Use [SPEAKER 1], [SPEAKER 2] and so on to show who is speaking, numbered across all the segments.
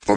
[SPEAKER 1] For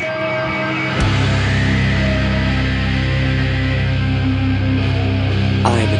[SPEAKER 2] I am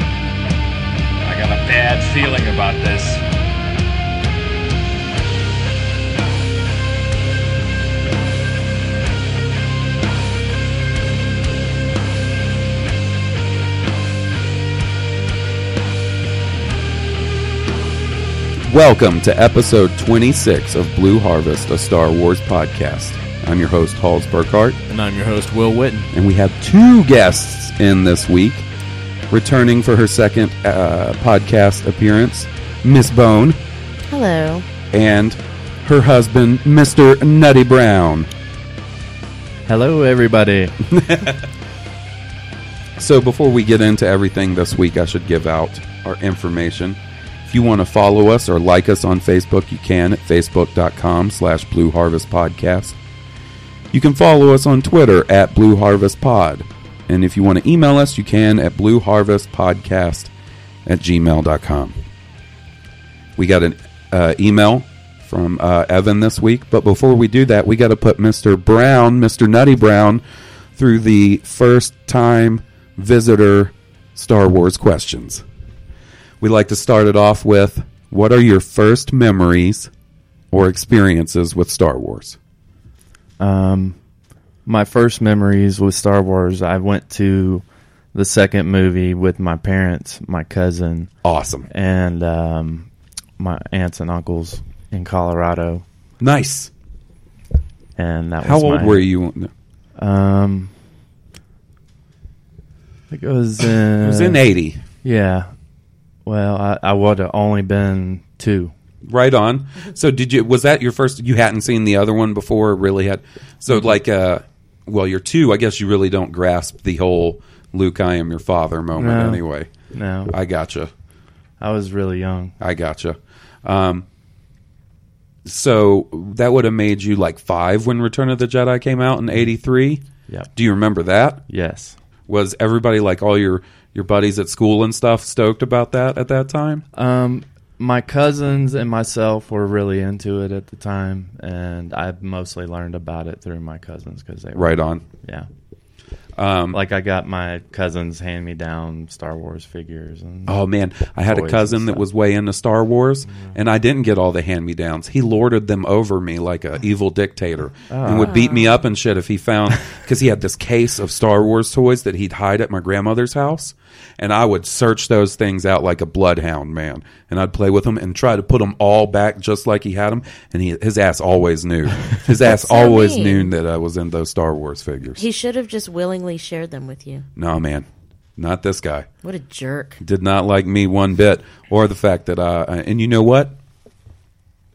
[SPEAKER 3] I got a bad feeling about this.
[SPEAKER 4] Welcome to episode 26 of Blue Harvest, a Star Wars podcast. I'm your host, Halls Burkhart,
[SPEAKER 5] And I'm your host, Will Witten.
[SPEAKER 4] and we have two guests in this week. Returning for her second uh, podcast appearance, Miss Bone
[SPEAKER 6] Hello.
[SPEAKER 4] and her husband, Mr. Nutty Brown.
[SPEAKER 5] Hello, everybody.
[SPEAKER 4] So before we get into everything this week, I should give out our information. If you want to follow us or like us on Facebook, you can at facebook.com slash Blue Harvest Podcast. You can follow us on Twitter at Blue Harvest Pod. And if you want to email us, you can at Blue Harvest Podcast at gmail.com. We got an uh, email from uh, Evan this week, but before we do that, we got to put Mr. Brown, Mr. Nutty Brown, through the first time visitor Star Wars questions. We like to start it off with what are your first memories or experiences with Star Wars?
[SPEAKER 5] Um, my first memories with Star Wars, I went to the second movie with my parents, my cousin,
[SPEAKER 4] Awesome.
[SPEAKER 5] and um, my aunts and uncles in Colorado.
[SPEAKER 4] Nice.
[SPEAKER 5] And that
[SPEAKER 4] How
[SPEAKER 5] was
[SPEAKER 4] old
[SPEAKER 5] my-
[SPEAKER 4] were you?
[SPEAKER 5] Um, I think it was in.
[SPEAKER 4] It was in 80.
[SPEAKER 5] Yeah. Well, I, I would have only been two.
[SPEAKER 4] Right on. So did you was that your first you hadn't seen the other one before really had so like uh well you're two, I guess you really don't grasp the whole Luke I am your father moment
[SPEAKER 5] No.
[SPEAKER 4] anyway.
[SPEAKER 5] No, I,
[SPEAKER 4] I gotcha.
[SPEAKER 5] was really young.
[SPEAKER 4] I gotcha. Um, so that would have made you like five when Return of the Jedi came out in '83.
[SPEAKER 5] Yep.
[SPEAKER 4] Do you remember that?
[SPEAKER 5] Yes.
[SPEAKER 4] Was everybody like all your your buddies at school and stuff stoked about that at that time?
[SPEAKER 5] Um, my cousins and myself were really into it at the time, and I mostly learned about it through my cousins because they were,
[SPEAKER 4] Right on.
[SPEAKER 5] yeah.
[SPEAKER 4] Um,
[SPEAKER 5] Like I got my cousins hand me down Star Wars figures, and
[SPEAKER 4] Oh man, I had a
[SPEAKER 5] Toys
[SPEAKER 4] cousin
[SPEAKER 5] and
[SPEAKER 4] that
[SPEAKER 5] stuff.
[SPEAKER 4] was way into Star Wars, and I didn't get all the hand me downs. He lorded them over me like a evil dictator, and would beat
[SPEAKER 6] Ah.
[SPEAKER 4] me up and shit if he found because he had this case of Star Wars toys that he'd hide at my grandmother's house, and I would search those things out like a bloodhound man, and I'd play with them and try to put them all back just like he had them, and he, his ass always knew. His ass
[SPEAKER 6] so
[SPEAKER 4] always
[SPEAKER 6] mean.
[SPEAKER 4] knew that I was in those Star Wars figures.
[SPEAKER 6] He should have just willingly shared them with you.
[SPEAKER 4] No man, not this guy.
[SPEAKER 6] What a jerk.
[SPEAKER 4] did not like me one bit, or the fact that I. And you know what?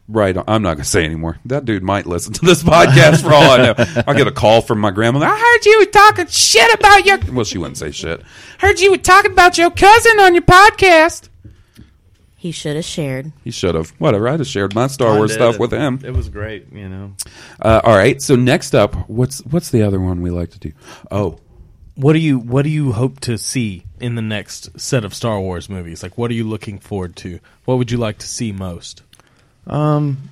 [SPEAKER 4] Right, on- I'm not going to say anymore. That dude might listen to this podcast for all I know. I get a call from my grandmother. I heard you were talking shit about your. Well, she wouldn't say shit. Heard you were talking about your cousin on your podcast.
[SPEAKER 6] He should have shared.
[SPEAKER 4] He should have. Whatever. I'd have shared my Star Wars stuff with him.
[SPEAKER 5] It was great, you know.
[SPEAKER 4] Uh, all right. So next up, what's what's the other one we like to do? Oh,
[SPEAKER 7] What do you What do you hope to see in the next set of Star Wars movies? Like, what are you looking forward to? What would you like to see most?
[SPEAKER 5] Um,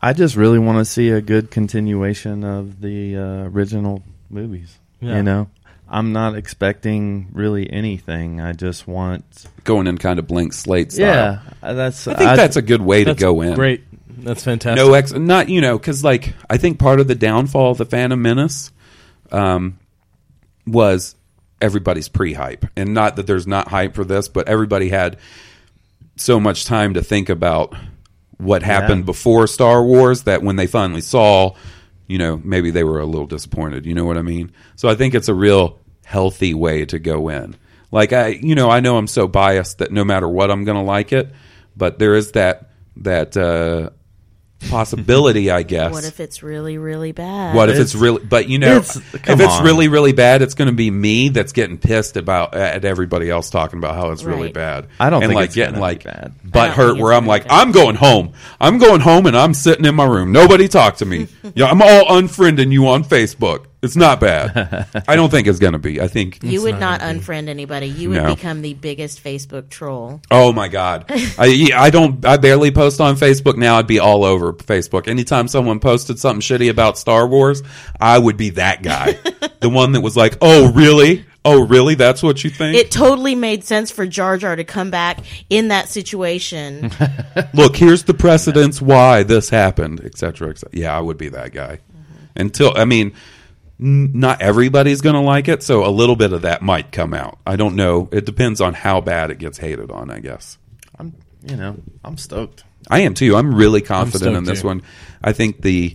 [SPEAKER 5] I just really want to see a good continuation of the uh, original movies.
[SPEAKER 7] Yeah.
[SPEAKER 5] You know, I'm not expecting really anything. I just want.
[SPEAKER 4] Going in kind of blank slate style.
[SPEAKER 5] Yeah, that's.
[SPEAKER 4] I think that's a good way to
[SPEAKER 7] That's
[SPEAKER 4] go in.
[SPEAKER 7] Great. That's fantastic.
[SPEAKER 4] no ex not you know because like i think part of the downfall of the phantom menace um, was everybody's pre-hype and not that there's not hype for this but everybody had so much time to think about what happened before star wars that when they finally saw you know maybe they were a little disappointed you know what i mean so i think it's a real healthy way to go in like i you know i know i'm so biased that no matter what i'm gonna like it but there is that that uh possibility i guess
[SPEAKER 6] What if it's really, really bad?
[SPEAKER 4] what if it's, really? But you know,
[SPEAKER 5] it's-
[SPEAKER 4] if
[SPEAKER 5] come
[SPEAKER 4] it's
[SPEAKER 5] on.
[SPEAKER 4] really really bad, it's going to be me that's getting pissed about at everybody else talking about how it's really
[SPEAKER 6] Right.
[SPEAKER 4] bad.
[SPEAKER 5] I don't
[SPEAKER 4] and
[SPEAKER 5] think
[SPEAKER 4] like
[SPEAKER 5] it's
[SPEAKER 4] getting
[SPEAKER 5] gonna
[SPEAKER 4] like
[SPEAKER 5] be bad.
[SPEAKER 4] butt
[SPEAKER 6] I don't
[SPEAKER 4] hurt
[SPEAKER 6] think
[SPEAKER 4] where
[SPEAKER 6] it's
[SPEAKER 4] I'm
[SPEAKER 6] gonna
[SPEAKER 4] like
[SPEAKER 6] be bad.
[SPEAKER 4] I'm going home. I'm going home and I'm sitting in my room. Nobody talk to me. yeah, I'm all unfriending you on Facebook. It's not bad. I don't think it's going to be. I think
[SPEAKER 6] you would not unfriend anybody. You would
[SPEAKER 4] No.
[SPEAKER 6] become the biggest Facebook troll.
[SPEAKER 4] Oh my god, I yeah, I don't I barely post on Facebook now. I'd be all over Facebook. Anytime someone posted something shitty about Star Wars, I would be that guy, the one that was like, "Oh really? Oh really? That's what you think?
[SPEAKER 6] It totally made sense for Jar Jar to come back in that situation.
[SPEAKER 4] Look, here's the precedence why this happened, etc. Cetera, et cetera. Yeah, I would be that guy. Until I mean, n- not everybody's going to like it, so a little bit of that might come out. I don't know. It depends on how bad it gets hated on, I guess.
[SPEAKER 5] I'm, you know, I'm stoked.
[SPEAKER 4] I am too. I'm really confident
[SPEAKER 7] stoked
[SPEAKER 4] in this
[SPEAKER 7] too.
[SPEAKER 4] one. I think the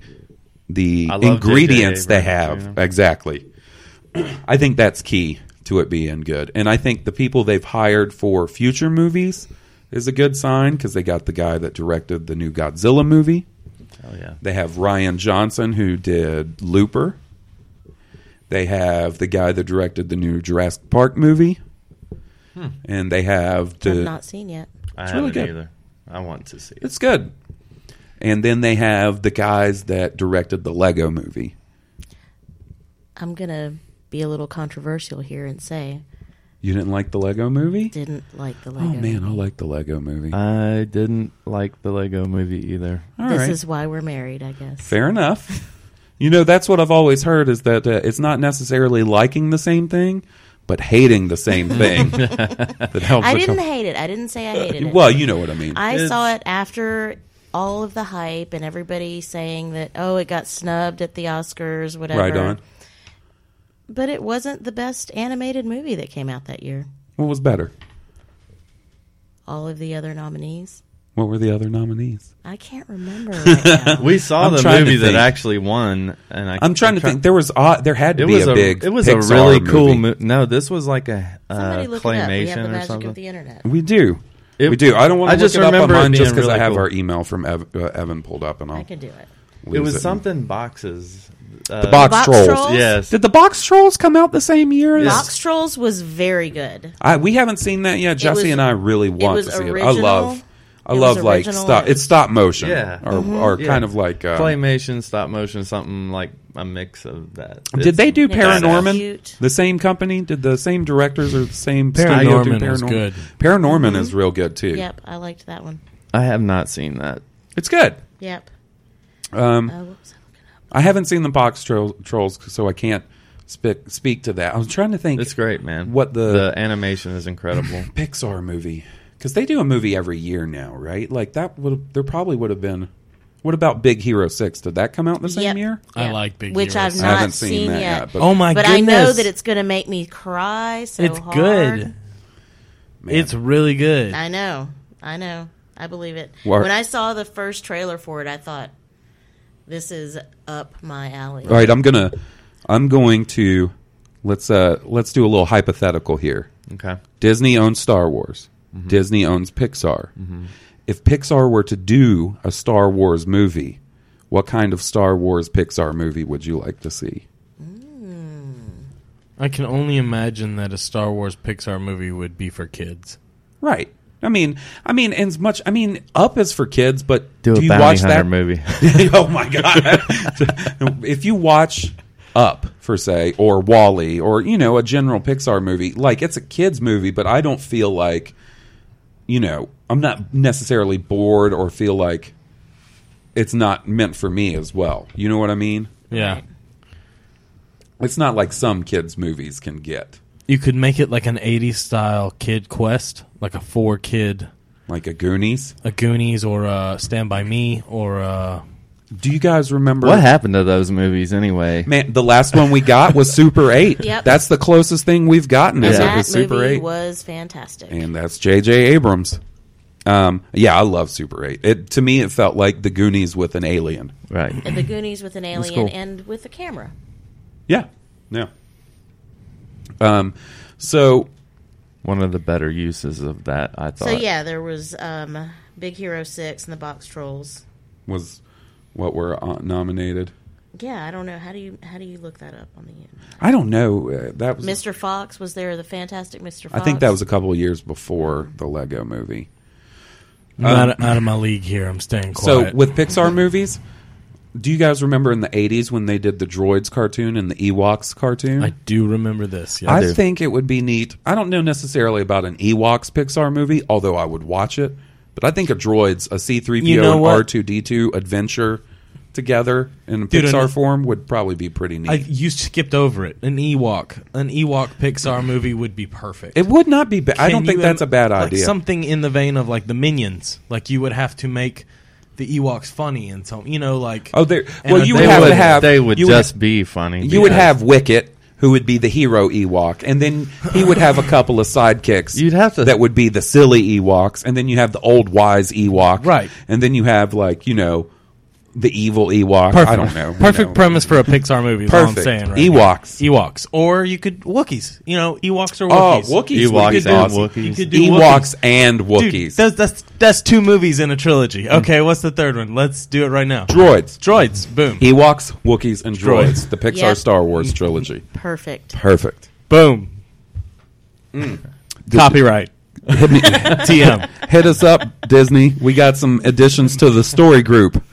[SPEAKER 4] the
[SPEAKER 5] I love
[SPEAKER 4] ingredients
[SPEAKER 5] JJ
[SPEAKER 4] they have
[SPEAKER 5] Abrams, you know?
[SPEAKER 4] exactly. I think that's key to it being good, and I think the people they've hired for future movies is a good sign because they got the guy that directed the new Godzilla movie.
[SPEAKER 5] Oh yeah.
[SPEAKER 4] They have Ryan Johnson who did Looper. They have the guy that directed the new Jurassic Park movie,
[SPEAKER 5] Hmm.
[SPEAKER 4] and they have the
[SPEAKER 6] I've not seen yet.
[SPEAKER 5] I
[SPEAKER 4] It's really
[SPEAKER 5] haven't
[SPEAKER 4] good.
[SPEAKER 5] either. I want to see it.
[SPEAKER 4] It's good. And then they have the guys that directed the Lego movie.
[SPEAKER 6] I'm gonna be a little controversial here and say
[SPEAKER 4] You didn't like the Lego movie?
[SPEAKER 6] didn't like the Lego.
[SPEAKER 4] Oh man, I like the Lego movie.
[SPEAKER 5] I didn't like the Lego movie either.
[SPEAKER 4] All
[SPEAKER 6] this
[SPEAKER 4] right.
[SPEAKER 6] is why we're married, I guess.
[SPEAKER 4] Fair enough. You know, that's what I've always heard is that uh, it's not necessarily liking the same thing, but hating the same thing. that helps.
[SPEAKER 6] I
[SPEAKER 4] a
[SPEAKER 6] didn't
[SPEAKER 4] couple-
[SPEAKER 6] hate it. I didn't say I hated it.
[SPEAKER 4] Well, you know Uh, what I mean.
[SPEAKER 6] I saw it after all of the hype and everybody saying that oh, it got snubbed at the Oscars, whatever.
[SPEAKER 4] right on.
[SPEAKER 6] But it wasn't the best animated movie that came out that year.
[SPEAKER 4] What was better?
[SPEAKER 6] All of the other nominees,
[SPEAKER 4] What were the other nominees?
[SPEAKER 6] I can't remember. Right now.
[SPEAKER 5] We saw
[SPEAKER 4] I'm
[SPEAKER 5] the
[SPEAKER 4] trying to
[SPEAKER 5] movie that
[SPEAKER 4] think.
[SPEAKER 5] actually won, and I,
[SPEAKER 4] I'm trying to
[SPEAKER 5] try-
[SPEAKER 4] think. There was uh, there had to
[SPEAKER 5] It
[SPEAKER 4] be
[SPEAKER 5] was
[SPEAKER 4] a, big.
[SPEAKER 5] It was
[SPEAKER 4] Pixar
[SPEAKER 5] a really cool.
[SPEAKER 4] movie.
[SPEAKER 5] Mo- no, this was like a uh,
[SPEAKER 6] Somebody look it up. We have the
[SPEAKER 5] claymation or
[SPEAKER 6] magic
[SPEAKER 5] something.
[SPEAKER 6] of the internet.
[SPEAKER 4] We do.
[SPEAKER 5] It-
[SPEAKER 4] we do. I don't want
[SPEAKER 5] I
[SPEAKER 4] to look
[SPEAKER 5] just
[SPEAKER 4] it up on
[SPEAKER 5] remember it
[SPEAKER 4] mine just
[SPEAKER 5] being
[SPEAKER 4] because I
[SPEAKER 5] really
[SPEAKER 4] have
[SPEAKER 5] cool.
[SPEAKER 4] our email from Ev- uh, Evan pulled up, and I'll
[SPEAKER 6] I can do it.
[SPEAKER 5] it
[SPEAKER 4] lose
[SPEAKER 5] was something boxes. Uh,
[SPEAKER 4] The box,
[SPEAKER 6] Box
[SPEAKER 4] trolls.
[SPEAKER 6] Trolls?
[SPEAKER 5] Yes.
[SPEAKER 4] Did the box trolls come out the same year? as-
[SPEAKER 6] Box Trolls was very good.
[SPEAKER 4] I, we haven't seen that yet. Jesse
[SPEAKER 6] was-
[SPEAKER 4] and I really want
[SPEAKER 6] was
[SPEAKER 4] to see it. I
[SPEAKER 6] original.
[SPEAKER 4] love. I
[SPEAKER 6] It was
[SPEAKER 4] love like
[SPEAKER 6] original
[SPEAKER 4] stop.
[SPEAKER 6] and- Mm-hmm.
[SPEAKER 4] It's stop motion.
[SPEAKER 5] Yeah.
[SPEAKER 4] Or, or
[SPEAKER 5] Yeah.
[SPEAKER 4] kind of like. Uh,
[SPEAKER 5] claymation, stop motion, something like a mix of that.
[SPEAKER 4] did they do
[SPEAKER 6] Nick is
[SPEAKER 4] Paranorman?
[SPEAKER 6] cute.
[SPEAKER 4] The same company? Did the same directors or the same
[SPEAKER 7] Paranorman
[SPEAKER 4] studio do
[SPEAKER 7] is good.
[SPEAKER 4] Paranorman is real good too.
[SPEAKER 6] Mm-hmm. Yep, I liked that one.
[SPEAKER 5] I have not seen that.
[SPEAKER 4] It's good.
[SPEAKER 6] Yep.
[SPEAKER 4] Um,
[SPEAKER 6] Oh, what was I looking up?
[SPEAKER 4] I haven't seen the box tro- trolls, so I can't speak speak to that. I was trying to think.
[SPEAKER 5] It's great, man.
[SPEAKER 4] What the-
[SPEAKER 5] the animation is incredible.
[SPEAKER 4] Pixar movie because they do a movie every year now, right? Like that would there probably would have been. What about Big Hero Six? Did that come out the same
[SPEAKER 6] Yep.
[SPEAKER 4] year?
[SPEAKER 7] I
[SPEAKER 6] Yep.
[SPEAKER 7] like Big
[SPEAKER 6] Which
[SPEAKER 7] Hero
[SPEAKER 6] I've
[SPEAKER 7] Six.
[SPEAKER 6] not
[SPEAKER 4] I haven't
[SPEAKER 6] seen,
[SPEAKER 4] seen that
[SPEAKER 6] yet.
[SPEAKER 4] yet,
[SPEAKER 6] But,
[SPEAKER 4] but-
[SPEAKER 7] Oh my
[SPEAKER 6] I know
[SPEAKER 7] goodness.
[SPEAKER 6] that it's going to make me cry so
[SPEAKER 7] It's
[SPEAKER 6] hard.
[SPEAKER 7] good. It's really good.
[SPEAKER 6] I know. I know. I believe it.
[SPEAKER 4] Wha-
[SPEAKER 6] When I saw the first trailer for it, I thought, "This is up my alley."
[SPEAKER 4] All right, I'm gonna, I'm going to, let's uh let's do a little hypothetical here.
[SPEAKER 5] okay.
[SPEAKER 4] Disney owns Star Wars.
[SPEAKER 5] Mm-hmm.
[SPEAKER 4] Disney owns Pixar. If Pixar were to do a Star Wars movie, what kind of Star Wars Pixar movie would you like to see?
[SPEAKER 7] I can only imagine that a Star Wars Pixar movie would be for kids.
[SPEAKER 4] Right. I mean, I mean, as much. I mean, Up is for kids, but
[SPEAKER 5] Do,
[SPEAKER 4] do,
[SPEAKER 5] a
[SPEAKER 4] you
[SPEAKER 5] bounty
[SPEAKER 4] watch
[SPEAKER 5] hunter
[SPEAKER 4] that
[SPEAKER 5] movie.
[SPEAKER 4] oh my god! if you watch Up for say, or Wally, or you know, a general Pixar movie, like it's a kids movie, but I don't feel like, you know, I'm not necessarily bored or feel like it's not meant for me as well. You know what I mean?
[SPEAKER 7] Yeah.
[SPEAKER 4] It's not like some kids' movies can get,
[SPEAKER 7] You could make it like an 80s style kid quest, like a four kid,
[SPEAKER 4] like a Goonies.
[SPEAKER 7] a Goonies or a Stand By Me or a.
[SPEAKER 4] Do you guys remember
[SPEAKER 5] What happened to those movies anyway?
[SPEAKER 4] Man, the last one we got was Super Eight.
[SPEAKER 6] Yep.
[SPEAKER 4] That's the closest thing we've gotten is it
[SPEAKER 6] That
[SPEAKER 4] was Super
[SPEAKER 6] movie
[SPEAKER 4] Eight,
[SPEAKER 6] was fantastic.
[SPEAKER 4] and that's J.J. Abrams. Um, yeah, I love Super Eight. It to me, it felt like the Goonies with an alien.
[SPEAKER 5] Right.
[SPEAKER 6] And the Goonies with an alien
[SPEAKER 5] cool.
[SPEAKER 6] and with a camera.
[SPEAKER 4] Yeah, yeah. Um, so
[SPEAKER 5] One of the better uses of that, I thought.
[SPEAKER 6] So yeah, there was um, Big Hero Six and the Box Trolls.
[SPEAKER 4] was what were uh, nominated.
[SPEAKER 6] Yeah, I don't know how do you how do you look that up on the end?
[SPEAKER 4] I don't know. Uh, that was
[SPEAKER 6] Mr. Fox was there, the Fantastic Mr.
[SPEAKER 4] I
[SPEAKER 6] Fox.
[SPEAKER 4] think that was a couple of years before the Lego Movie.
[SPEAKER 7] I'm out, out of my league here. I'm staying quiet.
[SPEAKER 4] Um, So with Pixar movies, do you guys remember in the '80s when they did the Droids cartoon and the Ewoks cartoon?
[SPEAKER 7] I do remember this. Yeah,
[SPEAKER 4] I think it would be neat. I don't know necessarily about an Ewoks Pixar movie, although I would watch it. But I think a Droids, a C three
[SPEAKER 7] You
[SPEAKER 4] PO
[SPEAKER 7] know
[SPEAKER 4] and
[SPEAKER 7] what?
[SPEAKER 4] R two D two adventure together in
[SPEAKER 7] Dude, I
[SPEAKER 4] Pixar
[SPEAKER 7] know-
[SPEAKER 4] form would probably be pretty neat.
[SPEAKER 7] I, you skipped over it. An Ewok, an Ewok Pixar movie would be perfect.
[SPEAKER 4] it would not be bad. I
[SPEAKER 7] Can
[SPEAKER 4] don't think
[SPEAKER 7] you
[SPEAKER 4] that's
[SPEAKER 7] im-
[SPEAKER 4] a bad
[SPEAKER 7] like
[SPEAKER 4] idea.
[SPEAKER 7] Something in the vein of like the Minions. Like you would have to make the Ewoks funny and some, you know, like
[SPEAKER 4] oh, there.
[SPEAKER 7] And
[SPEAKER 4] Well,
[SPEAKER 7] I
[SPEAKER 4] you
[SPEAKER 7] think
[SPEAKER 4] would
[SPEAKER 5] they
[SPEAKER 4] have
[SPEAKER 5] would
[SPEAKER 4] to have.
[SPEAKER 5] they would
[SPEAKER 4] you
[SPEAKER 5] just be funny.
[SPEAKER 4] You would
[SPEAKER 5] because
[SPEAKER 4] have Wicket, who would be the hero Ewok, and then he would have a couple of sidekicks.
[SPEAKER 5] You'd have to-
[SPEAKER 4] that would be the silly Ewoks, and then you have the old wise Ewok,
[SPEAKER 7] Right.
[SPEAKER 4] And then you have like you know the evil Ewok. I don't know. you
[SPEAKER 7] Perfect
[SPEAKER 4] know.
[SPEAKER 7] premise for a Pixar movie. Is
[SPEAKER 4] Perfect.
[SPEAKER 7] All I'm saying right
[SPEAKER 4] Ewoks.
[SPEAKER 7] now. Ewoks, or you could Wookiees. You know, Ewoks or
[SPEAKER 4] Oh,
[SPEAKER 7] Wookiees.
[SPEAKER 4] Wookiees.
[SPEAKER 5] Ewoks
[SPEAKER 4] we could do-
[SPEAKER 5] and Wookiees.
[SPEAKER 7] You could do
[SPEAKER 4] Ewoks and
[SPEAKER 7] Dude,
[SPEAKER 4] Wookiees.
[SPEAKER 7] that's, that's that's two movies in a trilogy. Okay, what's the third one? Let's do it right now.
[SPEAKER 4] droids.
[SPEAKER 7] Droids. Boom.
[SPEAKER 4] Ewoks, Wookiees, and droids.
[SPEAKER 7] Droids.
[SPEAKER 4] The Pixar
[SPEAKER 6] Yep.
[SPEAKER 4] Star Wars trilogy.
[SPEAKER 6] perfect.
[SPEAKER 4] Perfect.
[SPEAKER 7] Boom.
[SPEAKER 4] Mm.
[SPEAKER 7] Copyright.
[SPEAKER 4] Hit, me,
[SPEAKER 7] TM.
[SPEAKER 4] hit us up, Disney. We got some additions to the story group.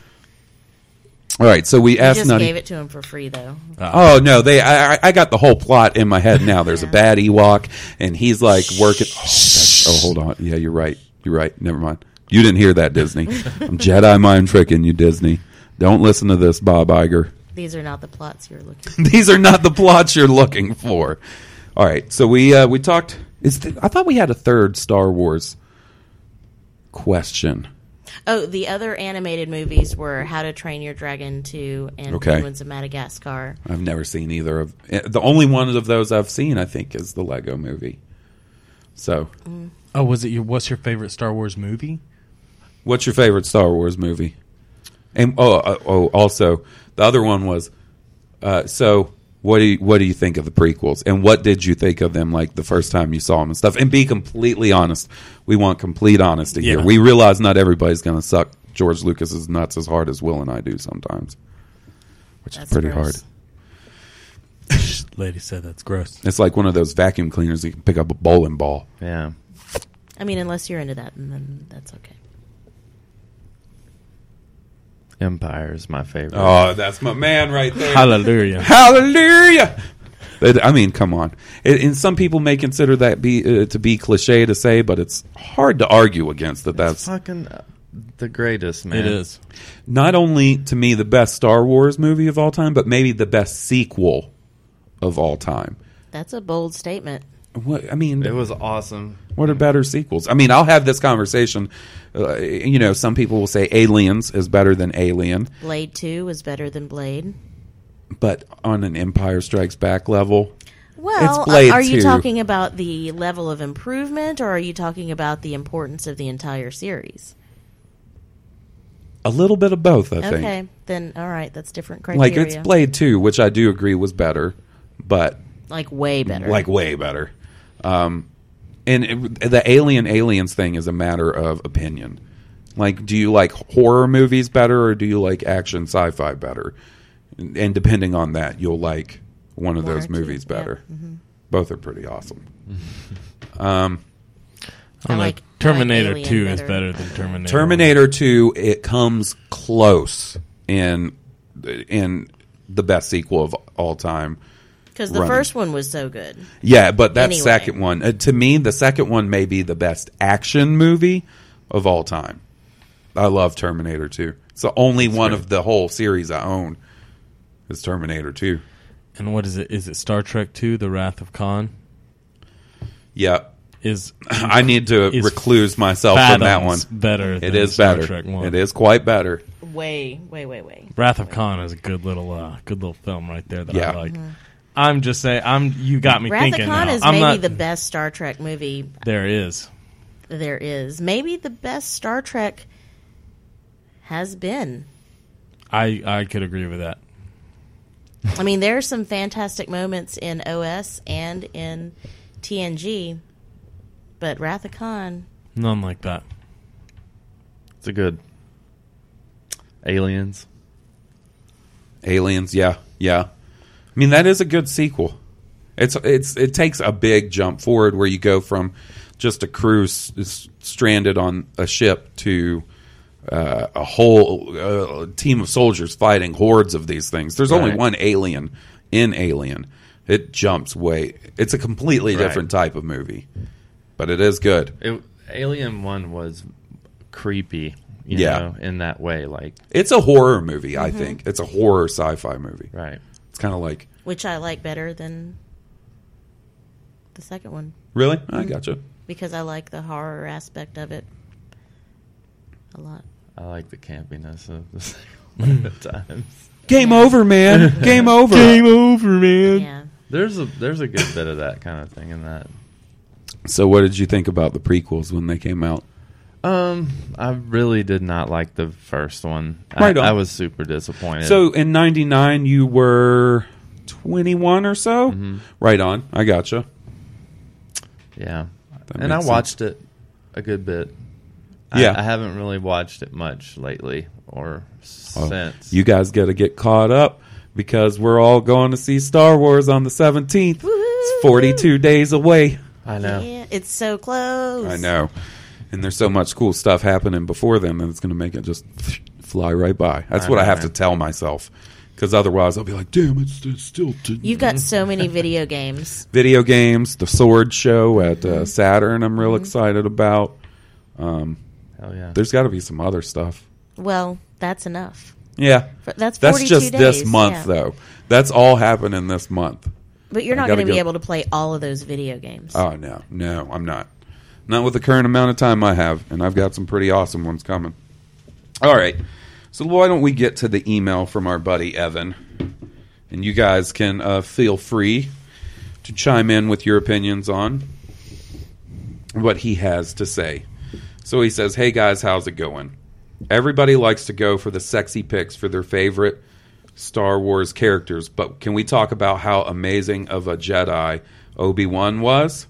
[SPEAKER 4] All right, so we
[SPEAKER 6] I
[SPEAKER 4] asked
[SPEAKER 6] just
[SPEAKER 4] Nutty.
[SPEAKER 6] gave it to him for free though.
[SPEAKER 4] Oh no, they! I, I- I got the whole plot in my head now. There's a bad Ewok, and he's like working. Oh, that's- oh, hold on. Yeah, you're right. You're right. Never mind. You didn't hear that, Disney. I'm Jedi mind tricking you, Disney. Don't listen to this, Bob Iger.
[SPEAKER 6] These are not the plots you're looking. for.
[SPEAKER 4] These are not the plots you're looking for. All right, so we uh, we talked. Is th- I thought we had a third Star Wars question.
[SPEAKER 6] Oh, the other animated movies were How to Train Your Dragon 2 and
[SPEAKER 4] Okay.
[SPEAKER 6] Penguins of Madagascar.
[SPEAKER 4] I've never seen either of eh, the only one of those I've seen. I think is the Lego Movie. So,
[SPEAKER 7] Oh, was it your? What's your favorite Star Wars movie?
[SPEAKER 4] What's your favorite Star Wars movie? And oh, uh, oh, also the other one was. Uh, so what do you, what do you think of the prequels? And what did you think of them? Like the first time you saw them and stuff. And be completely honest. We want complete honesty here.
[SPEAKER 7] Yeah.
[SPEAKER 4] We realize not everybody's going to suck George Lucas's nuts as hard as Will and I do sometimes, which
[SPEAKER 6] That's
[SPEAKER 4] is pretty
[SPEAKER 6] gross.
[SPEAKER 4] hard.
[SPEAKER 7] Lady said that's gross.
[SPEAKER 4] It's like one of those vacuum cleaners you can pick up a bowling ball.
[SPEAKER 5] Yeah.
[SPEAKER 6] I mean, unless you're into that, and then that's okay.
[SPEAKER 5] Empire is my favorite.
[SPEAKER 4] Oh, that's my man right there.
[SPEAKER 7] Hallelujah.
[SPEAKER 4] Hallelujah. It- I mean, come on. It, and some people may consider that be uh, to be cliche to say, but it's hard to argue against that.
[SPEAKER 5] That's
[SPEAKER 4] That's
[SPEAKER 5] fucking uh, the greatest, man.
[SPEAKER 7] It is.
[SPEAKER 4] not only to me the best Star Wars movie of all time, but maybe the best sequel of all time.
[SPEAKER 6] That's a bold statement.
[SPEAKER 4] What I mean,
[SPEAKER 5] It was awesome.
[SPEAKER 4] what are better sequels? I mean, I'll have this conversation. Uh, you know, some people will say Aliens is better than Alien,
[SPEAKER 6] Blade 2 was better than Blade.
[SPEAKER 4] but on an Empire Strikes Back level,
[SPEAKER 6] Well, uh,
[SPEAKER 4] It's Blade
[SPEAKER 6] are you
[SPEAKER 4] 2.
[SPEAKER 6] talking about the level of improvement, or are you talking about the importance of the entire series?
[SPEAKER 4] a little bit of both. I think.
[SPEAKER 6] Okay, then all right, that's different
[SPEAKER 4] Like
[SPEAKER 6] criteria.
[SPEAKER 4] it's Blade Two, which I do agree was better, but
[SPEAKER 6] Like, way better.
[SPEAKER 4] like way better. Um, and it, the alien aliens thing is a matter of opinion. Like, do you like horror movies better or do you like action sci-fi better? And, and depending on that, you'll like one of
[SPEAKER 6] One
[SPEAKER 4] those
[SPEAKER 6] or two,
[SPEAKER 4] movies
[SPEAKER 6] yeah, Mm-hmm.
[SPEAKER 4] better. Both are pretty awesome.
[SPEAKER 6] I
[SPEAKER 7] I'm like,
[SPEAKER 6] like- I like
[SPEAKER 7] Terminator
[SPEAKER 6] Alien
[SPEAKER 7] 2 is
[SPEAKER 6] better.
[SPEAKER 7] better than Terminator.
[SPEAKER 4] Terminator Two, it comes close in in the best sequel of all time.
[SPEAKER 6] Because the
[SPEAKER 4] Running.
[SPEAKER 6] first one was so good.
[SPEAKER 4] Yeah, but that
[SPEAKER 6] Anyway.
[SPEAKER 4] second one, uh, to me, the second one may be the best action movie of all time. I love Terminator 2. It's the only one of the whole series I own is Terminator 2.
[SPEAKER 7] And what is it? Is it Star Trek Two: The Wrath of Khan?
[SPEAKER 4] Yeah,
[SPEAKER 7] Is
[SPEAKER 4] I need to
[SPEAKER 7] Is
[SPEAKER 4] recluse myself from that one.
[SPEAKER 7] fathoms better?
[SPEAKER 4] It
[SPEAKER 7] than
[SPEAKER 4] is
[SPEAKER 7] Star
[SPEAKER 4] better.
[SPEAKER 7] Trek One.
[SPEAKER 4] It is quite better.
[SPEAKER 6] Way, way, way, way.
[SPEAKER 7] Wrath of Khan is a good little, uh, good little film right there that
[SPEAKER 4] Yeah.
[SPEAKER 7] I like. I'm just saying, I'm you got me
[SPEAKER 6] Wrath
[SPEAKER 7] thinking.
[SPEAKER 6] of Khan
[SPEAKER 7] now.
[SPEAKER 6] is
[SPEAKER 7] I'm
[SPEAKER 6] maybe
[SPEAKER 7] not,
[SPEAKER 6] the best Star Trek movie
[SPEAKER 7] there is.
[SPEAKER 6] there is. Maybe the best Star Trek has been.
[SPEAKER 7] I I could agree with that.
[SPEAKER 6] I mean, there are some fantastic moments in OS and in TNG, but Wrath of Khan,
[SPEAKER 7] None like that.
[SPEAKER 5] It's a good aliens.
[SPEAKER 4] Aliens, yeah, yeah. I mean, that is a good sequel. It's it's it takes a big jump forward where you go from just a crew s- s- stranded on a ship to uh, a whole uh, team of soldiers fighting hordes of these things. There's only
[SPEAKER 5] Right.
[SPEAKER 4] one alien in Alien. It jumps way. It's a completely
[SPEAKER 5] Right.
[SPEAKER 4] different type of movie, but it is good.
[SPEAKER 5] It, Alien One was creepy, you
[SPEAKER 4] Yeah.
[SPEAKER 5] know, in that way. Like,
[SPEAKER 4] It's a horror movie.
[SPEAKER 5] Mm-hmm.
[SPEAKER 4] I think it's a horror sci-fi movie.
[SPEAKER 5] right?
[SPEAKER 4] It's kind of like
[SPEAKER 6] which I like better than the second one
[SPEAKER 4] really. I gotcha.
[SPEAKER 6] because I like the horror aspect of it a lot.
[SPEAKER 5] I like the campiness of the second one at times.
[SPEAKER 4] Game over, man. Game over.
[SPEAKER 7] over, man.
[SPEAKER 6] Yeah.
[SPEAKER 5] There's a there's a good bit of that kind of thing in that.
[SPEAKER 4] So, what did you think about the prequels when they came out?
[SPEAKER 5] Um, I really did not like the first one.
[SPEAKER 4] Right on.
[SPEAKER 5] I, I was super disappointed.
[SPEAKER 4] So, in '99, you were 21 or so. Right on. I gotcha.
[SPEAKER 5] yeah,
[SPEAKER 4] That
[SPEAKER 5] and I
[SPEAKER 4] makes
[SPEAKER 5] watched it a good bit. I-
[SPEAKER 4] Yeah.
[SPEAKER 5] I, haven't really watched it much lately or since.
[SPEAKER 4] Oh. You guys got to get caught up because we're all going to see Star Wars on the 17th. It's 42 days away.
[SPEAKER 5] I know.
[SPEAKER 6] Yeah, it's so close.
[SPEAKER 4] I know. And there's so much cool stuff happening before then that it's going to make it just fly right by. That's
[SPEAKER 5] I
[SPEAKER 4] what I
[SPEAKER 5] know,
[SPEAKER 4] have
[SPEAKER 5] man.
[SPEAKER 4] to tell myself because otherwise I'll be like, damn, it's, it's still. T-
[SPEAKER 6] You've got
[SPEAKER 4] Mm-hmm.
[SPEAKER 6] so many video games.
[SPEAKER 4] video games, the sword show at
[SPEAKER 6] Mm-hmm.
[SPEAKER 4] uh, Saturn. I'm real excited about.
[SPEAKER 5] Hell Oh, yeah.
[SPEAKER 4] There's got to be some other stuff.
[SPEAKER 6] Well, that's enough.
[SPEAKER 4] Yeah,
[SPEAKER 6] F- That's 42
[SPEAKER 4] that's just
[SPEAKER 6] days,
[SPEAKER 4] this month,
[SPEAKER 6] yeah.
[SPEAKER 4] though. That's all happening this month.
[SPEAKER 6] But you're
[SPEAKER 4] I
[SPEAKER 6] not
[SPEAKER 4] gotta
[SPEAKER 6] going to be
[SPEAKER 4] go-
[SPEAKER 6] able to play all of those video games.
[SPEAKER 4] Oh no, no, I'm not. Not with the current amount of time I have, and I've got some pretty awesome ones coming. All right, so why don't we get to the email from our buddy Evan, and you guys can uh, feel free to chime in with your opinions on what he has to say. So he says, "Hey guys, how's it going? Everybody likes to go for the sexy pics for their favorite Star Wars characters, but can we talk about how amazing of a Jedi Obi Wan was?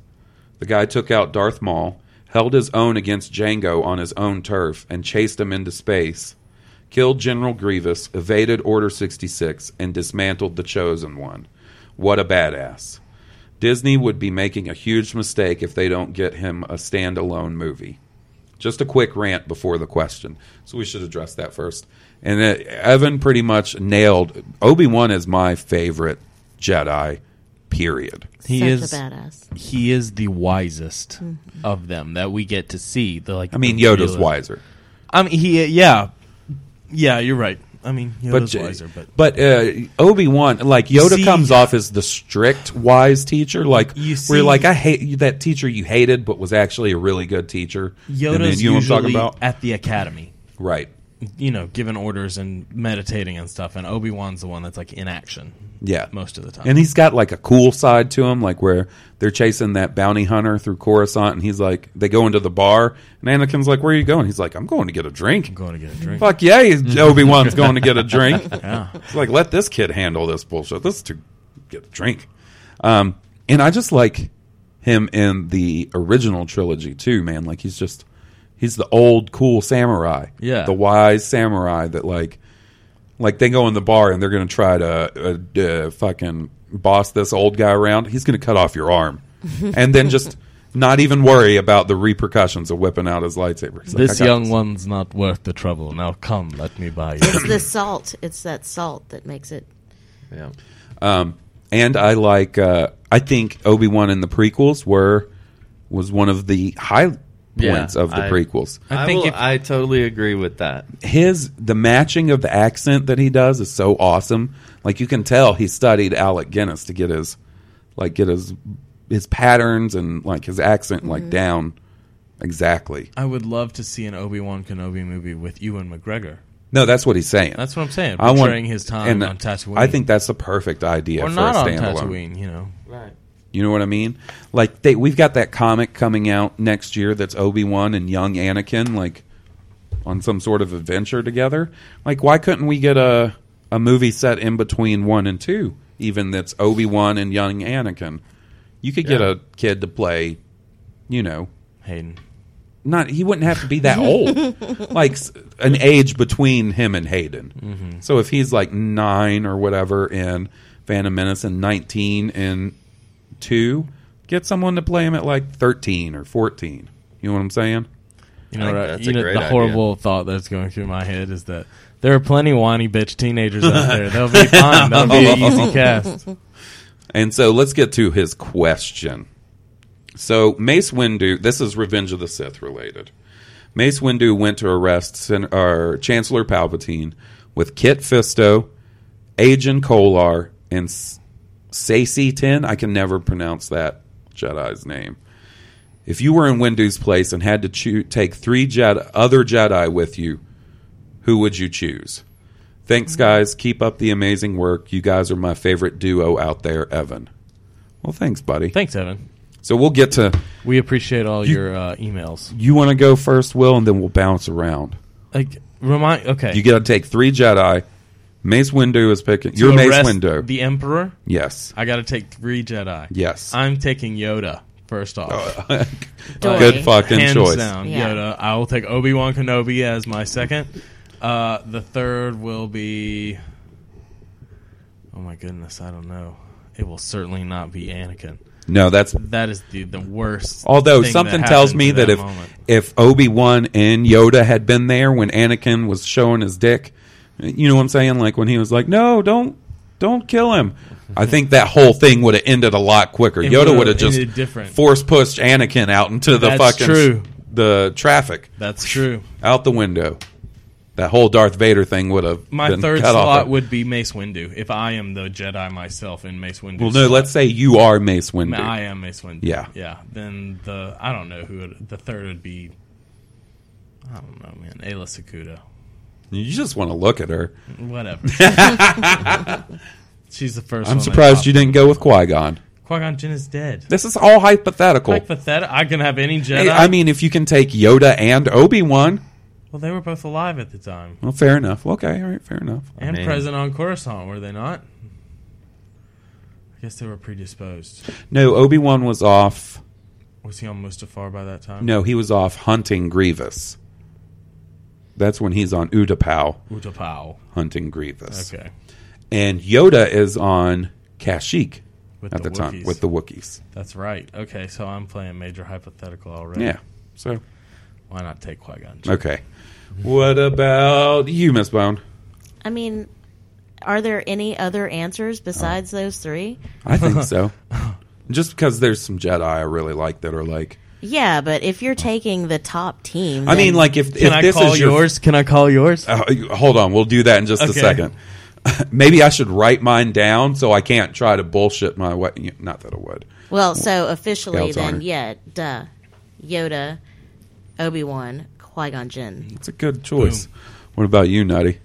[SPEAKER 4] The guy took out Darth Maul, held his own against Django on his own turf, and chased him into space, killed General Grievous, evaded Order 66, and dismantled the Chosen One. What a badass. Disney would be making a huge mistake if they don't get him a standalone movie just a quick rant before the question. So we should address that first. And uh, Evan pretty much nailed Obi Wan is my favorite Jedi. Period.
[SPEAKER 7] He
[SPEAKER 6] Such
[SPEAKER 7] is
[SPEAKER 6] a Mm-hmm. badass.
[SPEAKER 7] he is the wisest of them that we get to see. The like,
[SPEAKER 4] I mean,
[SPEAKER 7] the
[SPEAKER 4] Yoda's
[SPEAKER 7] realest-
[SPEAKER 4] wiser,
[SPEAKER 7] I mean, he yeah, yeah. You're right. I mean, Yoda's
[SPEAKER 4] J-
[SPEAKER 7] wiser, but
[SPEAKER 4] but uh, Obi Wan, like Yoda,
[SPEAKER 7] See-
[SPEAKER 4] comes off as the strict, wise teacher. Like
[SPEAKER 7] You
[SPEAKER 4] we're
[SPEAKER 7] see-
[SPEAKER 4] like, I hate you- that teacher you hated, but was actually a really good teacher. And then-
[SPEAKER 7] Yoda's
[SPEAKER 4] you know what I'm
[SPEAKER 7] usually
[SPEAKER 4] talking about,
[SPEAKER 7] at the academy,
[SPEAKER 4] right?
[SPEAKER 7] you know, giving orders and meditating and stuff. And Obi Wan's the one that's like in action
[SPEAKER 4] Yeah,
[SPEAKER 7] most of the time.
[SPEAKER 4] And he's got like a cool side to him, like where they're chasing that bounty hunter through Coruscant, and he's like, they go into the bar, and Anakin's like, "Where are you going?" He's like, "I'm going to get a drink."
[SPEAKER 7] going to get a drink.
[SPEAKER 4] Fuck yeah, Obi Wan's going to get a drink. It's like let this kid handle this bullshit. This is to get a drink. Um, and I just like him in the original trilogy too, man. Like he's just he's the old cool samurai,
[SPEAKER 7] Yeah.
[SPEAKER 4] the wise samurai that like like they go in the bar and they're going to try to uh, uh, fucking boss this old guy around. He's going to cut off your arm, and then just not even worry about the repercussions of whipping out his lightsaber. He's like,
[SPEAKER 7] This
[SPEAKER 4] "I got
[SPEAKER 7] young
[SPEAKER 4] this."
[SPEAKER 7] one's not worth the trouble. Now come, let me buy you.
[SPEAKER 6] It's the salt. It's that salt that makes it.
[SPEAKER 5] Yeah.
[SPEAKER 4] Um, and I like. Uh, I think Obi Wan in the prequels were was one of the high
[SPEAKER 5] Yeah,
[SPEAKER 4] points of the
[SPEAKER 5] I-
[SPEAKER 4] prequels.
[SPEAKER 5] I,
[SPEAKER 7] think
[SPEAKER 5] will-
[SPEAKER 7] if-
[SPEAKER 5] I totally agree with that.
[SPEAKER 4] His the matching of the accent that he does is so awesome. Like you can tell he studied Alec Guinness to get his like get his his patterns and like his accent
[SPEAKER 7] Mm-hmm.
[SPEAKER 4] like down exactly.
[SPEAKER 7] I would love to see an Obi Wan Kenobi movie with Ewan McGregor.
[SPEAKER 4] No, that's what he's saying.
[SPEAKER 7] That's what I'm saying.
[SPEAKER 4] I want-
[SPEAKER 7] Portraying his time
[SPEAKER 4] and
[SPEAKER 7] on Tatooine.
[SPEAKER 4] I think that's the perfect idea
[SPEAKER 7] or
[SPEAKER 4] for
[SPEAKER 7] not
[SPEAKER 4] a
[SPEAKER 7] on
[SPEAKER 4] standalone.
[SPEAKER 7] Tatooine. You know,
[SPEAKER 4] You know what I mean? Like they, we've got that comic coming out next year that's Obi Wan and young Anakin, like on some sort of adventure together. Like, why couldn't we get a a movie set in between one and two, even that's Obi Wan and young Anakin? You could get a kid to play, you know,
[SPEAKER 7] Hayden.
[SPEAKER 4] not he wouldn't have to be that old, like s- an age between him and Hayden. So if he's like nine or whatever in Phantom Menace and nineteen in two, get someone to play him at like thirteen or fourteen. You know what I'm saying?
[SPEAKER 8] I
[SPEAKER 7] You know,
[SPEAKER 8] think
[SPEAKER 7] right,
[SPEAKER 8] that's
[SPEAKER 7] uh, you
[SPEAKER 8] a
[SPEAKER 7] know
[SPEAKER 8] great
[SPEAKER 7] the
[SPEAKER 8] idea.
[SPEAKER 7] horrible thought that's going through my head is that there are plenty of whiny bitch teenagers out there. They'll be fine. That'll be an easy cast.
[SPEAKER 4] And so let's get to his question. So Mace Windu, this is Revenge of the Sith related. Mace Windu went to arrest Sen- or Chancellor Palpatine with Kit Fisto, Agent Kolar, and S- Sacy Ten. I can never pronounce that Jedi's name. If you were in Windu's place and had to choo- take three Jedi, other Jedi with you, who would you choose? Thanks, guys. Keep up the amazing work. You guys are my favorite duo out there, Evan. Well, thanks, buddy.
[SPEAKER 7] Thanks, Evan.
[SPEAKER 4] so we'll get to
[SPEAKER 7] We appreciate all your uh, emails.
[SPEAKER 4] you. Want to go first, Will, and then we'll bounce around.
[SPEAKER 7] Like remind. Okay,
[SPEAKER 4] You got to take three Jedi. Mace Windu is picking.
[SPEAKER 7] To
[SPEAKER 4] your Mace
[SPEAKER 7] arrest
[SPEAKER 4] Windu.
[SPEAKER 7] the Emperor.
[SPEAKER 4] yes.
[SPEAKER 7] I got to take three Jedi.
[SPEAKER 4] Yes.
[SPEAKER 7] I'm taking Yoda first
[SPEAKER 8] Oh,
[SPEAKER 7] off.
[SPEAKER 6] Dory.
[SPEAKER 4] Uh, Good fucking
[SPEAKER 7] Hands
[SPEAKER 4] choice.
[SPEAKER 7] down,
[SPEAKER 6] Yeah.
[SPEAKER 7] Yoda. I will take Obi Wan Kenobi as my second. Uh, the third will be. Oh my goodness, I don't know. It will certainly not be Anakin.
[SPEAKER 4] No, that's.
[SPEAKER 7] That is the the worst.
[SPEAKER 4] Although
[SPEAKER 7] thing
[SPEAKER 4] something
[SPEAKER 7] that
[SPEAKER 4] tells
[SPEAKER 7] happened
[SPEAKER 4] me
[SPEAKER 7] to
[SPEAKER 4] that if
[SPEAKER 7] moment.
[SPEAKER 4] if Obi Wan and Yoda had been there when Anakin was showing his dick, you know what I'm saying? Like when he was like, "No, don't, don't kill him." I think that whole thing would have ended a lot quicker.
[SPEAKER 7] It
[SPEAKER 4] Yoda
[SPEAKER 7] would've
[SPEAKER 4] would have just
[SPEAKER 7] ended different.
[SPEAKER 4] force pushed Anakin out into the
[SPEAKER 7] That's
[SPEAKER 4] fucking
[SPEAKER 7] true.
[SPEAKER 4] the traffic
[SPEAKER 7] that's true,
[SPEAKER 4] out the window. That whole Darth Vader thing would have
[SPEAKER 7] my
[SPEAKER 4] been
[SPEAKER 7] third
[SPEAKER 4] cut
[SPEAKER 7] slot
[SPEAKER 4] off.
[SPEAKER 7] would be Mace Windu. If I am the Jedi myself in Mace Windu,
[SPEAKER 4] well, no, let's say you are Mace Windu.
[SPEAKER 7] I am Mace Windu.
[SPEAKER 4] Yeah.
[SPEAKER 7] yeah. Then the I don't know who would, the third would be. I don't know, man. Ayla Sakuda.
[SPEAKER 4] you just want to look at her.
[SPEAKER 7] Whatever. She's the first.
[SPEAKER 4] I'm surprised you didn't go with Qui Gon.
[SPEAKER 7] Qui Gon Jinn is dead.
[SPEAKER 4] This is all hypothetical.
[SPEAKER 7] Hypothetical. I can have any Jedi.
[SPEAKER 4] Oh. Hey, I mean, if you can take Yoda and Obi Wan,
[SPEAKER 7] well, they were both alive at the time
[SPEAKER 4] well, fair enough. Okay, all right, fair enough.
[SPEAKER 7] and
[SPEAKER 5] mean-
[SPEAKER 7] present on Coruscant, were they not? I guess they were predisposed.
[SPEAKER 4] No, Obi Wan was off.
[SPEAKER 7] Was he on Mustafar by that time?
[SPEAKER 4] No, he was off hunting Grievous. That's when he's on Utapau
[SPEAKER 7] Utapau.
[SPEAKER 4] hunting Grievous,
[SPEAKER 7] Okay.
[SPEAKER 4] and Yoda is on Kashyyyk
[SPEAKER 7] With
[SPEAKER 4] at the, time
[SPEAKER 7] Wookiees.
[SPEAKER 4] with the Wookiees.
[SPEAKER 7] That's right. Okay, so I'm playing major hypothetical already.
[SPEAKER 4] Yeah. So
[SPEAKER 7] Why not take Qui Gon?
[SPEAKER 4] okay, what about you, Miss Bone?
[SPEAKER 6] I mean, are there any other answers besides those three?
[SPEAKER 4] I think so. Just because there's some Jedi I really like that are like.
[SPEAKER 6] Yeah, but if you're taking the top team,
[SPEAKER 4] I
[SPEAKER 6] then-
[SPEAKER 4] mean, like if
[SPEAKER 7] Can
[SPEAKER 4] if
[SPEAKER 7] I
[SPEAKER 4] this
[SPEAKER 7] call
[SPEAKER 4] is your
[SPEAKER 7] yours? Can I call yours?
[SPEAKER 4] Uh, you- hold on, we'll do that in just a
[SPEAKER 7] Okay.
[SPEAKER 4] second. Maybe I should write mine down so I can't try to bullshit my way. you- Not that I would.
[SPEAKER 6] well, so officially,
[SPEAKER 4] Scout's
[SPEAKER 6] then
[SPEAKER 4] honor.
[SPEAKER 6] yeah, duh, Yoda, Obi Wan, Qui Gon Jinn.
[SPEAKER 4] It's a good choice. What about you, Nutty?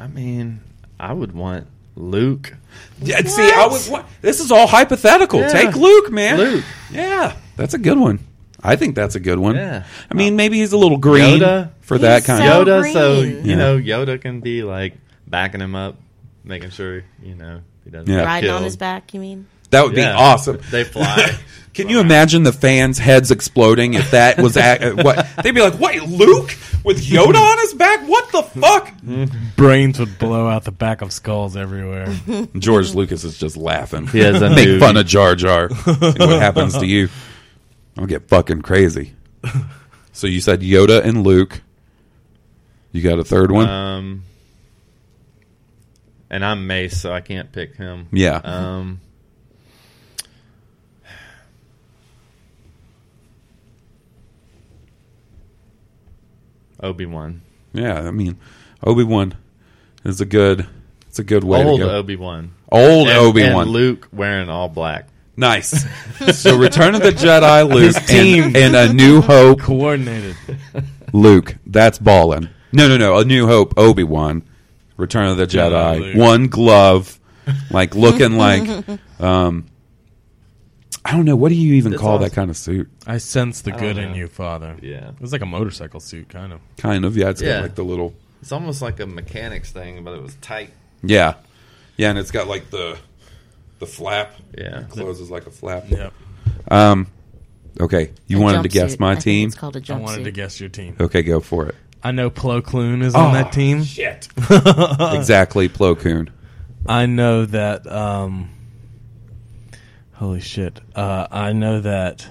[SPEAKER 5] I mean, I would want Luke.
[SPEAKER 4] Yeah, see, I was. What? This is all hypothetical.
[SPEAKER 5] Yeah.
[SPEAKER 4] Take Luke, man.
[SPEAKER 5] Luke.
[SPEAKER 4] Yeah, that's a good one. I think that's a good one.
[SPEAKER 5] Yeah.
[SPEAKER 4] I mean, maybe he's a little green
[SPEAKER 5] Yoda?
[SPEAKER 4] for that
[SPEAKER 6] He's
[SPEAKER 4] kind
[SPEAKER 6] so-
[SPEAKER 4] of.
[SPEAKER 5] Yoda, so
[SPEAKER 6] green.
[SPEAKER 4] Yeah.
[SPEAKER 5] you know, Yoda can be like backing him up, making sure you know he doesn't
[SPEAKER 4] Yeah.
[SPEAKER 5] get
[SPEAKER 6] Riding on
[SPEAKER 5] killed.
[SPEAKER 6] his back, you mean?
[SPEAKER 4] That would
[SPEAKER 5] Yeah.
[SPEAKER 4] be awesome.
[SPEAKER 5] They fly.
[SPEAKER 4] Can you imagine the fans' heads exploding if that was ac- what they'd be like? What Luke with Yoda on his back? What the fuck?
[SPEAKER 7] Brains would blow out the back of skulls everywhere.
[SPEAKER 4] George Lucas is just laughing.
[SPEAKER 5] He has a
[SPEAKER 4] Make
[SPEAKER 5] new-
[SPEAKER 4] fun of Jar Jar. See what happens to you? I'll get fucking crazy. So you said Yoda and Luke. You got a third one?
[SPEAKER 5] um, and I'm Mace, so I can't pick him.
[SPEAKER 4] yeah.
[SPEAKER 5] Um, Obi Wan,
[SPEAKER 4] Yeah, I mean, Obi Wan is a good. It's a good way
[SPEAKER 5] old
[SPEAKER 4] to go.
[SPEAKER 5] Obi Wan,
[SPEAKER 4] old Obi
[SPEAKER 5] and
[SPEAKER 4] Wan.
[SPEAKER 5] Luke wearing all black.
[SPEAKER 4] Nice. so Return of the Jedi, Luke,
[SPEAKER 7] team.
[SPEAKER 4] and, and a New Hope,
[SPEAKER 7] Coordinated.
[SPEAKER 4] Luke. That's ballin'. No, no, no. A New Hope, Obi Wan. Return of the
[SPEAKER 7] Jedi,
[SPEAKER 4] Jedi.
[SPEAKER 7] Luke.
[SPEAKER 4] One glove, like looking like. Um, I don't know. What do you even
[SPEAKER 5] That's
[SPEAKER 4] call that
[SPEAKER 5] awesome.
[SPEAKER 4] kind of suit?
[SPEAKER 7] I sense the good in
[SPEAKER 5] know.
[SPEAKER 7] you, Father.
[SPEAKER 5] Yeah.
[SPEAKER 7] It was like a motorcycle suit, kind of.
[SPEAKER 4] Kind of. Yeah, it's
[SPEAKER 5] Yeah.
[SPEAKER 4] got like the little.
[SPEAKER 5] It's almost like a mechanics thing, but it was tight.
[SPEAKER 4] Yeah, yeah, and it's got like the the flap.
[SPEAKER 5] Yeah.
[SPEAKER 4] It closes like a flap.
[SPEAKER 7] Yep.
[SPEAKER 4] Okay, you
[SPEAKER 6] A
[SPEAKER 4] wanted to guess
[SPEAKER 6] jumpsuit.
[SPEAKER 4] my
[SPEAKER 6] I think
[SPEAKER 4] team.
[SPEAKER 6] It's called a
[SPEAKER 7] I
[SPEAKER 6] jumpsuit.
[SPEAKER 7] wanted to guess your team.
[SPEAKER 4] Okay, go for it.
[SPEAKER 7] I know Plo Koon is on that team.
[SPEAKER 4] Oh, Shit.
[SPEAKER 5] Uh-uh.
[SPEAKER 4] exactly, Plo Koon.
[SPEAKER 7] I know that. Um, holy shit! Uh, I know that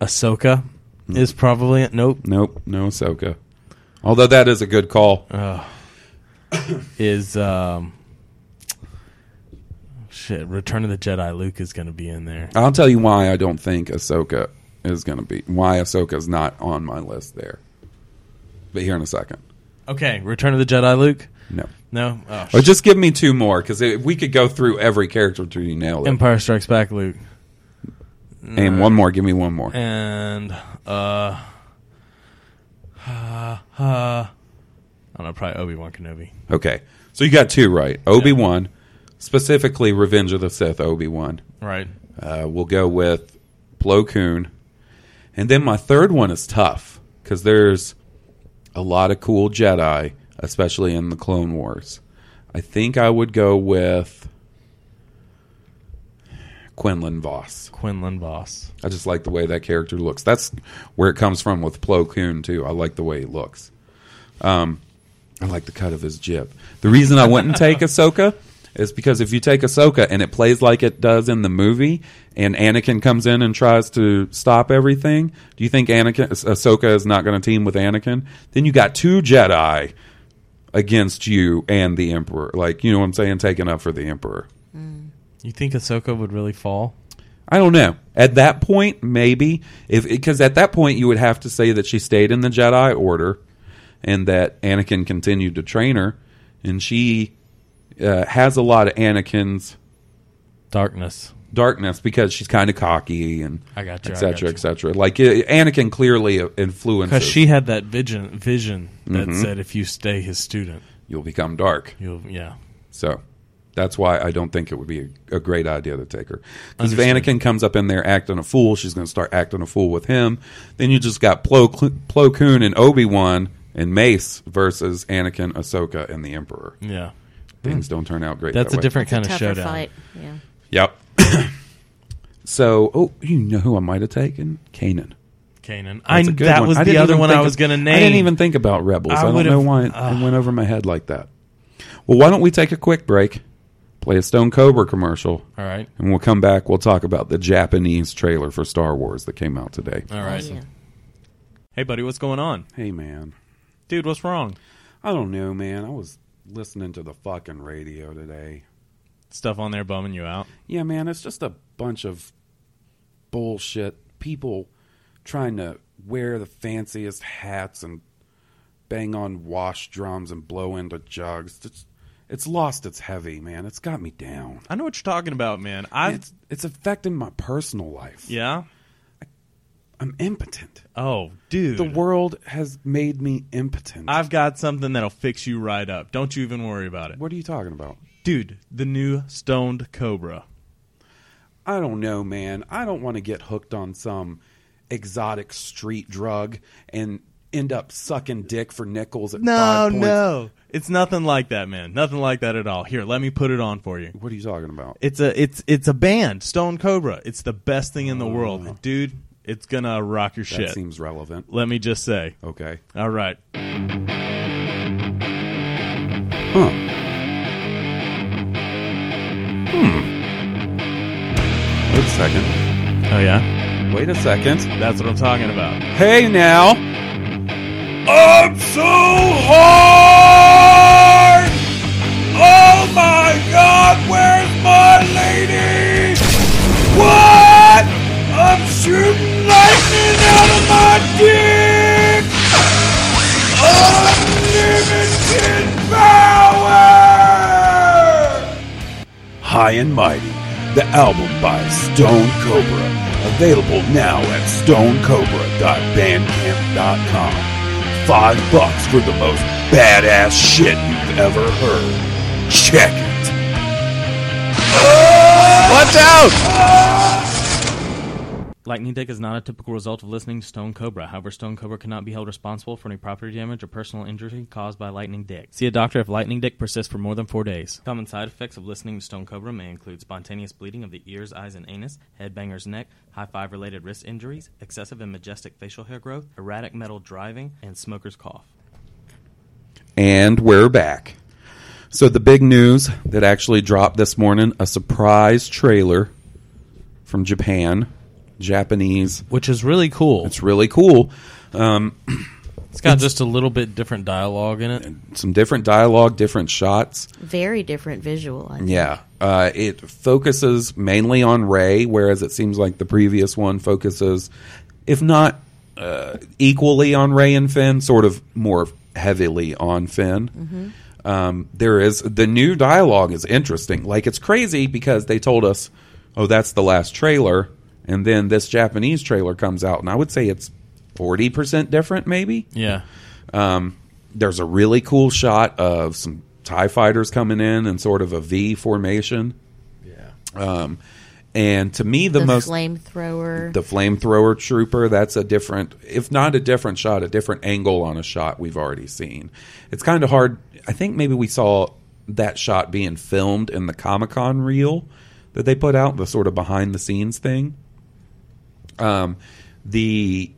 [SPEAKER 7] Ahsoka
[SPEAKER 4] Mm.
[SPEAKER 7] is probably nope
[SPEAKER 4] Nope, no Ahsoka. Although that is a good call.
[SPEAKER 7] is um, shit. Return of the Jedi. Luke is going to be in there.
[SPEAKER 4] I'll tell you why I don't think Ahsoka is going to be why Ahsoka's not on my list there. But here in a second.
[SPEAKER 7] Okay, Return of the Jedi. Luke.
[SPEAKER 4] No.
[SPEAKER 7] No. Oh,
[SPEAKER 4] Or
[SPEAKER 7] shit.
[SPEAKER 4] just give me two more because we could go through every character till you nail it.
[SPEAKER 7] Empire Strikes Back. Luke
[SPEAKER 4] and one more. Give me one more.
[SPEAKER 7] and uh, uh, uh I don't know. Probably Obi Wan Kenobi.
[SPEAKER 4] Okay. So you got two right. Obi Wan, specifically Revenge of the Sith Obi Wan.
[SPEAKER 7] Right.
[SPEAKER 4] Uh, we'll go with Plo Koon. And then my third one is tough because there's a lot of cool Jedi, especially in the Clone Wars. I think I would go with Quinlan Voss.
[SPEAKER 7] Quinlan Voss.
[SPEAKER 4] I just like the way that character looks. That's where it comes from with Plo Koon, too. I like the way he looks. Um, I like the cut of his jib. The reason I wouldn't take Ahsoka is because if you take Ahsoka and it plays like it does in the movie, and Anakin comes in and tries to stop everything, do you think Anakin Ahsoka is not going to team with Anakin? Then you got two Jedi against you and the Emperor. Like you know what I'm saying? Taking up for the Emperor.
[SPEAKER 7] You think Ahsoka would really fall?
[SPEAKER 4] I don't know. At that point, maybe if because at that point you would have to say that she stayed in the Jedi Order, and that Anakin continued to train her, and she uh, has a lot of Anakin's
[SPEAKER 7] Darkness.
[SPEAKER 4] darkness because she's kind of cocky and
[SPEAKER 7] I got you, I got
[SPEAKER 4] et cetera,
[SPEAKER 7] you.
[SPEAKER 4] et cetera. Like uh, Anakin clearly uh, influences
[SPEAKER 7] Because she had that vision, vision that
[SPEAKER 4] Mm-hmm.
[SPEAKER 7] said, "If you stay his student,
[SPEAKER 4] you'll become dark.
[SPEAKER 7] you'll yeah."
[SPEAKER 4] So that's why I don't think it would be a, a great idea to take her. Because if
[SPEAKER 7] Understood.
[SPEAKER 4] Anakin comes up in there acting a fool, she's going to start acting a fool with him. Then you just got Plo, Cl- Plo Koon and Obi Wan and Mace versus Anakin, Ahsoka, and the Emperor.
[SPEAKER 7] Yeah,
[SPEAKER 4] Things don't turn out great.
[SPEAKER 7] Hmm. that's
[SPEAKER 4] that
[SPEAKER 7] a
[SPEAKER 4] way.
[SPEAKER 7] different
[SPEAKER 6] It's a
[SPEAKER 7] kind of
[SPEAKER 6] tougher
[SPEAKER 7] showdown.
[SPEAKER 6] fight. Yeah.
[SPEAKER 4] Yep. so, oh, you know who I might have taken? Kanan.
[SPEAKER 7] Kanan. I,
[SPEAKER 4] That's a good
[SPEAKER 7] that was
[SPEAKER 4] I
[SPEAKER 7] the
[SPEAKER 4] didn't
[SPEAKER 7] other
[SPEAKER 4] even
[SPEAKER 7] one
[SPEAKER 4] think
[SPEAKER 7] I
[SPEAKER 4] of-
[SPEAKER 7] was going to name.
[SPEAKER 4] I didn't even think about Rebels.
[SPEAKER 7] I
[SPEAKER 4] I, don't
[SPEAKER 7] would've-
[SPEAKER 4] know why it, it went over my head like that. Well, why don't we take a quick break, play a Stone Cobra commercial,
[SPEAKER 7] All right.
[SPEAKER 4] and we'll come back. We'll talk about the Japanese trailer for Star Wars that came out today.
[SPEAKER 7] All right.
[SPEAKER 6] Yeah.
[SPEAKER 7] Hey, buddy, what's going on,
[SPEAKER 4] Hey, man.
[SPEAKER 7] dude? What's wrong?
[SPEAKER 4] I don't know, man. I was listening to the fucking radio today.
[SPEAKER 7] Stuff on there bumming you out?
[SPEAKER 4] Yeah, man, it's just a bunch of bullshit. People trying to wear the fanciest hats and bang on wash drums and blow into jugs. It's, it's lost its heavy, man. It's got me down.
[SPEAKER 7] I know what you're talking about, man. I
[SPEAKER 4] It's, it's affecting my personal life.
[SPEAKER 7] yeah.
[SPEAKER 4] I'm impotent.
[SPEAKER 7] Oh, dude.
[SPEAKER 4] The world has made me impotent.
[SPEAKER 7] I've got something that'll fix you right up. Don't you even worry about it,
[SPEAKER 4] What are you talking about?
[SPEAKER 7] dude. The new Stoned Cobra.
[SPEAKER 4] I don't know, man. I don't want to get hooked on some exotic street drug and end up sucking dick for nickels at
[SPEAKER 7] No,
[SPEAKER 4] five points.
[SPEAKER 7] no, it's nothing like that, man. Nothing like that at all. Here, let me put it on for you.
[SPEAKER 4] What are you talking about?
[SPEAKER 7] It's a it's it's a band, Stone Cobra. It's the best thing in the world, dude. It's gonna rock your
[SPEAKER 4] that
[SPEAKER 7] shit.
[SPEAKER 4] seems relevant.
[SPEAKER 7] Let me just say.
[SPEAKER 4] Okay.
[SPEAKER 7] All right,
[SPEAKER 4] Wait a second.
[SPEAKER 7] oh yeah,
[SPEAKER 4] Wait a second.
[SPEAKER 7] that's what I'm talking about.
[SPEAKER 4] Hey now. I'm so hard. Oh my god, where's my lady? What? I'm shooting lightning out of my dick. High and Mighty, the album by Stone Cobra, available now at stonecobra.bandcamp.com. Five bucks for the most badass shit you've ever heard. Check it.
[SPEAKER 7] Watch out!
[SPEAKER 8] Lightning Dick is not a typical result of listening to Stone Cobra. However, Stone Cobra cannot be held responsible for any property damage or personal injury caused by Lightning Dick. See a doctor if Lightning Dick persists for more than four days. Common side effects of listening to Stone Cobra may include spontaneous bleeding of the ears, eyes, and anus, headbanger's neck, high five related wrist injuries, excessive and majestic facial hair growth, erratic metal driving, and smoker's cough.
[SPEAKER 4] And we're back. So, the big news that actually dropped this morning a surprise trailer from Japan, Japanese.
[SPEAKER 7] Which is really cool.
[SPEAKER 4] It's really cool.
[SPEAKER 7] It's got just a little bit different dialogue in it.
[SPEAKER 4] Some different dialogue, different shots.
[SPEAKER 6] Very different visual. I think.
[SPEAKER 4] Yeah. Uh, it focuses mainly on Ray, whereas it seems like the previous one focuses, if not uh, equally on Ray and Finn, sort of more heavily on Finn. Um, there is the new dialogue is interesting. Like it's crazy because they told us, "Oh, that's the last trailer," and then this Japanese trailer comes out, and I would say it's forty percent different, maybe.
[SPEAKER 7] Yeah.
[SPEAKER 4] Um, there's a really cool shot of some TIE fighters coming in in sort of a V formation. Yeah. Um, and to me, the,
[SPEAKER 6] the
[SPEAKER 4] most.
[SPEAKER 6] flamethrower.
[SPEAKER 4] the flamethrower trooper, that's a different, if not a different shot, a different angle on a shot we've already seen. It's kind of hard. I think maybe we saw that shot being filmed in the Comic Con reel that they put out, the sort of behind the scenes thing. Um, the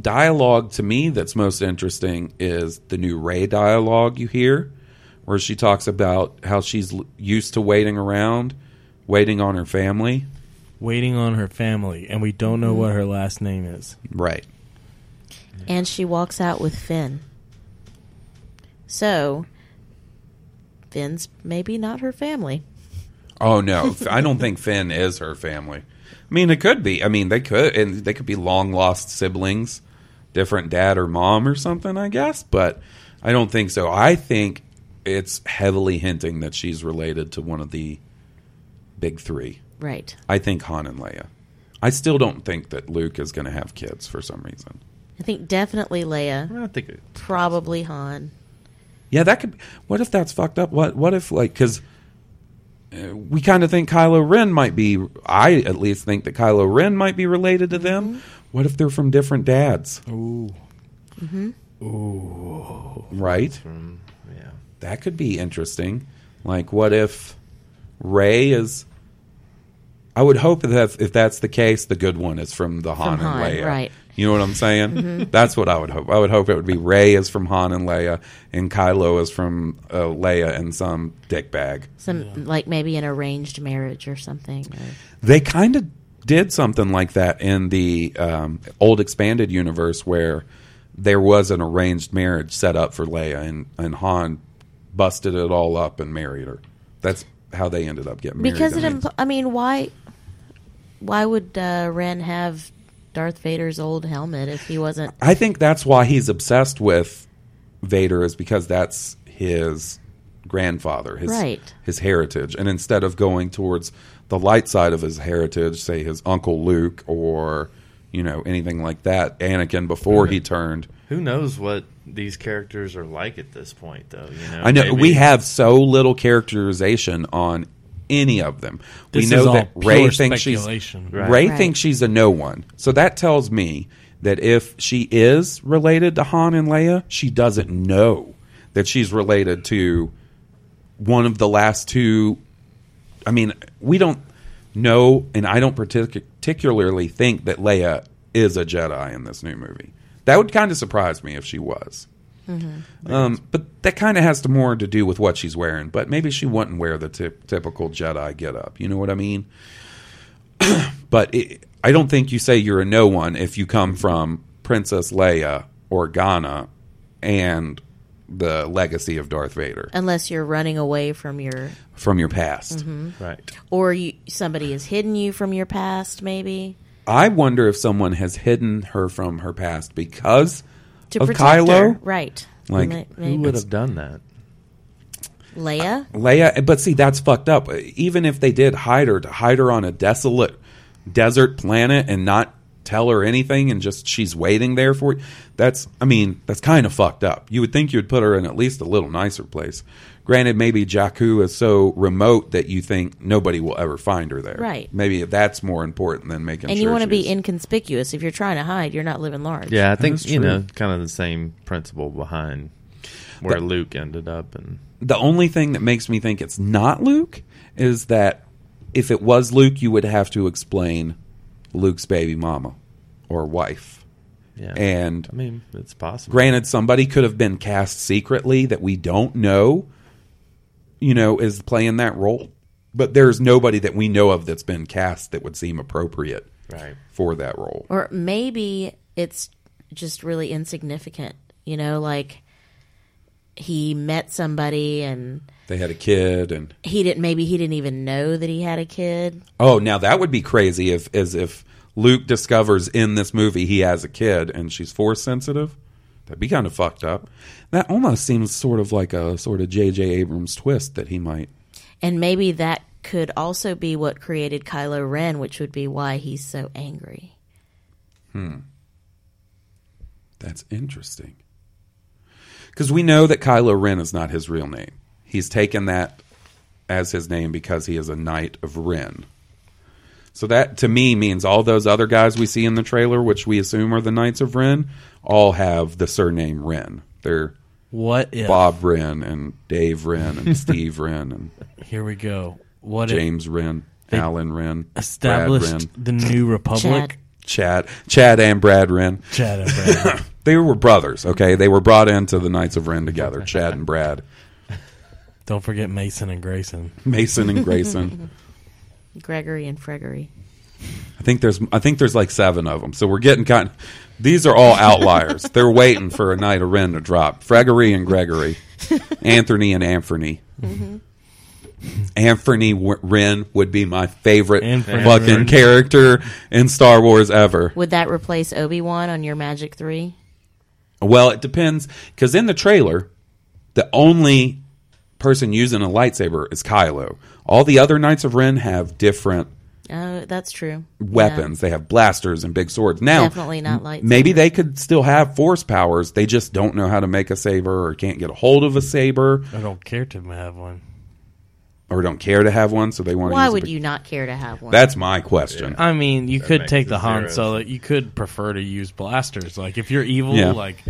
[SPEAKER 4] dialogue to me that's most interesting is the new Ray dialogue you hear, where she talks about how she's l- used to waiting around, waiting on her family.
[SPEAKER 7] Waiting on her family, and we don't know what her last name is.
[SPEAKER 4] Right.
[SPEAKER 6] and she walks out with Finn. So, Finn's maybe not her family.
[SPEAKER 4] Oh no, F- I don't think Finn is her family. I mean, it could be. I mean, they could, and they could be long lost siblings, different dad or mom or something. I guess, but I don't think so. I think it's heavily hinting that she's related to one of the big three.
[SPEAKER 6] Right.
[SPEAKER 4] I think Han and Leia. I still don't think that Luke is going to have kids for some reason.
[SPEAKER 6] I think definitely Leia,
[SPEAKER 9] I don't think it,
[SPEAKER 6] probably Han.
[SPEAKER 4] Yeah, that could. What if that's fucked up? What What if like because we kind of think Kylo Ren might be. I at least think that Kylo Ren might be related to them. What if they're from different dads? Mm-hmm. Ooh.
[SPEAKER 6] Mm-hmm.
[SPEAKER 4] Ooh. Mm-hmm. Right.
[SPEAKER 9] yeah.
[SPEAKER 4] That could be interesting. Like, what if Ray is? I would hope that that's, if that's the case, the good one is from the Han
[SPEAKER 6] Han,
[SPEAKER 4] and Leia.
[SPEAKER 6] right. Mm-hmm.
[SPEAKER 4] You know what I'm saying? That's what I would hope. I would hope it would be Ray is from Han and Leia, and Kylo is from uh, Leia and some dick bag.
[SPEAKER 6] Some like maybe an arranged marriage or something. or-
[SPEAKER 4] They kind of did something like that in the um, old expanded universe where there was an arranged marriage set up for Leia, and, and Han busted it all up and married her. That's how they ended up getting married.
[SPEAKER 6] because
[SPEAKER 4] I
[SPEAKER 6] it,
[SPEAKER 4] mean.
[SPEAKER 6] impl- I mean, why? Why would uh, Ren have Darth Vader's old helmet if he wasn't?
[SPEAKER 4] I think that's why he's obsessed with Vader is because that's his grandfather, his
[SPEAKER 6] Right.
[SPEAKER 4] his heritage, and instead of going towards the light side of his heritage, say his uncle Luke or you know anything like that, Anakin before he turned.
[SPEAKER 9] Who knows what these characters are like at this point, though? You know,
[SPEAKER 4] I know
[SPEAKER 9] Maybe-
[SPEAKER 4] we have so little characterization on any of them.
[SPEAKER 7] This
[SPEAKER 4] we know
[SPEAKER 7] is all
[SPEAKER 4] that
[SPEAKER 7] pure
[SPEAKER 4] Ray thinks she's
[SPEAKER 7] speculation.
[SPEAKER 9] Right.
[SPEAKER 4] Ray
[SPEAKER 6] Right.
[SPEAKER 4] thinks she's a no one. So that tells me that if she is related to Han and Leia, she doesn't know that she's related to one of the last two. I mean, we don't know, and I don't partic- particularly think that Leia is a Jedi in this new movie. That would kind of surprise me if she was. Um, but that kind of has to more to do with what she's wearing. But maybe she wouldn't wear the typ typical Jedi get up. You know what I mean? but it, I don't think you say you're a no one if you come from Princess Leia or Ghana and the legacy of Darth Vader
[SPEAKER 6] Unless you're running away from your,
[SPEAKER 4] from your past.
[SPEAKER 5] Mm-hmm.
[SPEAKER 9] right.
[SPEAKER 6] or you, somebody has hidden you from your past, maybe
[SPEAKER 4] I wonder if someone has hidden her from her past because
[SPEAKER 6] to
[SPEAKER 4] of
[SPEAKER 6] protect
[SPEAKER 4] Kylo.
[SPEAKER 6] her. Right.
[SPEAKER 4] Like,
[SPEAKER 6] May-
[SPEAKER 9] Who
[SPEAKER 6] maybe.
[SPEAKER 9] would have done that?
[SPEAKER 6] Leia?
[SPEAKER 4] Leia, but see, that's fucked up. Even if they did hide her, to hide her on a desolate desert planet and not tell her anything and just she's waiting there for you, that's, I mean, that's kind of fucked up. You would think you'd put her in at least a little nicer place. Granted, maybe Jakku is so remote that you think nobody will ever find her there.
[SPEAKER 6] Right.
[SPEAKER 4] Maybe that's more important than making
[SPEAKER 6] and
[SPEAKER 4] sure
[SPEAKER 6] you want to
[SPEAKER 4] she's-
[SPEAKER 6] be inconspicuous. If you're trying to hide, you're not living large.
[SPEAKER 9] Yeah, I think
[SPEAKER 4] That's
[SPEAKER 9] you know
[SPEAKER 4] true.
[SPEAKER 9] kind of the same principle behind where
[SPEAKER 4] That-
[SPEAKER 9] Luke ended up, and
[SPEAKER 4] the only thing that makes me think it's not Luke is that if it was Luke, you would have to explain Luke's baby mama or wife.
[SPEAKER 9] Yeah.
[SPEAKER 4] And
[SPEAKER 9] I mean it's possible.
[SPEAKER 4] Granted, somebody could have been cast secretly that we don't know, you know, is playing that role. But there's nobody that we know of that's been cast that would seem appropriate
[SPEAKER 9] Right.
[SPEAKER 4] for that role.
[SPEAKER 6] Or maybe it's just really insignificant. You know, like he met somebody and
[SPEAKER 4] They had a kid and
[SPEAKER 6] he didn't. Maybe he didn't even know that he had a kid.
[SPEAKER 4] Oh, now that would be crazy if as if Luke discovers in this movie he has a kid and she's force sensitive. That'd be kind of fucked up. That almost seems sort of like a sort of J.J. Abrams twist that he might.
[SPEAKER 6] And maybe that could also be what created Kylo Ren, which would be why he's so angry.
[SPEAKER 4] Hmm. That's interesting. Because we know that Kylo Ren is not his real name. He's taken that as his name because he is a Knight of Ren. So that to me means all those other guys we see in the trailer, which we assume are the Knights of Ren, all have the surname Ren. They're
[SPEAKER 7] What if-
[SPEAKER 4] Bob Ren and Dave Ren and Steve Ren and
[SPEAKER 7] Here we go. What if
[SPEAKER 4] James Wren,
[SPEAKER 7] they
[SPEAKER 4] Alan Wren, Brad
[SPEAKER 7] established
[SPEAKER 4] Wren.
[SPEAKER 7] the new republic?
[SPEAKER 4] Chad, Chad and Brad Wren.
[SPEAKER 7] Chad and Brad.
[SPEAKER 4] they were brothers. Okay, they were brought into the Knights of Ren together. Chad and Brad,
[SPEAKER 7] Don't forget Mason and Grayson.
[SPEAKER 4] Mason and Grayson.
[SPEAKER 6] Gregory and Fregory.
[SPEAKER 4] I think there's, I think there's like seven of them. So we're getting kind. These are all outliers. They're waiting for a Knight of Ren to drop. Fregory and Gregory, Anthony and Anthony. Anthony W- Wren would be my favorite
[SPEAKER 7] Anthony
[SPEAKER 4] fucking
[SPEAKER 7] Wren.
[SPEAKER 4] character in Star Wars ever.
[SPEAKER 6] Would that replace Obi Wan on your Magic Three?
[SPEAKER 4] Well, it depends because in the trailer, the only person using a lightsaber is Kylo. All the other Knights of Ren have different
[SPEAKER 6] Oh, that's true.
[SPEAKER 4] weapons. They have blasters and big swords. Now,
[SPEAKER 6] Definitely not
[SPEAKER 4] m-
[SPEAKER 6] lightsaber.
[SPEAKER 4] Maybe they could still have force powers. They just don't know how to make a saber, or can't get a hold of a saber,
[SPEAKER 7] I don't care to have one.
[SPEAKER 4] or don't care to have one, so they want. to
[SPEAKER 6] Why
[SPEAKER 4] use a
[SPEAKER 6] would
[SPEAKER 4] big-
[SPEAKER 6] you not care to have one?
[SPEAKER 4] That's my question.
[SPEAKER 7] I mean, you
[SPEAKER 9] That
[SPEAKER 7] could
[SPEAKER 9] makes
[SPEAKER 7] take the
[SPEAKER 9] it
[SPEAKER 7] Han
[SPEAKER 9] zeros.
[SPEAKER 7] Solo. You could prefer to use blasters. Like if you're evil,
[SPEAKER 4] Yeah.
[SPEAKER 7] like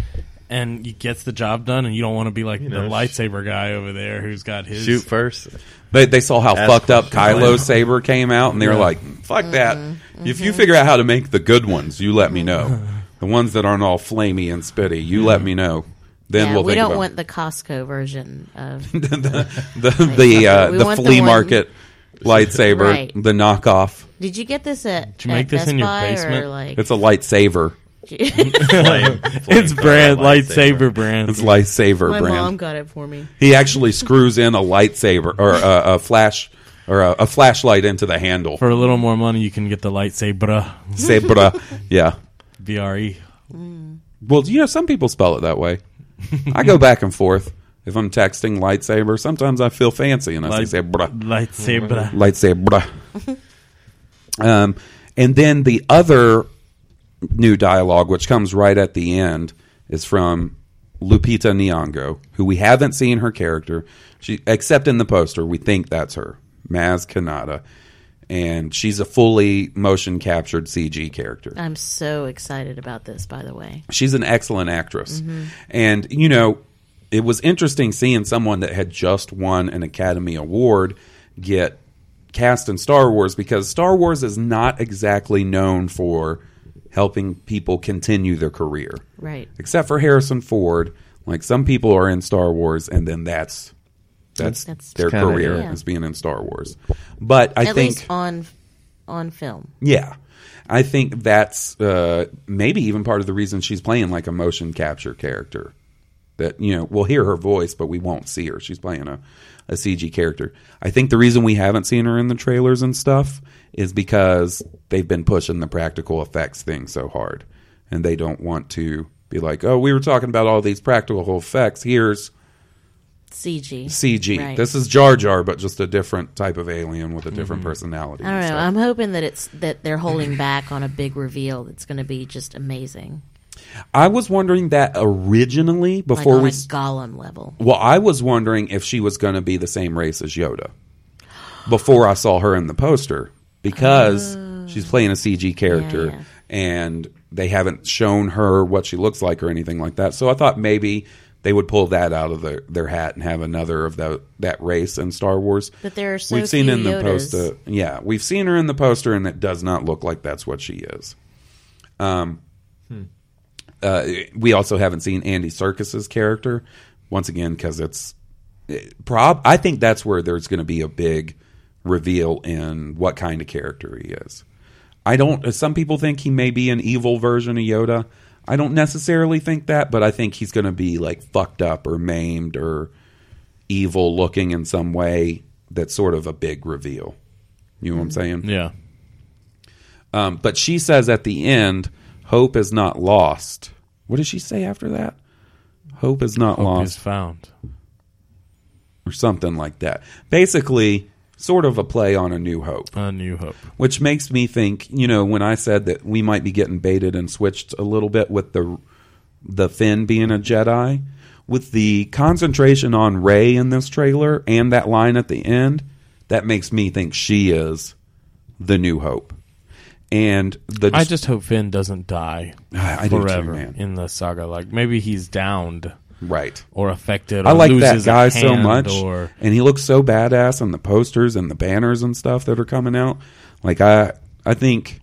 [SPEAKER 7] and he gets the job done, and you don't want to be like
[SPEAKER 9] You
[SPEAKER 7] the
[SPEAKER 9] know, sh-
[SPEAKER 7] lightsaber guy over there who's got his
[SPEAKER 9] Shoot first.
[SPEAKER 4] They, they saw how
[SPEAKER 9] Ask
[SPEAKER 4] fucked up
[SPEAKER 9] questions.
[SPEAKER 4] Kylo's saber came out, and they were
[SPEAKER 9] Yeah.
[SPEAKER 4] like, "Fuck
[SPEAKER 6] Mm-hmm,
[SPEAKER 4] that! If you figure out how to make the good ones, you let me know. the ones that aren't all flamey and spitty, you let me know. Then
[SPEAKER 6] yeah,
[SPEAKER 4] we'll
[SPEAKER 6] we
[SPEAKER 4] think
[SPEAKER 6] don't
[SPEAKER 4] about
[SPEAKER 6] want the Costco version of
[SPEAKER 4] the the uh,
[SPEAKER 6] We
[SPEAKER 4] the
[SPEAKER 6] want the
[SPEAKER 4] flea
[SPEAKER 6] one-
[SPEAKER 4] market lightsaber,
[SPEAKER 6] Right.
[SPEAKER 4] the knockoff.
[SPEAKER 6] Did you get this at?
[SPEAKER 7] Did you make
[SPEAKER 6] at
[SPEAKER 7] this
[SPEAKER 6] Best
[SPEAKER 7] in your
[SPEAKER 6] Buy
[SPEAKER 7] basement?
[SPEAKER 6] Or like,
[SPEAKER 4] It's a lightsaber.
[SPEAKER 9] Flame-
[SPEAKER 7] it's
[SPEAKER 9] flame
[SPEAKER 7] brand
[SPEAKER 9] color
[SPEAKER 7] lightsaber, brand.
[SPEAKER 4] It's lightsaber
[SPEAKER 6] my
[SPEAKER 4] brand.
[SPEAKER 6] mom got it for me.
[SPEAKER 4] He actually screws in a lightsaber or a, a flash or a, a flashlight into the handle.
[SPEAKER 7] For a little more money, you can get the lightsaber.
[SPEAKER 4] Sabre, yeah.
[SPEAKER 7] B R E.
[SPEAKER 4] Well, you know, some people spell it that way. I go back and forth. If I'm texting lightsaber, sometimes I feel fancy and I
[SPEAKER 7] Light-
[SPEAKER 4] say bruh.
[SPEAKER 7] lightsaber.
[SPEAKER 4] Lightsaber. um, and then the other new dialogue, which comes right at the end, is from Lupita Nyong'o, who we haven't seen her character, she except in the poster. We think that's her, Maz Kanata, and she's a fully motion captured CG character
[SPEAKER 6] I'm so excited about this. By the way,
[SPEAKER 4] she's an excellent actress.
[SPEAKER 6] Mm-hmm.
[SPEAKER 4] And, you know, it was interesting seeing someone that had just won an Academy Award get cast in Star Wars because Star Wars is not exactly known for helping people continue their career.
[SPEAKER 6] Right.
[SPEAKER 4] Except for Harrison Ford. Like some people are in Star Wars and then that's that's,
[SPEAKER 6] That's-
[SPEAKER 4] their
[SPEAKER 9] Kinda,
[SPEAKER 4] career
[SPEAKER 6] yeah.
[SPEAKER 4] is being in Star Wars. But I
[SPEAKER 6] at
[SPEAKER 4] think
[SPEAKER 6] least on on film.
[SPEAKER 4] yeah. I think that's uh, maybe even part of the reason she's playing like a motion capture character. That, you know, we'll hear her voice, but we won't see her. She's playing a, a CG character. I think the reason we haven't seen her in the trailers and stuff is because they've been pushing the practical effects thing so hard. And they don't want to be like, oh, we were talking about all these practical effects. Here's
[SPEAKER 6] CG.
[SPEAKER 4] CG.
[SPEAKER 6] Right.
[SPEAKER 4] This is Jar Jar, but just a different type of alien with a different
[SPEAKER 6] Mm-hmm. I
[SPEAKER 4] personality.
[SPEAKER 6] don't know. I'm hoping that it's that they're holding back on a big reveal that's going to be just amazing.
[SPEAKER 4] I was wondering that originally before
[SPEAKER 6] on
[SPEAKER 4] we
[SPEAKER 6] a Gollum level.
[SPEAKER 4] Well, I was wondering if she was going to be the same race as Yoda before I saw her in the poster because she's playing a CG character and they haven't shown her what she looks like or anything like that. So I thought maybe they would pull that out of their, their hat and have another of the, that race in Star Wars.
[SPEAKER 6] But there are so
[SPEAKER 4] we've seen
[SPEAKER 6] few
[SPEAKER 4] in the
[SPEAKER 6] Yodas.
[SPEAKER 4] poster. Yeah, we've seen her in the poster and it does not look like that's what she is. Um, uh, we also haven't seen Andy Circus's character once again because it's it, prob. I think that's where there's going to be a big reveal in what kind of character he is. I don't. Some people think he may be an evil version of Yoda. I don't necessarily think that, but I think he's going to be like fucked up or maimed or evil looking in some way. That's sort of a big reveal. You know what I'm saying?
[SPEAKER 7] Mm-hmm. Yeah.
[SPEAKER 4] Um, but she says at the end, "Hope is not lost." What does she say after that? Hope is not
[SPEAKER 7] is
[SPEAKER 4] lost.
[SPEAKER 7] found,
[SPEAKER 4] or something like that. Basically, sort of a play on a new hope.
[SPEAKER 7] A new hope,
[SPEAKER 4] which makes me think. You know, when I said that we might be getting baited and switched a little bit with the the Finn being a Jedi, with the concentration on Ray in this trailer and that line at the end, that makes me think she is the new hope. And the
[SPEAKER 7] I just hope Finn doesn't die
[SPEAKER 4] I do too,
[SPEAKER 7] forever
[SPEAKER 4] man.
[SPEAKER 7] in the saga. Like maybe he's downed,
[SPEAKER 4] right,
[SPEAKER 7] or affected. Or
[SPEAKER 4] I like that
[SPEAKER 7] loses a
[SPEAKER 4] guy so
[SPEAKER 7] hand
[SPEAKER 4] much,
[SPEAKER 7] Or
[SPEAKER 4] and he looks so badass on the posters and the banners and stuff that are coming out. Like I, I think,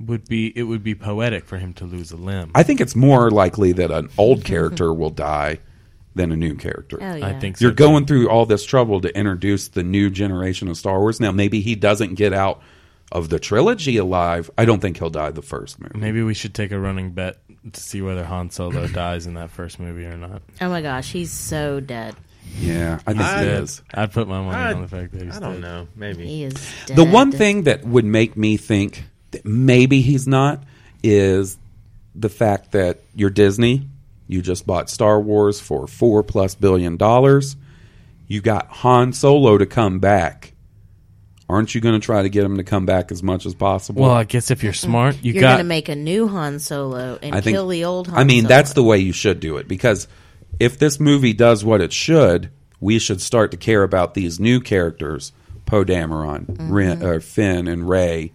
[SPEAKER 7] would be it would be poetic for him to lose a limb.
[SPEAKER 4] I think it's more likely that an old character will die than a new character.
[SPEAKER 7] Oh, yeah. I think so,
[SPEAKER 4] you're going through all this trouble to introduce the new generation of Star Wars. Now, maybe he doesn't get out of the trilogy alive. I don't think he'll die the first movie.
[SPEAKER 7] Maybe we should take a running bet to see whether Han Solo dies in that first movie or not.
[SPEAKER 6] Oh my gosh, he's so dead.
[SPEAKER 4] Yeah, I think
[SPEAKER 7] I'd-
[SPEAKER 4] he is.
[SPEAKER 7] I'd put my money I'd- on the fact that he's
[SPEAKER 9] I don't
[SPEAKER 7] dead.
[SPEAKER 9] know. Maybe
[SPEAKER 6] He is dead.
[SPEAKER 4] The one thing that would make me think that maybe he's not is the fact that you're Disney. You just bought Star Wars for four plus billion dollars. You got Han Solo to come back. Aren't you going to try to get him to come back as much as possible?
[SPEAKER 7] Well, I guess if you're smart, you
[SPEAKER 6] You are
[SPEAKER 7] got
[SPEAKER 6] gonna make a new Han Solo and
[SPEAKER 4] I think-
[SPEAKER 6] kill the old Han.
[SPEAKER 4] I mean,
[SPEAKER 6] Solo.
[SPEAKER 4] that's the way you should do it because if this movie does what it should, we should start to care about these new characters, Poe Dameron,
[SPEAKER 6] Mm-hmm.
[SPEAKER 4] Ren, uh, Finn, and Ray,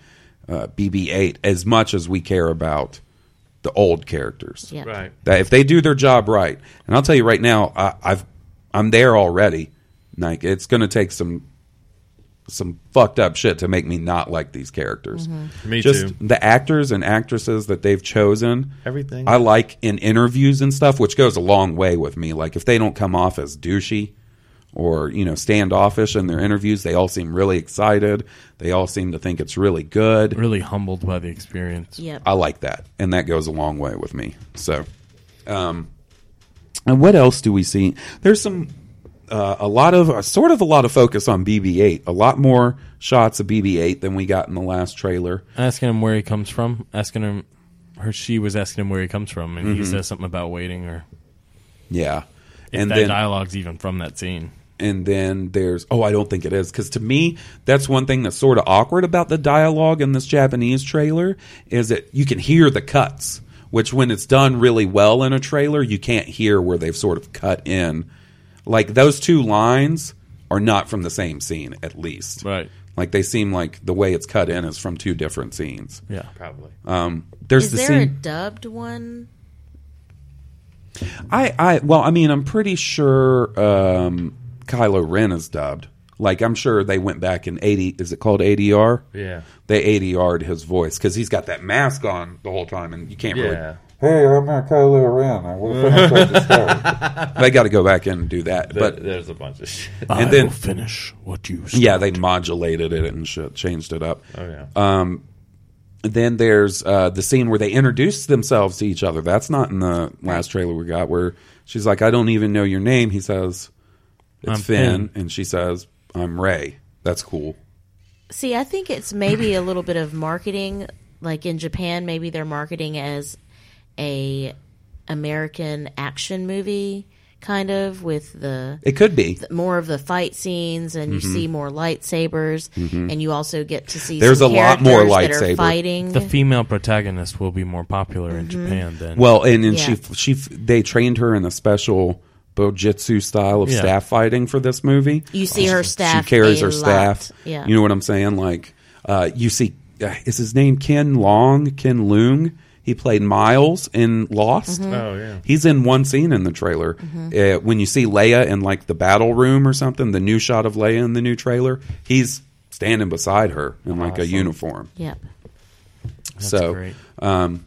[SPEAKER 4] uh, BB-8, as much as we care about the old characters.
[SPEAKER 9] Yeah. Right.
[SPEAKER 4] That if they do their job right, and I'll tell you right now, I, I've I'm there already. Like it's going to take some some fucked up shit to make me not like these characters.
[SPEAKER 9] Mhm. Me
[SPEAKER 4] Just
[SPEAKER 9] too.
[SPEAKER 4] The actors and actresses that they've chosen,
[SPEAKER 9] Everything.
[SPEAKER 4] I like in interviews and stuff, which goes a long way with me. Like if they don't come off as douchey or you know standoffish in their interviews, they all seem really excited. They all seem to think it's really good.
[SPEAKER 7] Really humbled by the experience.
[SPEAKER 6] Yep.
[SPEAKER 4] I like that, and that goes a long way with me. So, um, and what else do we see? There's some uh, a lot of uh, sort of a lot of focus on BB-8. A lot more shots of BB-8 than we got in the last trailer.
[SPEAKER 7] asking him where he comes from, asking him, her she was asking him where he comes from, and he
[SPEAKER 4] Mhm.
[SPEAKER 7] says something about waiting or
[SPEAKER 4] Yeah,
[SPEAKER 7] if
[SPEAKER 4] and
[SPEAKER 7] that
[SPEAKER 4] then
[SPEAKER 7] dialogue's even from that scene.
[SPEAKER 4] and then there's oh I don't think it is because to me that's one thing that's sort of awkward about the dialogue in this Japanese trailer is that you can hear the cuts, which when it's done really well in a trailer you can't hear where they've sort of cut in. Like those two lines are not from the same scene at least,
[SPEAKER 7] right?
[SPEAKER 4] Like they seem like the way it's cut in is from two different scenes.
[SPEAKER 7] Yeah.
[SPEAKER 9] Probably.
[SPEAKER 4] Um, there's
[SPEAKER 6] is
[SPEAKER 4] the
[SPEAKER 6] there
[SPEAKER 4] scene.
[SPEAKER 6] a dubbed one?
[SPEAKER 4] I, I, well, I mean, I'm pretty sure um, Kylo Ren is dubbed. Like, I'm sure they went back in 80. Is it called ADR?
[SPEAKER 9] Yeah.
[SPEAKER 4] They ADR'd his voice because he's got that mask on the whole time, and you can't
[SPEAKER 9] Yeah.
[SPEAKER 4] really. Hey, I'm not Kylo Ren. I will finish what you started." They got to go back in and do that.
[SPEAKER 9] There-
[SPEAKER 4] but
[SPEAKER 9] there's a bunch of shit.
[SPEAKER 4] And
[SPEAKER 9] I
[SPEAKER 4] then
[SPEAKER 9] will finish what you
[SPEAKER 4] Yeah, they modulated it and shit, changed it up.
[SPEAKER 9] Oh, yeah.
[SPEAKER 4] Um, then there's uh, the scene where they introduce themselves to each other. That's not in the last trailer we got. Where she's like, "I don't even know your name." He says, "It's
[SPEAKER 7] I'm
[SPEAKER 4] Finn," and she says, "I'm Ray." That's cool.
[SPEAKER 6] See, I think it's maybe a little bit of marketing. Like in Japan, maybe they're marketing as a American action movie kind of with the
[SPEAKER 4] It could be.
[SPEAKER 6] th- more of the fight scenes and you
[SPEAKER 4] Mhm.
[SPEAKER 6] see more lightsabers
[SPEAKER 4] Mhm.
[SPEAKER 6] and you also get to see
[SPEAKER 4] There's
[SPEAKER 6] some
[SPEAKER 4] a lot more
[SPEAKER 6] characters that
[SPEAKER 4] lightsaber.
[SPEAKER 6] are fighting
[SPEAKER 7] The female protagonist will be more popular in
[SPEAKER 6] Mhm.
[SPEAKER 7] Japan than
[SPEAKER 4] Well, and, and
[SPEAKER 7] Yeah.
[SPEAKER 4] she she they trained her in a special bojitsu style of
[SPEAKER 7] Yeah.
[SPEAKER 4] staff fighting for this movie.
[SPEAKER 6] You see her staff
[SPEAKER 4] She carries
[SPEAKER 6] a
[SPEAKER 4] her staff.
[SPEAKER 6] lot. Yeah.
[SPEAKER 4] You know what I'm saying? Like uh, you see, uh, is his name Ken Long? Ken Loong. He played Miles in Lost.
[SPEAKER 6] Mm-hmm.
[SPEAKER 9] Mhm. Oh, yeah.
[SPEAKER 4] He's in one scene in the trailer. Uh, when you see Leia in like the battle room or something, the new shot of Leia in the new trailer, he's standing beside her in like a
[SPEAKER 6] Awesome.
[SPEAKER 4] uniform.
[SPEAKER 6] Yep.
[SPEAKER 4] so,
[SPEAKER 9] great.
[SPEAKER 4] um,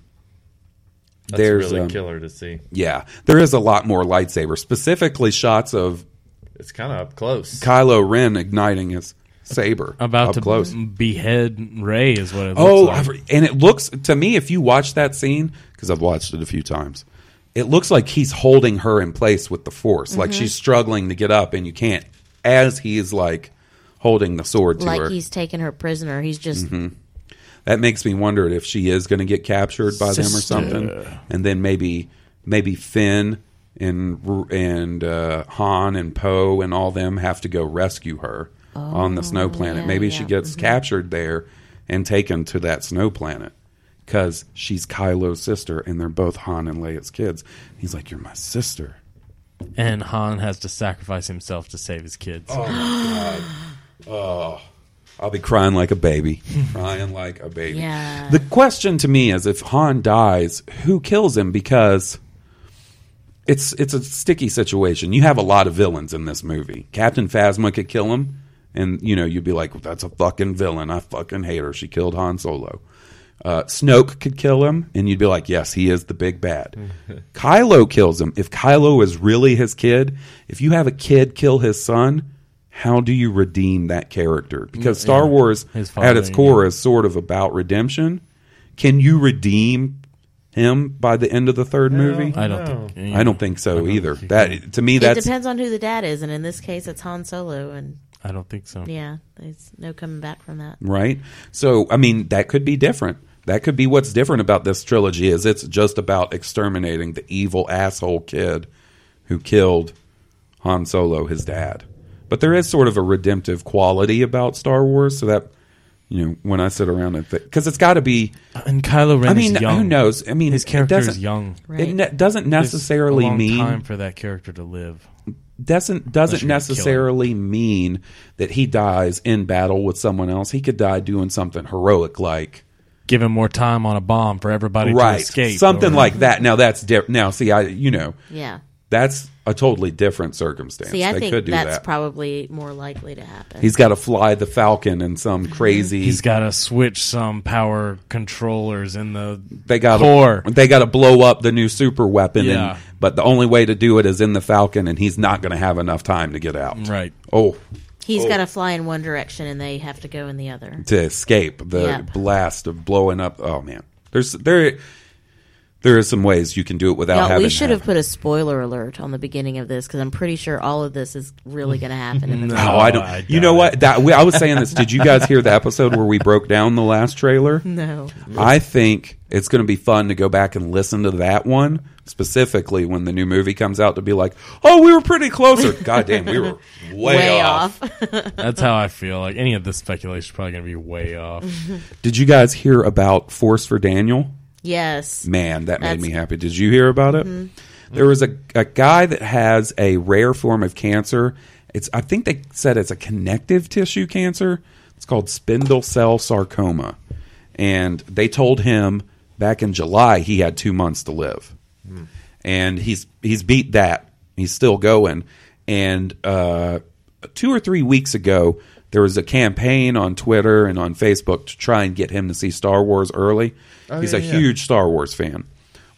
[SPEAKER 9] That's
[SPEAKER 4] there's
[SPEAKER 9] really
[SPEAKER 4] um,
[SPEAKER 9] killer to see.
[SPEAKER 4] Yeah, there is a lot more lightsaber, specifically shots of
[SPEAKER 9] It's kind of up close.
[SPEAKER 4] Kylo Ren igniting his saber
[SPEAKER 7] about
[SPEAKER 4] up
[SPEAKER 7] to
[SPEAKER 4] close.
[SPEAKER 7] behead Ray is what it looks
[SPEAKER 4] Oh,
[SPEAKER 7] like.
[SPEAKER 4] I've- and it looks to me if you watch that scene because I've watched it a few times, it looks like he's holding her in place with the force, like
[SPEAKER 6] Mhm.
[SPEAKER 4] she's struggling to get up and you can't, as he's like holding the sword to
[SPEAKER 6] like
[SPEAKER 4] her.
[SPEAKER 6] he's taking her prisoner he's just
[SPEAKER 4] Mhm. That makes me wonder if she is going to get captured by them or
[SPEAKER 6] Sister.
[SPEAKER 4] something, and then maybe maybe Finn and R- and uh, Han and Poe and all them have to go rescue her on the snow planet. maybe she gets captured there and taken to that snow planet because she's Kylo's sister, and they're both Han and Leia's kids. He's like, "You're my sister."
[SPEAKER 7] and Han has to sacrifice himself to save his kids.
[SPEAKER 4] Oh, I'll be crying like a baby. crying like a baby.
[SPEAKER 7] Yeah.
[SPEAKER 4] The question to me is if Han dies, who kills him? Because it's it's a sticky situation. You have a lot of villains in this movie. Captain Phasma could kill him, and you know you'd be like, "That's a fucking villain. I fucking hate her. She killed Han Solo." Uh, Snoke could kill him, and you'd be like, "Yes, he is the big bad." Kylo kills him. If Kylo is really his kid, if you have a kid kill his son, how do you redeem that character? Because
[SPEAKER 7] Mm, Yeah.
[SPEAKER 4] Star Wars,
[SPEAKER 7] His
[SPEAKER 4] at its
[SPEAKER 7] father,
[SPEAKER 4] core, is sort of about redemption. Can you redeem him by the end of the third movie?
[SPEAKER 7] I don't think- eh, No.
[SPEAKER 4] I don't think so either. That to me,
[SPEAKER 6] it
[SPEAKER 4] that's
[SPEAKER 6] depends on who the dad is and in this case it's Han Solo and
[SPEAKER 7] I don't think so.
[SPEAKER 6] yeah there's no coming back from that
[SPEAKER 4] right. So I mean, that could be different. That could be what's different about this trilogy is it's just about exterminating the evil asshole kid who killed Han Solo, his dad. But there is sort of a redemptive quality about Star Wars, so that you know when I sit around and because it's got to be.
[SPEAKER 7] And Kylo Ren
[SPEAKER 4] I mean,
[SPEAKER 7] is young.
[SPEAKER 4] who knows? I mean,
[SPEAKER 7] his
[SPEAKER 4] it
[SPEAKER 7] character is
[SPEAKER 4] doesn't-
[SPEAKER 7] young.
[SPEAKER 4] It ne- doesn't
[SPEAKER 7] There's
[SPEAKER 4] necessarily
[SPEAKER 7] a long
[SPEAKER 4] mean
[SPEAKER 7] time for that character to live.
[SPEAKER 4] doesn't
[SPEAKER 7] Unless
[SPEAKER 4] doesn't
[SPEAKER 7] you're gonna kill him.
[SPEAKER 4] necessarily mean that he dies in battle with someone else. He could die doing something heroic, like
[SPEAKER 7] Give him more time on a bomb for everybody
[SPEAKER 4] right,
[SPEAKER 7] to escape.
[SPEAKER 4] something
[SPEAKER 7] or-
[SPEAKER 4] like that. Now that's different. Now, see, I you know,
[SPEAKER 6] Yeah.
[SPEAKER 4] that's a totally different circumstance.
[SPEAKER 6] see I
[SPEAKER 4] they could
[SPEAKER 6] think
[SPEAKER 4] do
[SPEAKER 6] that's
[SPEAKER 4] that.
[SPEAKER 6] probably more likely to happen
[SPEAKER 4] He's got to fly the Falcon in some crazy.
[SPEAKER 7] He's got to switch some power controllers in the
[SPEAKER 4] they got
[SPEAKER 7] core.
[SPEAKER 4] they got to blow up the new super weapon.
[SPEAKER 7] Yeah.
[SPEAKER 4] And, but the only way to do it is in the Falcon, and he's not going to have enough time to get out.
[SPEAKER 7] Right.
[SPEAKER 4] Oh,
[SPEAKER 6] He's
[SPEAKER 4] Oh.
[SPEAKER 6] got to fly in one direction and they have to go in the other
[SPEAKER 4] to escape the
[SPEAKER 6] Yep.
[SPEAKER 4] blast of blowing up. Oh man, there's there there are some ways you can do it without
[SPEAKER 6] Y'all,
[SPEAKER 4] having.
[SPEAKER 6] we should have put a spoiler alert on the beginning of this because I'm pretty sure all of this is really going to happen. In the
[SPEAKER 4] No, Oh, I
[SPEAKER 7] Oh,
[SPEAKER 4] don't. you know what? That we, I was saying this. Did you guys hear the episode where we broke down the last trailer?
[SPEAKER 6] No.
[SPEAKER 4] I think it's going to be fun to go back and listen to that one specifically when the new movie comes out to be like, oh, we were pretty closer. God damn, we were way, off.
[SPEAKER 7] That's how I feel. Like any of this speculation is probably going to be way off.
[SPEAKER 4] Did you guys hear about Force for Daniel?
[SPEAKER 6] Yes.
[SPEAKER 4] Man, that made
[SPEAKER 6] That's-
[SPEAKER 4] me happy. Did you hear about it?
[SPEAKER 6] Mhm.
[SPEAKER 4] There was a, a guy that has a rare form of cancer. It's I think they said it's a connective tissue cancer. It's called spindle cell sarcoma. And they told him back in July he had two months to live.
[SPEAKER 10] Hmm.
[SPEAKER 4] And he's he's beat that. He's still going. And uh, two or three weeks ago, there was a campaign on Twitter and on Facebook to try and get him to see Star Wars early.
[SPEAKER 9] Oh,
[SPEAKER 4] he's
[SPEAKER 9] yeah,
[SPEAKER 4] a
[SPEAKER 9] yeah.
[SPEAKER 4] huge Star Wars fan.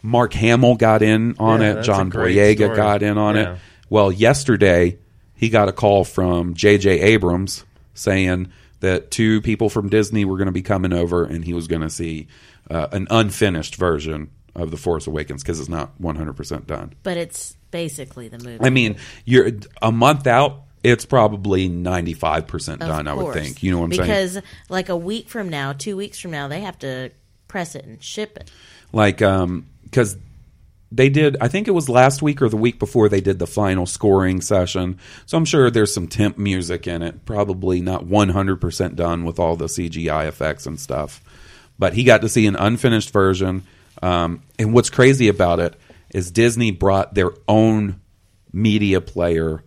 [SPEAKER 4] Mark Hamill got in on
[SPEAKER 9] Yeah,
[SPEAKER 4] it.
[SPEAKER 9] that's
[SPEAKER 4] John
[SPEAKER 9] a great
[SPEAKER 4] Boyega
[SPEAKER 9] story.
[SPEAKER 4] got in on
[SPEAKER 9] Yeah.
[SPEAKER 4] it. Well, yesterday he got a call from J.J. Abrams saying that two people from Disney were going to be coming over, and he was going to see uh, an unfinished version of The Force Awakens because it's not one hundred percent done.
[SPEAKER 6] But it's basically the movie.
[SPEAKER 4] I mean, you're a month out. It's probably ninety five percent
[SPEAKER 6] Of
[SPEAKER 4] done. I would
[SPEAKER 6] course.
[SPEAKER 4] think. You know what I'm saying?
[SPEAKER 6] Because like a week from now, two weeks from now, they have to press it and ship it.
[SPEAKER 4] Like, um, because they did i think it was last week or the week before they did the final scoring session so i'm sure there's some temp music in it probably not 100% done with all the cgi effects and stuff but he got to see an unfinished version um, and what's crazy about it is disney brought their own media player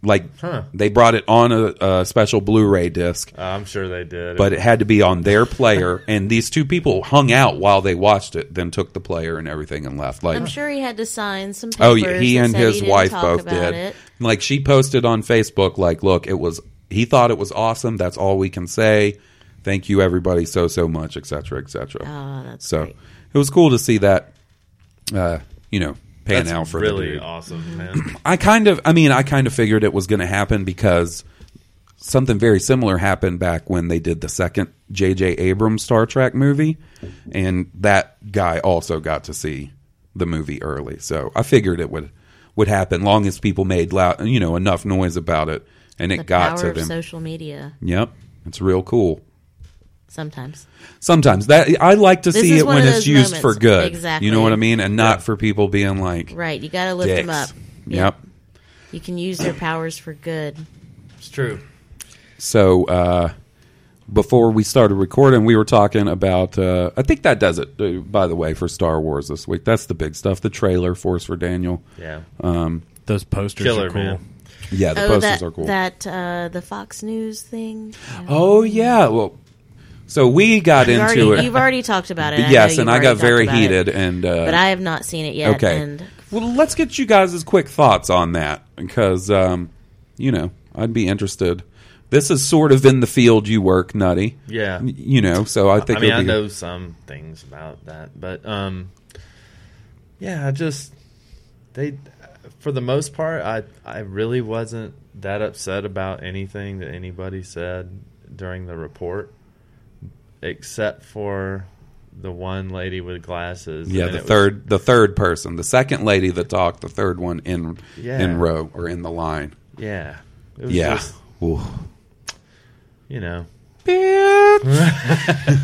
[SPEAKER 4] like
[SPEAKER 9] Huh.
[SPEAKER 4] they brought it on a, a special blu-ray disc
[SPEAKER 9] Uh, I'm sure they did.
[SPEAKER 4] but it had to be on their player and these two people hung out while they watched it then took the player and everything and left like
[SPEAKER 6] I'm sure he had to sign some papers.
[SPEAKER 4] oh yeah he
[SPEAKER 6] that
[SPEAKER 4] and
[SPEAKER 6] said
[SPEAKER 4] his
[SPEAKER 6] didn't
[SPEAKER 4] wife
[SPEAKER 6] talk
[SPEAKER 4] both
[SPEAKER 6] about
[SPEAKER 4] did
[SPEAKER 6] It.
[SPEAKER 4] like she posted on facebook like look it was he thought it was awesome that's all we can say thank you everybody so so much etc etc
[SPEAKER 6] Oh, that's
[SPEAKER 4] so it was cool to see that uh you know pan
[SPEAKER 9] That's
[SPEAKER 4] out for the
[SPEAKER 9] really
[SPEAKER 4] dude.
[SPEAKER 9] awesome, man.
[SPEAKER 4] I kind of, I mean, I kind of figured it was going to happen because something very similar happened back when they did the second J.J. Abrams Star Trek movie, and that guy also got to see the movie early. So I figured it would would happen long as people made loud, you know, enough noise about it, and it
[SPEAKER 6] The
[SPEAKER 4] got
[SPEAKER 6] power
[SPEAKER 4] to
[SPEAKER 6] of
[SPEAKER 4] them.
[SPEAKER 6] social media.
[SPEAKER 4] Yep, it's real cool.
[SPEAKER 6] Sometimes.
[SPEAKER 4] Sometimes that I like to
[SPEAKER 6] This
[SPEAKER 4] see
[SPEAKER 6] is
[SPEAKER 4] it
[SPEAKER 6] one
[SPEAKER 4] when
[SPEAKER 6] of
[SPEAKER 4] it's
[SPEAKER 6] those
[SPEAKER 4] used
[SPEAKER 6] moments.
[SPEAKER 4] for good.
[SPEAKER 6] Exactly.
[SPEAKER 4] You know what I mean, and not for people being like
[SPEAKER 6] Right, you gotta lift 'em
[SPEAKER 4] dicks.
[SPEAKER 6] up.
[SPEAKER 4] Yep.
[SPEAKER 6] You can use their powers for good.
[SPEAKER 9] It's true.
[SPEAKER 4] So uh, before we started recording, we were talking about. Uh, I think that does it. uh, By the way, for Star Wars this week, that's the big stuff. The trailer, Force for Daniel.
[SPEAKER 9] Yeah.
[SPEAKER 4] Um,
[SPEAKER 8] Those posters
[SPEAKER 9] Killer, are cool. man.
[SPEAKER 4] Yeah, the
[SPEAKER 6] oh,
[SPEAKER 4] posters
[SPEAKER 6] that,
[SPEAKER 4] are cool.
[SPEAKER 6] That uh, the Fox News thing.
[SPEAKER 4] Oh yeah. Well, so we got
[SPEAKER 6] You've
[SPEAKER 4] into
[SPEAKER 6] already-
[SPEAKER 4] it.
[SPEAKER 6] You've already talked about it. I know
[SPEAKER 4] yes,
[SPEAKER 6] you've
[SPEAKER 4] and I got
[SPEAKER 6] already
[SPEAKER 4] very
[SPEAKER 6] talked about it.
[SPEAKER 4] heated. And uh,
[SPEAKER 6] but I have not seen it yet.
[SPEAKER 4] Okay.
[SPEAKER 6] And
[SPEAKER 4] well, let's get you guys' quick thoughts on that because um, you know I'd be interested. This is sort of in the field you work, Nutty.
[SPEAKER 9] Yeah.
[SPEAKER 4] You know, so I think
[SPEAKER 9] I mean,
[SPEAKER 4] it'll
[SPEAKER 9] I
[SPEAKER 4] be
[SPEAKER 9] know some things about that, but um, yeah, I just they for the most part, I I really wasn't that upset about anything that anybody said during the report, except for the one lady with glasses.
[SPEAKER 4] Yeah,
[SPEAKER 9] and
[SPEAKER 4] the
[SPEAKER 9] it was-
[SPEAKER 4] third, the third person, the second lady that talked, the third one in
[SPEAKER 9] Yeah.
[SPEAKER 4] in row or in the line.
[SPEAKER 9] yeah, it was
[SPEAKER 4] Yeah,
[SPEAKER 9] just,
[SPEAKER 4] Ooh.
[SPEAKER 9] you know,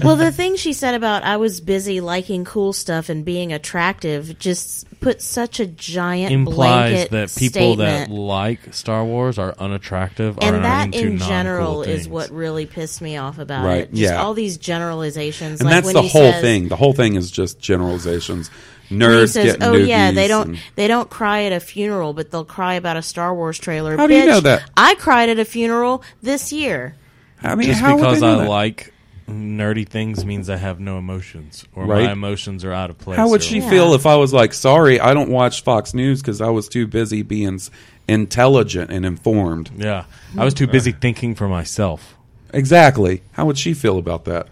[SPEAKER 6] well, the thing she said about I was busy liking cool stuff and being attractive just put such a giant
[SPEAKER 7] implies
[SPEAKER 6] blanket
[SPEAKER 7] that people that
[SPEAKER 6] statement.
[SPEAKER 7] like Star Wars are unattractive or are
[SPEAKER 6] and that
[SPEAKER 7] into
[SPEAKER 6] in
[SPEAKER 7] non-cool
[SPEAKER 6] general is
[SPEAKER 7] things.
[SPEAKER 6] what really pissed me off about
[SPEAKER 4] Right,
[SPEAKER 6] it. Just
[SPEAKER 4] yeah.
[SPEAKER 6] all these generalizations.
[SPEAKER 4] and
[SPEAKER 6] like
[SPEAKER 4] that's
[SPEAKER 6] when
[SPEAKER 4] the
[SPEAKER 6] he
[SPEAKER 4] whole
[SPEAKER 6] says-
[SPEAKER 4] thing. The whole thing is just generalizations.
[SPEAKER 6] when he
[SPEAKER 4] Nerds
[SPEAKER 6] says,
[SPEAKER 4] getting
[SPEAKER 6] "Oh yeah,
[SPEAKER 4] noogies
[SPEAKER 6] they don't
[SPEAKER 4] and-
[SPEAKER 6] they don't cry at a funeral, but they'll cry about a Star Wars trailer."
[SPEAKER 4] How do you
[SPEAKER 6] Bitch,
[SPEAKER 4] know that?
[SPEAKER 6] I cried at a funeral this year.
[SPEAKER 4] I mean,
[SPEAKER 7] just
[SPEAKER 4] how would
[SPEAKER 7] because
[SPEAKER 4] they know
[SPEAKER 7] I
[SPEAKER 4] that?
[SPEAKER 7] like nerdy things means I have no emotions, or
[SPEAKER 4] Right.
[SPEAKER 7] my emotions are out of place.
[SPEAKER 4] How would
[SPEAKER 7] or-
[SPEAKER 4] she feel if I was like, "Sorry, I don't watch Fox News because I was too busy being s- intelligent and informed."
[SPEAKER 7] Yeah, I was too busy thinking for myself.
[SPEAKER 4] Exactly. How would she feel about that?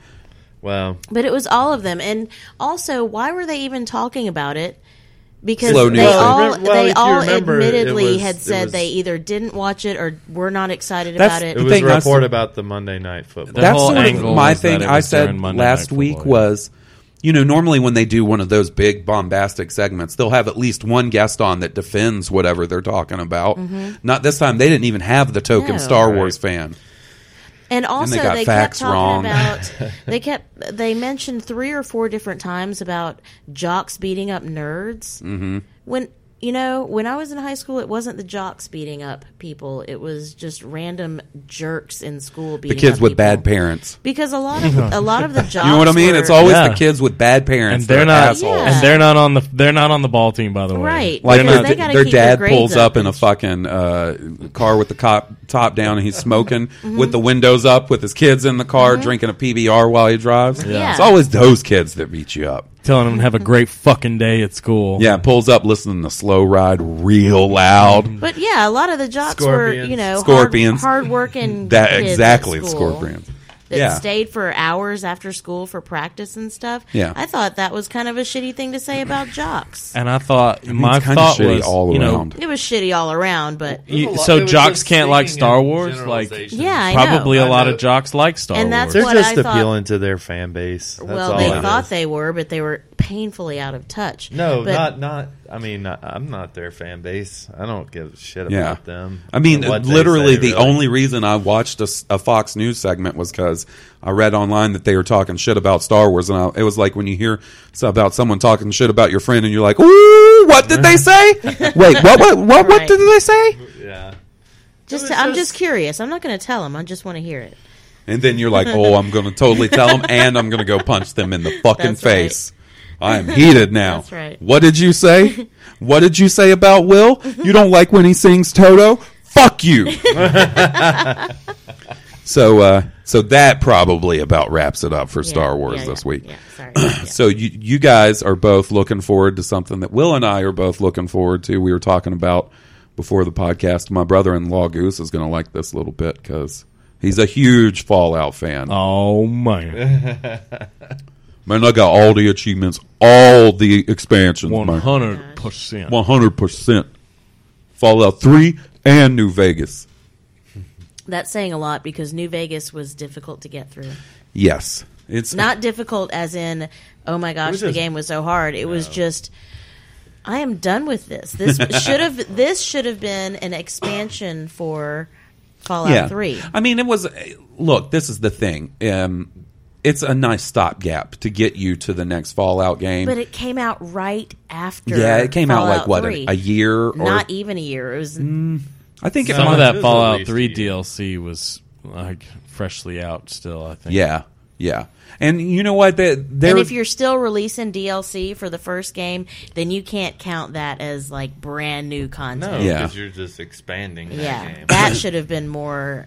[SPEAKER 9] Well,
[SPEAKER 6] But it was all of them, and also, why were they even talking about it? Because
[SPEAKER 4] Slow
[SPEAKER 6] they
[SPEAKER 4] news.
[SPEAKER 6] all
[SPEAKER 9] Well, well,
[SPEAKER 6] they
[SPEAKER 9] if you
[SPEAKER 6] all
[SPEAKER 9] remember, it
[SPEAKER 6] admittedly
[SPEAKER 9] was-
[SPEAKER 6] had
[SPEAKER 9] it
[SPEAKER 6] said
[SPEAKER 9] was-
[SPEAKER 6] they either didn't watch it or were not excited
[SPEAKER 4] That's-
[SPEAKER 6] about it.
[SPEAKER 9] it was
[SPEAKER 4] thing
[SPEAKER 9] a
[SPEAKER 4] I
[SPEAKER 9] report
[SPEAKER 4] said-
[SPEAKER 9] about the Monday night football.
[SPEAKER 4] That's
[SPEAKER 7] whole
[SPEAKER 4] sort
[SPEAKER 7] angle
[SPEAKER 4] of my
[SPEAKER 7] was that
[SPEAKER 4] thing.
[SPEAKER 7] it
[SPEAKER 4] I
[SPEAKER 7] was
[SPEAKER 4] said
[SPEAKER 7] during Monday Night
[SPEAKER 4] last
[SPEAKER 7] Football,
[SPEAKER 4] week
[SPEAKER 7] yeah.
[SPEAKER 4] was, you know, normally when they do one of those big bombastic segments, they'll have at least one guest on that defends whatever they're talking about. Not this time. They didn't even have the token
[SPEAKER 6] Mm-hmm. No.
[SPEAKER 4] Star Wars fan.
[SPEAKER 6] And also,
[SPEAKER 4] got
[SPEAKER 6] they,
[SPEAKER 4] facts
[SPEAKER 6] kept talking
[SPEAKER 4] wrong.
[SPEAKER 6] about they kept they mentioned three or four different times about jocks beating up nerds.
[SPEAKER 4] Mm-hmm.
[SPEAKER 6] When you know, when I was in high school, it wasn't the jocks beating up people; it was just random jerks in school
[SPEAKER 4] The
[SPEAKER 6] beating
[SPEAKER 4] kids
[SPEAKER 6] up
[SPEAKER 4] with
[SPEAKER 6] people.
[SPEAKER 4] bad parents.
[SPEAKER 6] Because a lot of a lot of the jocks,
[SPEAKER 4] You know what I mean?
[SPEAKER 6] were-
[SPEAKER 4] It's always
[SPEAKER 7] Yeah.
[SPEAKER 4] the kids with bad parents.
[SPEAKER 7] And they're not,
[SPEAKER 4] assholes.
[SPEAKER 6] Yeah.
[SPEAKER 7] and they're not on the, they're not on the ball team, by the way.
[SPEAKER 6] Right.
[SPEAKER 4] Like
[SPEAKER 6] because
[SPEAKER 4] their,
[SPEAKER 6] they gotta
[SPEAKER 4] their
[SPEAKER 6] keep their
[SPEAKER 4] dad
[SPEAKER 6] grades
[SPEAKER 4] pulls
[SPEAKER 6] up.
[SPEAKER 4] up in a fucking uh, car with the cop, top down and he's smoking
[SPEAKER 6] Mm-hmm.
[SPEAKER 4] with the windows up with his kids in the car drinking a PBR while he drives.
[SPEAKER 6] Yeah.
[SPEAKER 4] It's always those kids that beat you up.
[SPEAKER 7] Telling them to have a great fucking day at school.
[SPEAKER 4] Yeah, pulls up listening to Slow Ride real loud.
[SPEAKER 6] But yeah, a lot of the jocks were
[SPEAKER 9] Scorpions.
[SPEAKER 6] you know
[SPEAKER 4] Scorpions.
[SPEAKER 6] hard, hardworking.
[SPEAKER 4] That
[SPEAKER 6] kids at
[SPEAKER 4] exactly,
[SPEAKER 6] school
[SPEAKER 4] Scorpions.
[SPEAKER 6] That
[SPEAKER 4] Yeah.
[SPEAKER 6] stayed for hours after school for practice and stuff.
[SPEAKER 4] Yeah.
[SPEAKER 6] I thought that was kind of a shitty thing to say about jocks.
[SPEAKER 7] And I thought
[SPEAKER 4] mean,
[SPEAKER 7] my
[SPEAKER 4] it's kinda
[SPEAKER 7] thought
[SPEAKER 4] shitty
[SPEAKER 7] was,
[SPEAKER 4] all
[SPEAKER 7] you know,
[SPEAKER 4] around.
[SPEAKER 6] It was shitty all around, but
[SPEAKER 7] you-
[SPEAKER 9] It was a lot- it
[SPEAKER 7] so
[SPEAKER 9] was
[SPEAKER 7] jocks
[SPEAKER 9] just
[SPEAKER 7] can't like
[SPEAKER 9] speaking
[SPEAKER 7] Star
[SPEAKER 9] in
[SPEAKER 7] Wars. Like,
[SPEAKER 9] generalizations.
[SPEAKER 6] yeah, I know.
[SPEAKER 7] probably a
[SPEAKER 9] I
[SPEAKER 7] lot
[SPEAKER 9] know.
[SPEAKER 7] of jocks like Star
[SPEAKER 6] And that's
[SPEAKER 7] Wars.
[SPEAKER 9] They're
[SPEAKER 6] what
[SPEAKER 9] just
[SPEAKER 6] I thought-
[SPEAKER 9] appealing to their fan base. That's
[SPEAKER 6] well,
[SPEAKER 9] all
[SPEAKER 6] they
[SPEAKER 9] it is.
[SPEAKER 6] thought they were, but they were painfully out of touch.
[SPEAKER 9] No,
[SPEAKER 6] But-
[SPEAKER 9] not not. I mean, I- I'm not their fan base. I don't give a shit about
[SPEAKER 4] Yeah.
[SPEAKER 9] them.
[SPEAKER 4] I mean,
[SPEAKER 9] and what they
[SPEAKER 4] literally,
[SPEAKER 9] say,
[SPEAKER 4] the
[SPEAKER 9] really.
[SPEAKER 4] only reason I watched a, s- a Fox News segment was because I read online that they were talking shit about Star Wars, and I, it was like when you hear s- about someone talking shit about your friend, and you're like, "Ooh, Ooh, what did they say? Wait, what? What? What? What
[SPEAKER 6] Right.
[SPEAKER 4] did they say?
[SPEAKER 9] Yeah.
[SPEAKER 6] Just, to, I'm just curious. I'm not going to tell him. I just want to hear it.
[SPEAKER 4] And then you're like, oh, I'm going to totally tell them, and I'm going to go punch them in the fucking
[SPEAKER 6] That's right.
[SPEAKER 4] face. I am heated now.
[SPEAKER 6] That's right.
[SPEAKER 4] What did you say? What did you say about Will? You don't like when he sings Toto? Fuck you. so, uh, so that probably about wraps it up for Star Wars
[SPEAKER 6] yeah,
[SPEAKER 4] this
[SPEAKER 6] yeah,
[SPEAKER 4] week.
[SPEAKER 6] yeah, sorry,
[SPEAKER 4] so you you guys are both looking forward to something that Will and I are both looking forward to. We were talking about before the podcast. My brother-in-law Goose is going to like this little bit because he's a huge Fallout fan.
[SPEAKER 6] Uh.
[SPEAKER 7] Oh man,
[SPEAKER 4] Man, I got all the achievements, all the expansions.
[SPEAKER 7] one hundred percent.
[SPEAKER 4] One hundred percent. Fallout Three and New Vegas.
[SPEAKER 6] That's saying a lot because New Vegas was difficult to get through.
[SPEAKER 4] Yes, it's
[SPEAKER 6] Not difficult as in, oh my gosh,
[SPEAKER 4] was
[SPEAKER 6] the
[SPEAKER 4] just-
[SPEAKER 6] game was so hard. It was just, I am done with this. This should have this should have been an expansion for Fallout Three.
[SPEAKER 4] I mean, it was. eh, Look, this is the thing. Um, it's a nice stopgap to get you to the next Fallout game.
[SPEAKER 6] But it came out right after.
[SPEAKER 4] yeah, it came out like
[SPEAKER 6] Fallout
[SPEAKER 4] what
[SPEAKER 6] 3.
[SPEAKER 4] a, a year or
[SPEAKER 6] Not even a year. It was.
[SPEAKER 4] I think it
[SPEAKER 7] some
[SPEAKER 4] might-
[SPEAKER 7] of
[SPEAKER 4] it
[SPEAKER 7] that
[SPEAKER 4] was at
[SPEAKER 7] Fallout
[SPEAKER 4] least
[SPEAKER 7] Three DLC was like freshly out still. I think.
[SPEAKER 4] yeah, yeah. And you know what? They, they're
[SPEAKER 6] and if you're still releasing DLC for the first game, then you can't count that as like brand new
[SPEAKER 9] No,
[SPEAKER 6] content.
[SPEAKER 4] Yeah.
[SPEAKER 9] because you're just expanding. That
[SPEAKER 6] yeah,
[SPEAKER 9] Game.
[SPEAKER 6] that should have been more.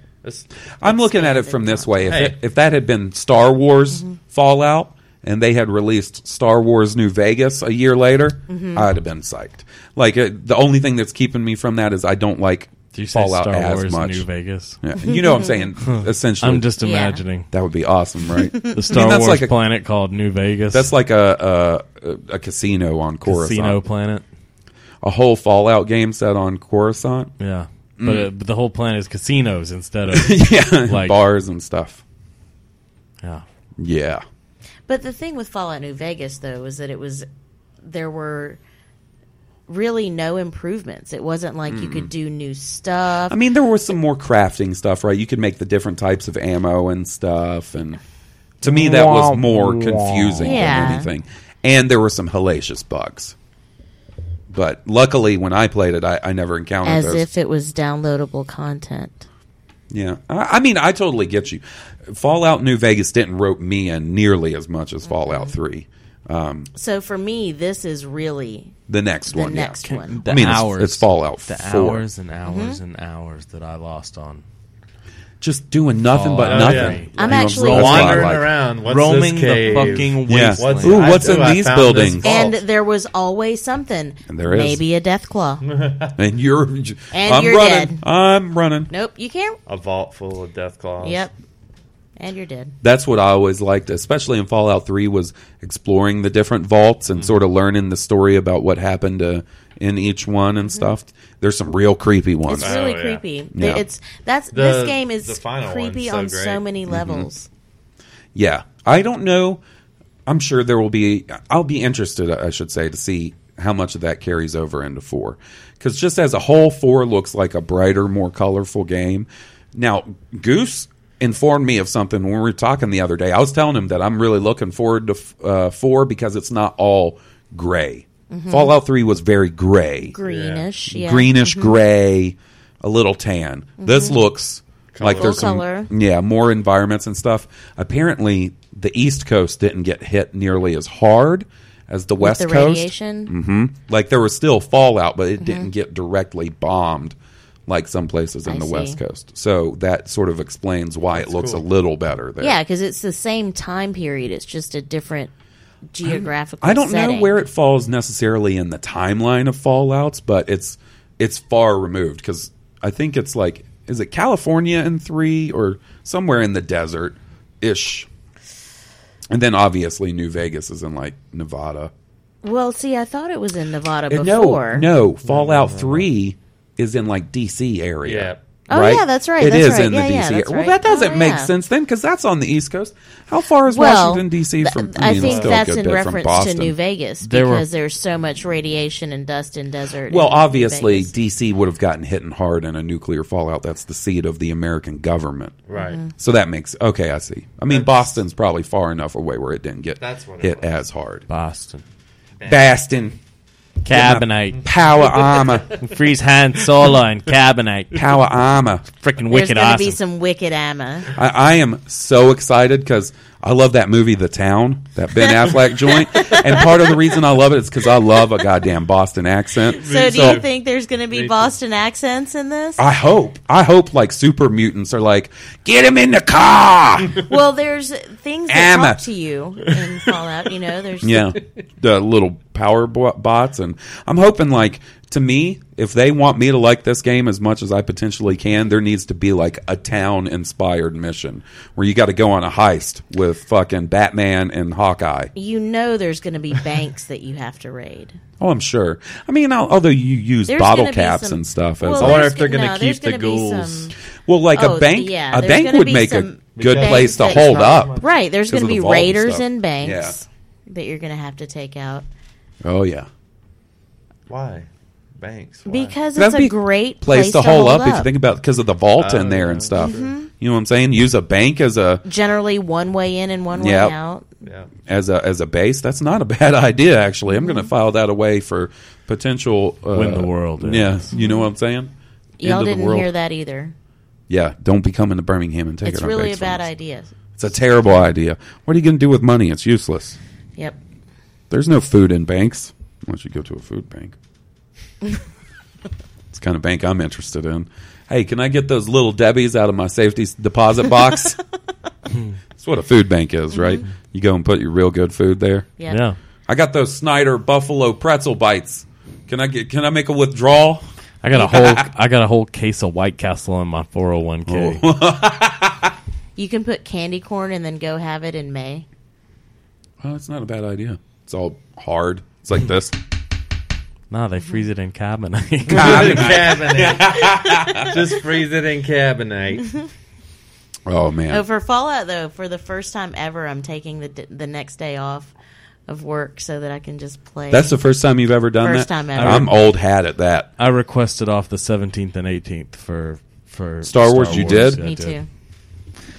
[SPEAKER 4] I'm looking at it from this way. If,
[SPEAKER 9] Hey.
[SPEAKER 4] it, if that had been Star Wars
[SPEAKER 6] Mm-hmm.
[SPEAKER 4] Fallout and they had released Star Wars New Vegas a year later,
[SPEAKER 6] Mm-hmm.
[SPEAKER 7] Mhm.
[SPEAKER 4] I'd have been psyched. Like uh, the only thing that's keeping me from that is I don't like
[SPEAKER 7] Do you say
[SPEAKER 4] Fallout
[SPEAKER 7] Star
[SPEAKER 4] as
[SPEAKER 7] Wars
[SPEAKER 4] much.
[SPEAKER 7] New Vegas?
[SPEAKER 4] Yeah. You know what I'm saying? Essentially,
[SPEAKER 7] I'm just imagining.
[SPEAKER 4] that would be awesome, right?
[SPEAKER 7] The Star
[SPEAKER 4] that's
[SPEAKER 7] Wars
[SPEAKER 4] like a-
[SPEAKER 7] planet called New Vegas.
[SPEAKER 4] That's like a a, a, a casino on Coruscant.
[SPEAKER 7] Casino planet.
[SPEAKER 4] A whole Fallout game set on Coruscant.
[SPEAKER 7] Yeah,
[SPEAKER 4] Mm.
[SPEAKER 7] but, uh, but the whole planet is casinos instead of
[SPEAKER 4] yeah,
[SPEAKER 7] like
[SPEAKER 4] bars and stuff.
[SPEAKER 7] Yeah.
[SPEAKER 4] Yeah.
[SPEAKER 6] But the thing with Fallout New Vegas though is that it was there were really no improvements. It wasn't like you could do new stuff.
[SPEAKER 4] I mean, there was some more crafting stuff, right? You could make the different types of ammo and stuff, and to me, that was more confusing
[SPEAKER 6] Yeah.
[SPEAKER 4] than anything. And there were some hellacious bugs, but luckily, when I played it, I, I never encountered
[SPEAKER 6] as
[SPEAKER 4] those.
[SPEAKER 6] if it was downloadable content.
[SPEAKER 4] yeah, I, I mean, I totally get you. Fallout New Vegas didn't rope me in nearly as much as Fallout Three. Um,
[SPEAKER 6] So for me, this is really
[SPEAKER 4] the next
[SPEAKER 6] the
[SPEAKER 4] one, yeah.
[SPEAKER 6] next one.
[SPEAKER 4] I mean, it's- it's, Fallout
[SPEAKER 7] The
[SPEAKER 4] 4.
[SPEAKER 7] hours and
[SPEAKER 6] Mm-hmm.
[SPEAKER 7] hours and hours that I lost on.
[SPEAKER 4] Just doing nothing but
[SPEAKER 7] Fallout
[SPEAKER 4] nothing.
[SPEAKER 7] three. I'm
[SPEAKER 4] You know,
[SPEAKER 7] actually-
[SPEAKER 4] that's why I
[SPEAKER 9] wandering
[SPEAKER 4] like it.
[SPEAKER 9] around, what's
[SPEAKER 7] Roaming
[SPEAKER 9] this
[SPEAKER 7] the
[SPEAKER 9] cave?
[SPEAKER 7] fucking
[SPEAKER 4] Yeah.
[SPEAKER 9] wasteland?
[SPEAKER 4] What's- Ooh,
[SPEAKER 9] I-
[SPEAKER 4] what's in
[SPEAKER 9] I
[SPEAKER 4] these
[SPEAKER 9] found this
[SPEAKER 4] buildings?
[SPEAKER 9] vault.
[SPEAKER 6] And there was always something.
[SPEAKER 4] And there is.
[SPEAKER 6] maybe a death claw.
[SPEAKER 4] And you're, I'm running.
[SPEAKER 6] you're dead.
[SPEAKER 4] I'm running.
[SPEAKER 6] nope, you can't.
[SPEAKER 9] a vault full of death claws.
[SPEAKER 6] Yep, and you're dead.
[SPEAKER 4] That's what I always liked, especially in Fallout Three, was exploring the different vaults
[SPEAKER 6] Mm-hmm.
[SPEAKER 4] and sort of learning the story about what happened uh in each one
[SPEAKER 6] Mm-hmm.
[SPEAKER 4] and stuff. There's some real creepy ones.
[SPEAKER 6] It's really
[SPEAKER 9] yeah.
[SPEAKER 6] creepy.
[SPEAKER 4] Oh, Yeah.
[SPEAKER 6] It's that's
[SPEAKER 9] The-
[SPEAKER 6] this game is
[SPEAKER 9] the final
[SPEAKER 6] creepy on
[SPEAKER 9] one's so
[SPEAKER 6] so
[SPEAKER 9] great.
[SPEAKER 4] Mm-hmm.
[SPEAKER 6] many levels.
[SPEAKER 4] Yeah, I don't know. I'm sure there will be. I'll be interested, I should say, to see how much of that carries over into four, because just as a whole, four looks like a brighter, more colorful game. Now, Goose informed me of something when we were talking the other day. I was telling him that I'm really looking forward to uh, four because it's not all gray.
[SPEAKER 6] Mhm.
[SPEAKER 4] Fallout three was very gray,
[SPEAKER 6] Greenish, yeah.
[SPEAKER 4] greenish
[SPEAKER 6] Mhm.
[SPEAKER 4] gray, a little tan. This looks like
[SPEAKER 6] Full
[SPEAKER 4] there's some
[SPEAKER 6] Mm-hmm. color.
[SPEAKER 4] yeah more environments and stuff. Apparently, the East Coast didn't get hit nearly as hard as the
[SPEAKER 6] With
[SPEAKER 4] West
[SPEAKER 6] the
[SPEAKER 4] Coast.
[SPEAKER 6] radiation?
[SPEAKER 4] hmm Like there was still fallout, but it
[SPEAKER 6] Mhm.
[SPEAKER 4] didn't get directly bombed like some places in
[SPEAKER 6] I
[SPEAKER 4] the
[SPEAKER 6] see.
[SPEAKER 4] West Coast. So that sort of explains why it looks
[SPEAKER 9] cool.
[SPEAKER 4] a little better there.
[SPEAKER 6] Yeah, because it's the same time period. It's just a different geographical.
[SPEAKER 4] I don't
[SPEAKER 6] setting.
[SPEAKER 4] know where it falls necessarily in the timeline of Fallout's, but it's it's far removed because I think it's like is it California in three or somewhere in the desert ish, and then obviously New Vegas is in like Nevada.
[SPEAKER 6] Well, see, I thought it was in Nevada
[SPEAKER 4] Uh,
[SPEAKER 6] before.
[SPEAKER 4] No, no, Fallout three is in like DC area.
[SPEAKER 6] Oh, yeah, that's right,
[SPEAKER 4] It
[SPEAKER 6] that's
[SPEAKER 4] is
[SPEAKER 6] right.
[SPEAKER 4] in
[SPEAKER 6] Yeah,
[SPEAKER 4] the
[SPEAKER 6] yeah,
[SPEAKER 4] DC. area.
[SPEAKER 6] that's
[SPEAKER 4] Well,
[SPEAKER 6] right.
[SPEAKER 4] that doesn't
[SPEAKER 6] Oh,
[SPEAKER 4] make
[SPEAKER 6] yeah.
[SPEAKER 4] sense then, because that's on the East Coast. How far is
[SPEAKER 6] Well,
[SPEAKER 4] Washington DC from?
[SPEAKER 6] I
[SPEAKER 4] mean,
[SPEAKER 6] think
[SPEAKER 4] still a
[SPEAKER 6] that's
[SPEAKER 4] good
[SPEAKER 6] in
[SPEAKER 4] bit from
[SPEAKER 6] reference to
[SPEAKER 4] Boston.
[SPEAKER 6] New Vegas
[SPEAKER 4] There were-
[SPEAKER 6] because there's so much radiation and dust and desert.
[SPEAKER 4] Well,
[SPEAKER 6] in New
[SPEAKER 4] obviously,
[SPEAKER 6] Vegas.
[SPEAKER 4] DC would have gotten hit and hard in a nuclear fallout. That's the seat of the American government.
[SPEAKER 9] Right.
[SPEAKER 6] Mm-hmm.
[SPEAKER 9] Mhm.
[SPEAKER 4] So that makes okay. I see. I mean, Boston's probably far enough away where it didn't get
[SPEAKER 9] That's what it
[SPEAKER 4] hit as hard.
[SPEAKER 7] Boston.
[SPEAKER 4] Boston.
[SPEAKER 7] Carbonate.
[SPEAKER 4] Power armor.
[SPEAKER 7] Freeze hand solo and carbonate.
[SPEAKER 4] Power armor.
[SPEAKER 7] Freaking
[SPEAKER 6] There's
[SPEAKER 7] wicked
[SPEAKER 6] going to
[SPEAKER 7] awesome.
[SPEAKER 6] be some wicked Amma.
[SPEAKER 4] I, I am so excited because I love that movie, The Town, that Ben Affleck joint. And part of the reason I love it is because I love a goddamn Boston accent.
[SPEAKER 6] So, do you think there's going to be Boston accents in this?
[SPEAKER 4] I hope. I hope like super mutants are like, get him in the car.
[SPEAKER 6] well, there's things that
[SPEAKER 4] Amma.
[SPEAKER 6] talk to you in Fallout. You know, there's
[SPEAKER 4] yeah, the little power bo- bots, and I'm hoping like to me, if they want me to like this game as much as I potentially can, there needs to be like a town inspired mission where you got to go on a heist with fucking Batman and Hawkeye.
[SPEAKER 6] you know there's going to be banks that you have to raid.
[SPEAKER 4] Oh, I'm sure. I mean, al- although you use
[SPEAKER 6] There's
[SPEAKER 4] bottle
[SPEAKER 6] gonna be
[SPEAKER 4] caps
[SPEAKER 6] some-
[SPEAKER 4] and stuff. As
[SPEAKER 6] well,
[SPEAKER 5] I wonder if they're
[SPEAKER 6] there's
[SPEAKER 5] going
[SPEAKER 6] gonna-
[SPEAKER 5] to
[SPEAKER 6] no,
[SPEAKER 5] keep
[SPEAKER 6] there's
[SPEAKER 5] the
[SPEAKER 6] gonna be
[SPEAKER 5] ghouls.
[SPEAKER 6] some-
[SPEAKER 4] well, like
[SPEAKER 6] Oh,
[SPEAKER 4] a bank,
[SPEAKER 6] yeah,
[SPEAKER 4] a
[SPEAKER 6] there's
[SPEAKER 4] bank
[SPEAKER 6] gonna
[SPEAKER 4] would
[SPEAKER 6] be
[SPEAKER 4] make a
[SPEAKER 6] some
[SPEAKER 4] good
[SPEAKER 6] banks
[SPEAKER 4] place to
[SPEAKER 6] that-
[SPEAKER 4] hold up.
[SPEAKER 6] Right, there's
[SPEAKER 4] because
[SPEAKER 6] going
[SPEAKER 4] of
[SPEAKER 6] to be
[SPEAKER 4] the vault and
[SPEAKER 6] raiders
[SPEAKER 4] stuff.
[SPEAKER 6] and banks that you're going to have to take out
[SPEAKER 4] Yeah. Oh yeah.
[SPEAKER 5] Why? Banks. Why?
[SPEAKER 6] because
[SPEAKER 4] That'd
[SPEAKER 6] it's
[SPEAKER 4] be
[SPEAKER 6] a great
[SPEAKER 4] place to
[SPEAKER 6] hold Uh, mm-hmm.
[SPEAKER 4] hole up, if you think about because of the vault in there and stuff. You know what I'm saying? Use a bank as a
[SPEAKER 6] Generally, one way in and one way
[SPEAKER 4] Yep.
[SPEAKER 6] out.
[SPEAKER 5] Yeah.
[SPEAKER 4] as a as a base. That's not a bad idea actually. I'm going
[SPEAKER 6] Mm-hmm.
[SPEAKER 4] to file that away for potential uh,
[SPEAKER 11] When the world
[SPEAKER 4] Yeah,
[SPEAKER 11] ends.
[SPEAKER 4] you know what I'm saying?
[SPEAKER 6] Y'all
[SPEAKER 4] End of the
[SPEAKER 6] didn't
[SPEAKER 4] world.
[SPEAKER 6] hear that either.
[SPEAKER 4] Yeah, don't be coming to Birmingham and take
[SPEAKER 6] it's
[SPEAKER 4] it on
[SPEAKER 6] really a
[SPEAKER 4] bank
[SPEAKER 6] bad
[SPEAKER 4] loans.
[SPEAKER 6] idea.
[SPEAKER 4] It's a terrible idea. What are you going to do with money? It's useless.
[SPEAKER 6] Yep.
[SPEAKER 4] There's no food in banks. Why don't you go to a food bank? it's the kind of bank I'm interested in. Hey, can I get those little Debbie's out of my safety s- deposit box? That's what a food bank is, right?
[SPEAKER 6] Mm-hmm.
[SPEAKER 4] You go and put your real good food there.
[SPEAKER 6] Yep.
[SPEAKER 7] Yeah.
[SPEAKER 4] I got those Snyder Buffalo pretzel bites. Can I get? Can I make a withdrawal?
[SPEAKER 7] I got a whole I got a whole case of White Castle in my 401k.
[SPEAKER 6] You can put candy corn and then go have it in May.
[SPEAKER 4] Well, that's not a bad idea. It's all hard. It's like this.
[SPEAKER 7] Nah, they freeze it in carbonate.
[SPEAKER 4] Oh,
[SPEAKER 5] Cabinet. Just freeze it in cabinet.
[SPEAKER 4] Oh man.
[SPEAKER 6] Oh, for Fallout though, for the first time ever, I'm taking the d- the next day off of work so that I can just play.
[SPEAKER 4] That's the first time you've ever done
[SPEAKER 6] First
[SPEAKER 4] that.
[SPEAKER 6] time ever.
[SPEAKER 4] I'm old hat at that.
[SPEAKER 7] I requested off the 17th and 18th for for
[SPEAKER 4] Star Wars, you did?
[SPEAKER 7] Yeah, I
[SPEAKER 6] Me too.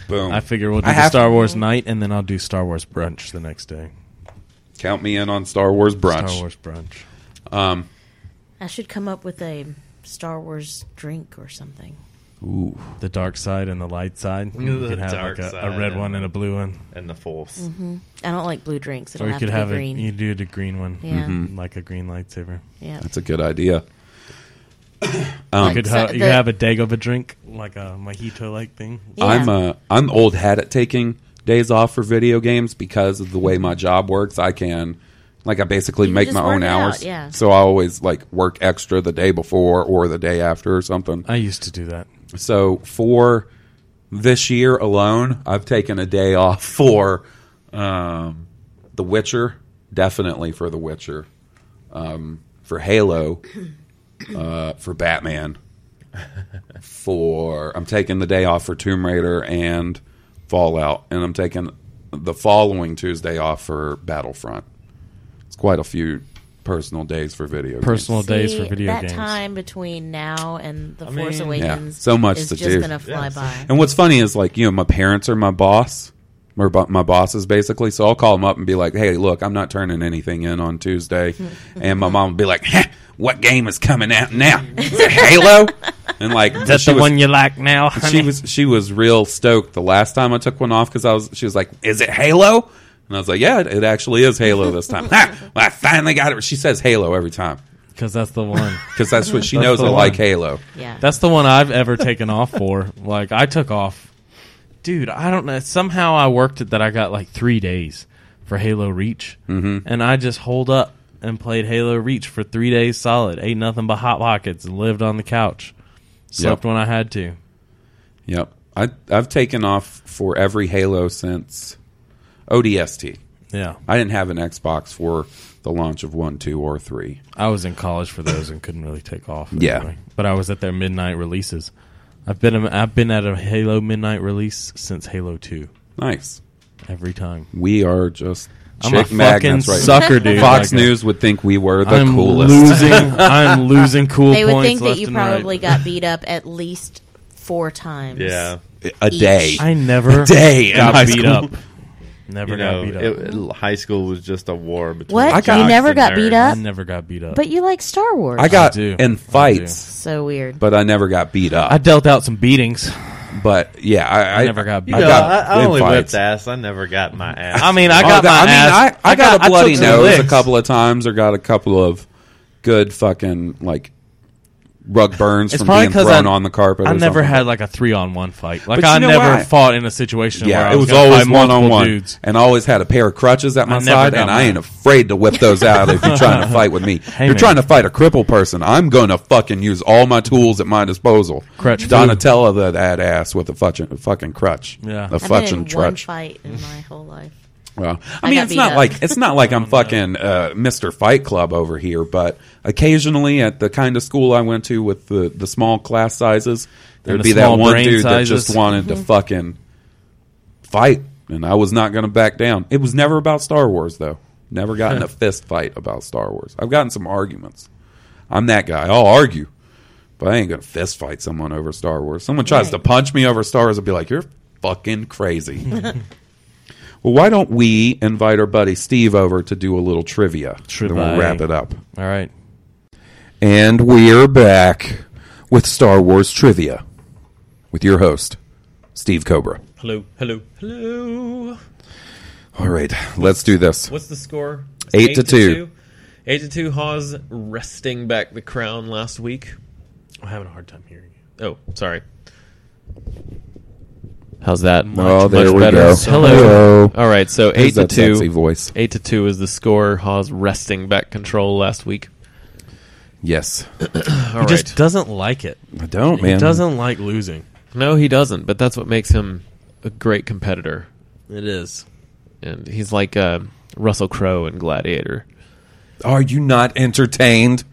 [SPEAKER 4] Boom.
[SPEAKER 7] I figure we'll do
[SPEAKER 4] I
[SPEAKER 7] the
[SPEAKER 4] have
[SPEAKER 7] Star Wars night and then I'll do Star Wars brunch the next day.
[SPEAKER 4] Count me in on Star Wars brunch.
[SPEAKER 7] Star Wars brunch.
[SPEAKER 4] Um,
[SPEAKER 6] I should come up with a Star Wars drink or something.
[SPEAKER 4] ooh,
[SPEAKER 7] The dark side and the light side. You
[SPEAKER 5] The
[SPEAKER 7] could have
[SPEAKER 5] dark
[SPEAKER 7] like a, a
[SPEAKER 5] side
[SPEAKER 7] red
[SPEAKER 5] and-
[SPEAKER 7] one and a blue one.
[SPEAKER 5] And the force.
[SPEAKER 6] Mm-hmm. I don't like blue drinks. It'll
[SPEAKER 7] Or you
[SPEAKER 6] have
[SPEAKER 7] could
[SPEAKER 6] to
[SPEAKER 7] have
[SPEAKER 6] be
[SPEAKER 7] it
[SPEAKER 6] green.
[SPEAKER 7] you do the green one. Mm-hmm.
[SPEAKER 6] Yeah. Mhm.
[SPEAKER 7] Like a green lightsaber.
[SPEAKER 6] yeah.
[SPEAKER 4] that's a good idea. Um,
[SPEAKER 7] you could,
[SPEAKER 6] so
[SPEAKER 7] ha- you
[SPEAKER 6] the-
[SPEAKER 7] could have a Dagobah drink, like a mojito like thing.
[SPEAKER 6] Yeah.
[SPEAKER 4] I'm uh, I'm old hat at taking days off for video games because of the way my job works. I can like I basically
[SPEAKER 6] You can
[SPEAKER 4] make
[SPEAKER 6] just
[SPEAKER 4] my own
[SPEAKER 6] work it out,
[SPEAKER 4] hours.
[SPEAKER 6] yeah.
[SPEAKER 4] So I always like work extra the day before or the day after or something.
[SPEAKER 7] I used to do that.
[SPEAKER 4] So for this year alone, I've taken a day off for um, The Witcher, definitely for The Witcher, um, for Halo, uh, for Batman, for I'm taking the day off for Tomb Raider and Fallout, and I'm taking the following Tuesday off for Battlefront. It's quite a few personal days for video. games.
[SPEAKER 7] Personal days for
[SPEAKER 6] See,
[SPEAKER 7] video
[SPEAKER 6] that
[SPEAKER 7] games.
[SPEAKER 6] time between now and the
[SPEAKER 5] I
[SPEAKER 6] Force
[SPEAKER 5] mean-
[SPEAKER 6] Awakens,
[SPEAKER 4] Yeah, so much
[SPEAKER 6] is
[SPEAKER 4] to
[SPEAKER 6] just
[SPEAKER 4] do.
[SPEAKER 6] gonna fly
[SPEAKER 5] Yes.
[SPEAKER 6] by.
[SPEAKER 4] And what's funny is like, you know, my parents are my boss, or bo- my bosses basically. So I'll call them up and be like, "Hey, look, I'm not turning anything in on Tuesday," and my mom would be like, "Heh, "What game is coming out now? Is it Halo?" And like,
[SPEAKER 7] That's
[SPEAKER 4] she
[SPEAKER 7] the
[SPEAKER 4] was,
[SPEAKER 7] one you like now.
[SPEAKER 4] she was she was real stoked the last time I took one off because I was she was like, "Is it Halo?" And I was like, "Yeah, it, it actually is Halo this time." ha, well, I finally got it. She says Halo every time
[SPEAKER 7] Because that's the one.
[SPEAKER 4] because that's what she
[SPEAKER 7] That's
[SPEAKER 4] knows.
[SPEAKER 7] the
[SPEAKER 4] I
[SPEAKER 7] one.
[SPEAKER 4] like Halo.
[SPEAKER 6] Yeah,
[SPEAKER 7] That's the one I've ever taken off for. Like I took off, dude. I don't know. Somehow I worked it that I got like three days for Halo Reach, mm-hmm. and I just holed up and played Halo Reach for three days solid. Ate nothing but hot pockets and lived on the couch. Slept
[SPEAKER 4] Yep.
[SPEAKER 7] when I had to.
[SPEAKER 4] Yep. I I've taken off for every Halo since ODST.
[SPEAKER 7] Yeah,
[SPEAKER 4] I didn't have an Xbox for the launch of one, two, or three.
[SPEAKER 7] I was in college for those and couldn't really take off.
[SPEAKER 4] Yeah.
[SPEAKER 7] but I was at their midnight releases. I've been I've been at a Halo midnight release since Halo Two.
[SPEAKER 4] Nice.
[SPEAKER 7] Every time.
[SPEAKER 4] We are just
[SPEAKER 7] I'm a
[SPEAKER 4] chick magnets
[SPEAKER 7] fucking
[SPEAKER 4] right now.
[SPEAKER 7] sucker, dude.
[SPEAKER 4] Fox
[SPEAKER 7] Like,
[SPEAKER 4] News would think we were the
[SPEAKER 7] I'm
[SPEAKER 4] coolest.
[SPEAKER 7] losing. I'm losing cool
[SPEAKER 6] they would
[SPEAKER 7] points
[SPEAKER 6] think that
[SPEAKER 7] left
[SPEAKER 6] you
[SPEAKER 7] and right.
[SPEAKER 6] probably got beat up at least four times.
[SPEAKER 5] Yeah.
[SPEAKER 4] A day.
[SPEAKER 7] I never
[SPEAKER 4] Day in
[SPEAKER 7] got
[SPEAKER 4] high
[SPEAKER 7] beat
[SPEAKER 4] school.
[SPEAKER 7] up. Never
[SPEAKER 9] you
[SPEAKER 7] got
[SPEAKER 9] know,
[SPEAKER 7] beat up.
[SPEAKER 9] it- high school was just a war between.
[SPEAKER 6] What? You
[SPEAKER 9] jocks
[SPEAKER 6] never
[SPEAKER 9] and
[SPEAKER 6] got beat
[SPEAKER 9] nerds.
[SPEAKER 6] up? I never got beat But you like Star Wars.
[SPEAKER 4] I got in fights.
[SPEAKER 6] So weird.
[SPEAKER 4] But I never got beat up.
[SPEAKER 7] I dealt out some beatings.
[SPEAKER 4] But yeah, I,
[SPEAKER 7] I never got
[SPEAKER 9] You
[SPEAKER 4] I
[SPEAKER 9] know,
[SPEAKER 4] got
[SPEAKER 9] I, I
[SPEAKER 4] in
[SPEAKER 9] only
[SPEAKER 4] fights.
[SPEAKER 9] whipped ass. I never got my ass.
[SPEAKER 7] I mean, I got
[SPEAKER 4] Oh,
[SPEAKER 7] my
[SPEAKER 4] I mean,
[SPEAKER 7] ass.
[SPEAKER 4] I, I,
[SPEAKER 7] I
[SPEAKER 4] got,
[SPEAKER 7] got- I
[SPEAKER 4] a bloody
[SPEAKER 7] took some
[SPEAKER 4] nose a
[SPEAKER 7] licks.
[SPEAKER 4] couple of times, or got a couple of good fucking like rug burns
[SPEAKER 7] It's
[SPEAKER 4] from
[SPEAKER 7] probably
[SPEAKER 4] being
[SPEAKER 7] because
[SPEAKER 4] thrown
[SPEAKER 7] I,
[SPEAKER 4] on the carpet.
[SPEAKER 7] I
[SPEAKER 4] or
[SPEAKER 7] never
[SPEAKER 4] something.
[SPEAKER 7] had like a three on one fight. Like
[SPEAKER 4] But
[SPEAKER 7] I
[SPEAKER 4] you know
[SPEAKER 7] never
[SPEAKER 4] why?
[SPEAKER 7] fought in a situation.
[SPEAKER 4] Yeah,
[SPEAKER 7] where I
[SPEAKER 4] it was
[SPEAKER 7] gonna
[SPEAKER 4] always
[SPEAKER 7] fight
[SPEAKER 4] one on
[SPEAKER 7] multiple
[SPEAKER 4] one,
[SPEAKER 7] dudes.
[SPEAKER 4] and I always had a pair of crutches at my
[SPEAKER 7] I never
[SPEAKER 4] side,
[SPEAKER 7] got
[SPEAKER 4] and I
[SPEAKER 7] mine.
[SPEAKER 4] ain't afraid to whip those out if you're trying to fight with me.
[SPEAKER 7] Hey,
[SPEAKER 4] you're
[SPEAKER 7] man.
[SPEAKER 4] trying to fight a crippled person. I'm going to fucking use all my tools at my disposal.
[SPEAKER 7] Crutch food.
[SPEAKER 4] Donatello that, that ass with a fucking fucking crutch.
[SPEAKER 7] Yeah.
[SPEAKER 4] a
[SPEAKER 6] I've been in
[SPEAKER 4] fucking
[SPEAKER 6] one
[SPEAKER 4] crutch.
[SPEAKER 6] fight in my whole life.
[SPEAKER 4] Well, I,
[SPEAKER 6] I
[SPEAKER 4] mean,
[SPEAKER 6] got
[SPEAKER 4] it's
[SPEAKER 6] beat
[SPEAKER 4] not
[SPEAKER 6] up.
[SPEAKER 4] like it's not like I'm fucking uh, Mr. Fight Club over here, but occasionally at the kind of school I went to with the, the small class sizes, there'd
[SPEAKER 7] the
[SPEAKER 4] be that
[SPEAKER 7] small
[SPEAKER 4] one
[SPEAKER 7] brain
[SPEAKER 4] dude that
[SPEAKER 7] sizes.
[SPEAKER 4] just wanted
[SPEAKER 6] Mm-hmm.
[SPEAKER 4] to fucking fight, and I was not going to back down. It was never about Star Wars, though. Never gotten a fist fight about Star Wars. I've gotten some arguments. I'm that guy. I'll argue, but I ain't going to fist fight someone over Star Wars. Someone tries
[SPEAKER 6] Right.
[SPEAKER 4] to punch me over Star Wars, I'd be like, "You're fucking crazy." Well, why don't we invite our buddy Steve over to do a little trivia? Then we'll
[SPEAKER 7] Trivia.
[SPEAKER 4] wrap it up.
[SPEAKER 7] All right.
[SPEAKER 4] And we're back with Star Wars trivia with your host, Steve Cobra.
[SPEAKER 10] Hello, hello, hello.
[SPEAKER 4] All right, let's do this.
[SPEAKER 10] What's the score? It's
[SPEAKER 4] Eight to two.
[SPEAKER 10] Eight to two. Hawes wresting back the crown last week. I'm having a hard time hearing you. Oh, sorry.
[SPEAKER 12] How's that?
[SPEAKER 4] Oh, there we
[SPEAKER 12] better.
[SPEAKER 4] go.
[SPEAKER 12] Hello.
[SPEAKER 4] Hello.
[SPEAKER 10] All right, so
[SPEAKER 4] There's
[SPEAKER 10] eight to
[SPEAKER 4] that
[SPEAKER 10] two.
[SPEAKER 4] sexy voice.
[SPEAKER 10] Eight to two is the score. Hawes wresting back control last week.
[SPEAKER 4] Yes.
[SPEAKER 10] All
[SPEAKER 7] he
[SPEAKER 10] right.
[SPEAKER 7] just doesn't like it.
[SPEAKER 4] I don't,
[SPEAKER 10] He
[SPEAKER 4] man.
[SPEAKER 7] Doesn't like losing.
[SPEAKER 10] No, he doesn't. But that's what makes him a great competitor.
[SPEAKER 7] It is.
[SPEAKER 10] And he's like uh, Russell Crowe in Gladiator.
[SPEAKER 4] Are you not entertained?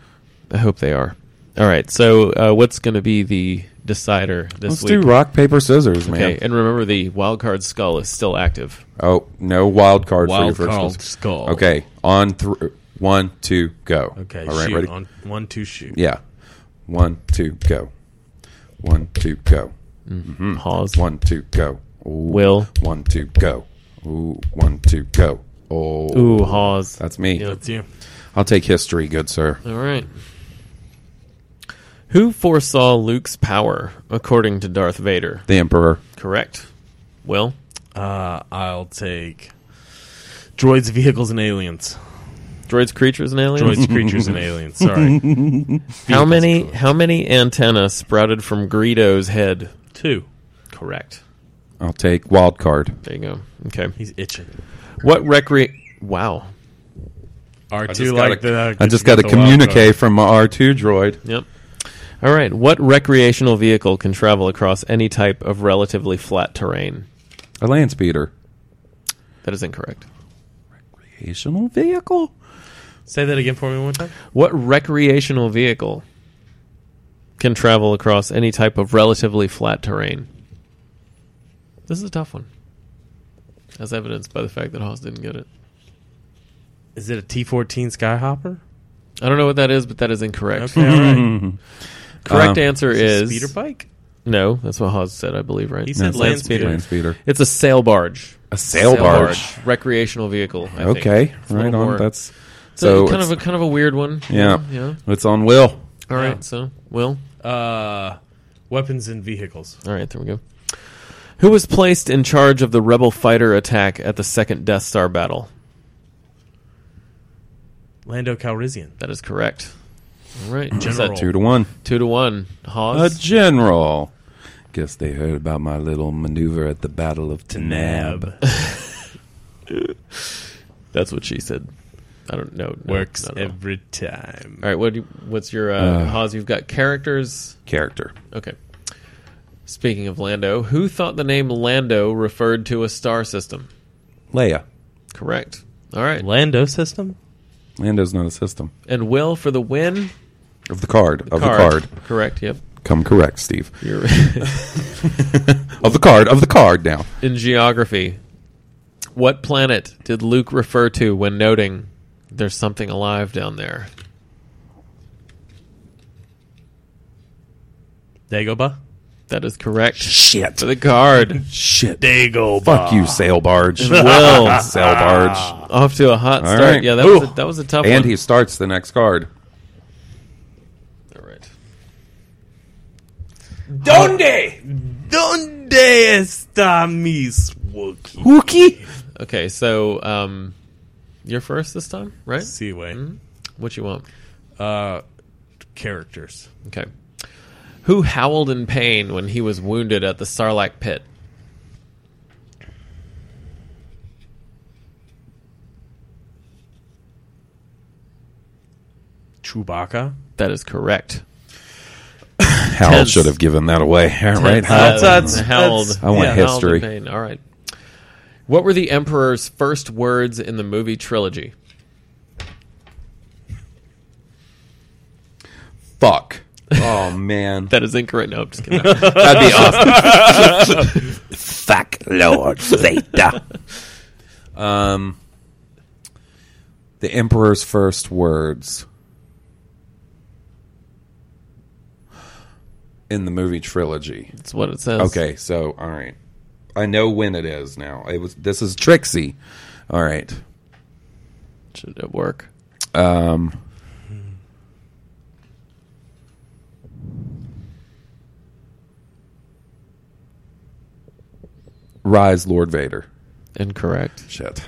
[SPEAKER 10] I hope they are. All right. So, uh, what's going to be the decider this
[SPEAKER 4] Let's do
[SPEAKER 10] week?
[SPEAKER 4] rock, paper, scissors, man.
[SPEAKER 10] Okay, and remember the wild card skull is still active.
[SPEAKER 4] Oh, no wild card
[SPEAKER 10] Wild
[SPEAKER 4] for your first
[SPEAKER 10] card
[SPEAKER 4] one.
[SPEAKER 10] skull.
[SPEAKER 4] Okay, on thr one, two, go.
[SPEAKER 7] Okay,
[SPEAKER 4] all right,
[SPEAKER 7] shoot.
[SPEAKER 4] ready?
[SPEAKER 7] On one, two, shoot.
[SPEAKER 4] Yeah, one, two, go. One, two, go. Mm-hmm.
[SPEAKER 10] Pause.
[SPEAKER 4] One, two, go. Ooh.
[SPEAKER 10] Will.
[SPEAKER 4] One, two, go. Ooh, one, two, go. Oh,
[SPEAKER 10] Ooh, Hawes.
[SPEAKER 4] That's me.
[SPEAKER 10] Yeah, that's you.
[SPEAKER 4] I'll take history, good sir.
[SPEAKER 10] All right. Who foresaw Luke's power, according to Darth Vader?
[SPEAKER 4] The Emperor.
[SPEAKER 10] Correct. Will?
[SPEAKER 7] Uh, I'll take droids, vehicles, and aliens.
[SPEAKER 10] Droids, creatures, and aliens.
[SPEAKER 7] Droids, creatures, and aliens. Sorry.
[SPEAKER 10] how many? How many antennae sprouted from Greedo's head?
[SPEAKER 7] Two.
[SPEAKER 10] Correct.
[SPEAKER 4] I'll take wild card.
[SPEAKER 10] There you go. Okay.
[SPEAKER 7] He's itching.
[SPEAKER 10] What recre? Wow.
[SPEAKER 7] R two like the. uh,
[SPEAKER 4] I just got to
[SPEAKER 10] the wild
[SPEAKER 4] communicate from my R2 droid.
[SPEAKER 10] Yep. All right. What recreational vehicle can travel across any type of relatively flat terrain?
[SPEAKER 4] A land speeder.
[SPEAKER 10] That is incorrect.
[SPEAKER 4] Recreational vehicle?
[SPEAKER 7] Say that again for me one time.
[SPEAKER 10] What recreational vehicle can travel across any type of relatively flat terrain? This is a tough one, as evidenced by the fact that Haas didn't get it.
[SPEAKER 7] Is it a T fourteen Skyhopper?
[SPEAKER 10] I don't know what that is, but that is incorrect.
[SPEAKER 7] Okay, all right.
[SPEAKER 10] Correct
[SPEAKER 7] Um,
[SPEAKER 10] answer
[SPEAKER 7] Is it
[SPEAKER 10] is,
[SPEAKER 7] a speeder bike?
[SPEAKER 10] No, that's what Haas said, I believe, right?
[SPEAKER 7] He said No, it's land land speeder. speeder.
[SPEAKER 4] Land speeder.
[SPEAKER 10] It's a sail barge.
[SPEAKER 4] A sail barge.
[SPEAKER 10] recreational vehicle. I think.
[SPEAKER 4] Okay,
[SPEAKER 10] It's a
[SPEAKER 4] right
[SPEAKER 10] little
[SPEAKER 4] on.
[SPEAKER 10] more-
[SPEAKER 4] That's
[SPEAKER 10] It's so kind
[SPEAKER 4] it's-
[SPEAKER 10] of a kind of a weird one.
[SPEAKER 4] Yeah,
[SPEAKER 10] yeah.
[SPEAKER 4] It's on Will.
[SPEAKER 10] All right, so Will.
[SPEAKER 7] Uh, weapons and vehicles.
[SPEAKER 10] All right, there we go. Who was placed in charge of the rebel fighter attack at the second Death Star battle?
[SPEAKER 7] Lando Calrissian.
[SPEAKER 10] That is correct. All right,
[SPEAKER 7] General.
[SPEAKER 10] is that
[SPEAKER 4] Two to one.
[SPEAKER 10] Two to one.
[SPEAKER 4] A
[SPEAKER 10] Hawes.
[SPEAKER 4] general. Guess they heard about my little maneuver at the Battle of Tanab.
[SPEAKER 10] That's what she said. I don't know. No,
[SPEAKER 7] Works
[SPEAKER 10] not at all.
[SPEAKER 7] every time.
[SPEAKER 10] All right, what do you, what's your uh,
[SPEAKER 4] Uh,
[SPEAKER 10] Haas? You've got characters.
[SPEAKER 4] Character.
[SPEAKER 10] Okay. Speaking of Lando, who thought the name Lando referred to a star system?
[SPEAKER 4] Leia.
[SPEAKER 10] Correct. All right.
[SPEAKER 7] Lando system.
[SPEAKER 4] Lando's not a system.
[SPEAKER 10] And Will for the win.
[SPEAKER 4] Of the card. of the card.
[SPEAKER 10] Correct. Yep.
[SPEAKER 4] Come correct, Steve.
[SPEAKER 10] You're-
[SPEAKER 4] of the card. Of the card now.
[SPEAKER 10] In geography, what planet did Luke refer to when noting there's something alive down there?
[SPEAKER 7] Dagobah.
[SPEAKER 10] That is correct. Shit. For the card.
[SPEAKER 4] Shit.
[SPEAKER 10] Dago.
[SPEAKER 4] Fuck you, sail barge.
[SPEAKER 10] Will.
[SPEAKER 4] sail barge.
[SPEAKER 10] Off to a hot
[SPEAKER 4] All
[SPEAKER 10] start.
[SPEAKER 4] right.
[SPEAKER 10] Yeah, that was a, that was a tough
[SPEAKER 4] And
[SPEAKER 10] one.
[SPEAKER 4] he starts the next card.
[SPEAKER 8] Donde? Donde está mis Wookie?
[SPEAKER 10] Wookie. Okay, so um, you're first this time, right? Seaway. What you want? Uh, characters. Okay. Who howled in pain when he was wounded at the Sarlacc pit?
[SPEAKER 8] Chewbacca.
[SPEAKER 10] That is correct.
[SPEAKER 4] Howell should have given that away. All right.
[SPEAKER 10] Tense.
[SPEAKER 4] Howell.
[SPEAKER 10] Uh, That's- that's-
[SPEAKER 4] I want
[SPEAKER 10] yeah, howled in
[SPEAKER 4] history.
[SPEAKER 10] pain. All right. What were the Emperor's first words in the movie trilogy?
[SPEAKER 4] Fuck. Oh man,
[SPEAKER 10] that is incorrect. No, I'm just kidding.
[SPEAKER 4] That'd be awesome. Fuck Lord Vader. Um, the Emperor's first words in the movie trilogy.
[SPEAKER 10] That's what it says.
[SPEAKER 4] Okay, so all right, I know when it is now. It was this is Trixie. All right,
[SPEAKER 10] should it work?
[SPEAKER 4] Um. Rise, Lord Vader.
[SPEAKER 10] Incorrect.
[SPEAKER 4] Shit.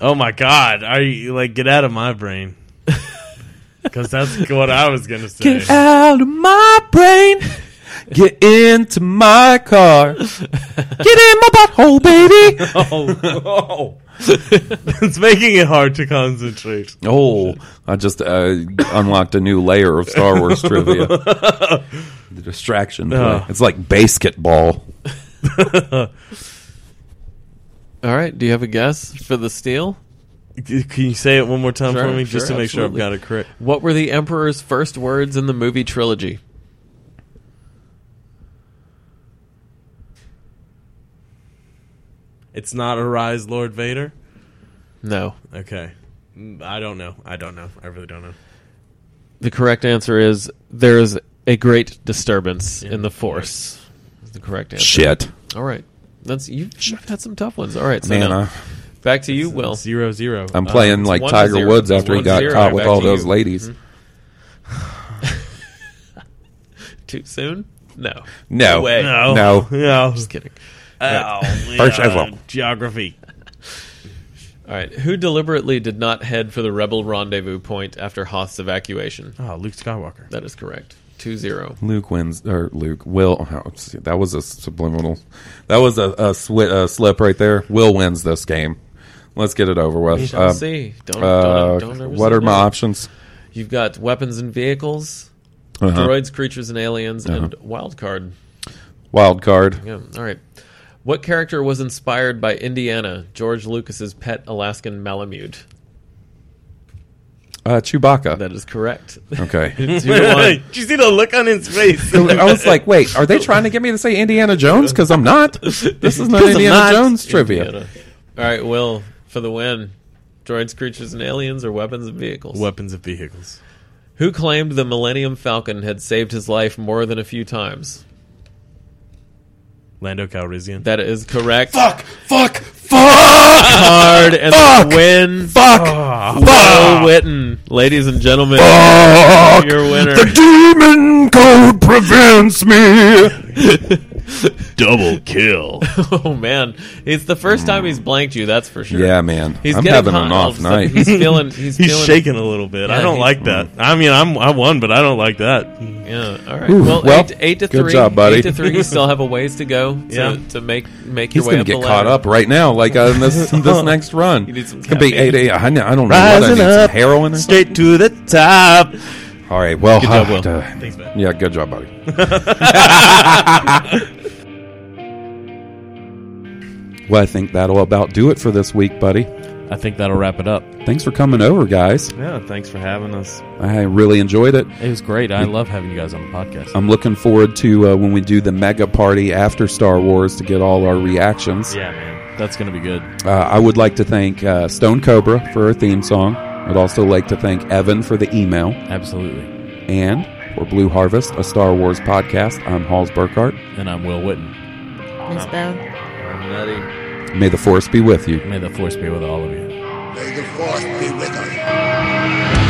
[SPEAKER 7] Oh my god! Are you like get out of my brain? Because that's what I was gonna say.
[SPEAKER 4] Get out of my brain. Get into my car. Get in my butthole, baby.
[SPEAKER 7] Oh, it's making it hard to concentrate.
[SPEAKER 4] Oh, I just uh, unlocked a new layer of Star Wars trivia. The distraction. play.
[SPEAKER 10] Oh.
[SPEAKER 4] It's like basketball.
[SPEAKER 10] All right. Do you have a guess for the steal?
[SPEAKER 7] Can you say it one more time for me, just to make sure I've got it correct?
[SPEAKER 10] What were the Emperor's first words in the movie trilogy?
[SPEAKER 7] It's not Arise, Lord Vader.
[SPEAKER 10] No.
[SPEAKER 7] Okay, Mm, I don't know. I don't know. I really don't know.
[SPEAKER 10] The correct answer is there is a great disturbance in the Force. Is the correct answer.
[SPEAKER 4] Shit.
[SPEAKER 10] All right. That's you've, you've had some tough ones. All right, so
[SPEAKER 4] Man,
[SPEAKER 10] now,
[SPEAKER 4] I-
[SPEAKER 10] back to you, Will.
[SPEAKER 7] Zero zero.
[SPEAKER 4] I'm playing like Tiger Woods after he got caught with all those ladies.
[SPEAKER 10] Mm-hmm. Too soon? No.
[SPEAKER 4] No.
[SPEAKER 10] way.
[SPEAKER 4] No. No.
[SPEAKER 7] No.
[SPEAKER 10] Just kidding.
[SPEAKER 7] Oh,
[SPEAKER 4] First yeah, level.
[SPEAKER 7] Geography.
[SPEAKER 10] All right. Who deliberately did not head for the rebel rendezvous point after Hoth's evacuation?
[SPEAKER 7] Oh, Luke Skywalker.
[SPEAKER 10] That is correct. 2 0.
[SPEAKER 4] Luke wins, or Luke will. oh, see, that was a subliminal. That was a, a, swi a slip right there. Will wins this game. Let's get it over with.
[SPEAKER 10] We shall
[SPEAKER 4] Um,
[SPEAKER 10] see. Don't,
[SPEAKER 4] uh,
[SPEAKER 10] don't, don't ever
[SPEAKER 4] what
[SPEAKER 10] say
[SPEAKER 4] are my
[SPEAKER 10] no.
[SPEAKER 4] options?
[SPEAKER 10] You've got weapons and vehicles,
[SPEAKER 4] Uh-huh.
[SPEAKER 10] droids, creatures, and aliens,
[SPEAKER 4] Uh-huh.
[SPEAKER 10] and wild card.
[SPEAKER 4] Wild card.
[SPEAKER 10] Yeah. All right. What character was inspired by Indiana, George Lucas's pet Alaskan Malamute?
[SPEAKER 4] Uh, Chewbacca.
[SPEAKER 10] That is correct.
[SPEAKER 4] Okay.
[SPEAKER 10] Two to one.
[SPEAKER 7] Did you see the look on his face?
[SPEAKER 4] I was like, wait, are they trying to get me to say Indiana Jones? Because I'm not. This is not
[SPEAKER 10] 'Cause I'm
[SPEAKER 4] Indiana
[SPEAKER 10] not.
[SPEAKER 4] Jones trivia.
[SPEAKER 10] Indiana. All right, Will, for the win. Droids, creatures, and aliens, or weapons and vehicles?
[SPEAKER 7] Weapons and vehicles.
[SPEAKER 10] Who claimed the Millennium Falcon had saved his life more than a few times?
[SPEAKER 7] Lando Calrissian.
[SPEAKER 10] That is correct.
[SPEAKER 7] Fuck! Fuck!
[SPEAKER 10] Fuck! Card and
[SPEAKER 7] Fuck!
[SPEAKER 10] the win.
[SPEAKER 4] Fuck!
[SPEAKER 10] Will Witten, ladies and gentlemen,
[SPEAKER 4] Ah.
[SPEAKER 10] your winner.
[SPEAKER 4] The demon code prevents me.
[SPEAKER 10] Double kill. oh man, it's the first time he's blanked you. That's for sure.
[SPEAKER 4] Yeah, man.
[SPEAKER 10] He's
[SPEAKER 4] I'm
[SPEAKER 10] getting
[SPEAKER 4] having
[SPEAKER 10] hot
[SPEAKER 4] an
[SPEAKER 10] all
[SPEAKER 4] off
[SPEAKER 10] of a sudden.
[SPEAKER 4] night.
[SPEAKER 10] He's feeling. He's,
[SPEAKER 7] He's
[SPEAKER 10] feeling,
[SPEAKER 7] shaking a little bit. I
[SPEAKER 10] Yeah,
[SPEAKER 7] don't
[SPEAKER 10] he-
[SPEAKER 7] like that. I mean, I'm I won, but I don't like that.
[SPEAKER 10] Yeah. All right.
[SPEAKER 7] Ooh,
[SPEAKER 10] well,
[SPEAKER 7] well,
[SPEAKER 10] eight, eight to
[SPEAKER 7] good
[SPEAKER 10] three.
[SPEAKER 7] job, buddy.
[SPEAKER 10] Eight to three. You still have a ways to go. To,
[SPEAKER 7] Yeah.
[SPEAKER 10] To make make
[SPEAKER 4] He's
[SPEAKER 10] your way
[SPEAKER 4] gonna
[SPEAKER 10] up the
[SPEAKER 4] get
[SPEAKER 10] ladder.
[SPEAKER 4] caught up right now, like uh, in this this next run.
[SPEAKER 10] You need some
[SPEAKER 4] it's gonna be eight
[SPEAKER 10] caffeine.
[SPEAKER 4] a.m. I, know- I don't know what I need. Some heroin. Or
[SPEAKER 7] straight to the top.
[SPEAKER 4] All right. Well,
[SPEAKER 7] Good job,
[SPEAKER 4] uh,
[SPEAKER 7] Will.
[SPEAKER 4] uh,
[SPEAKER 7] Thanks, man.
[SPEAKER 4] Yeah, good job, buddy. well, I think that'll about do it for this week, buddy.
[SPEAKER 7] I think that'll wrap it up.
[SPEAKER 4] Thanks for coming over, guys.
[SPEAKER 9] Yeah, thanks for having us.
[SPEAKER 4] I really enjoyed it.
[SPEAKER 7] It was great. I love having you guys on the podcast.
[SPEAKER 4] I'm looking forward to uh, when we do the mega party after Star Wars to get all our reactions.
[SPEAKER 7] Yeah, man. That's going to be good.
[SPEAKER 4] Uh, I would like to thank uh, Stone Cobra for her theme song. I'd also like to thank Evan for the email.
[SPEAKER 7] Absolutely.
[SPEAKER 4] And for Blue Harvest, a Star Wars podcast. I'm Halls Burkhart.
[SPEAKER 7] And I'm Will Witten.
[SPEAKER 6] Miss Bone.
[SPEAKER 13] I'm nutty.
[SPEAKER 4] May the Force be with you.
[SPEAKER 7] May the force be with all of you.
[SPEAKER 1] May the force be with us.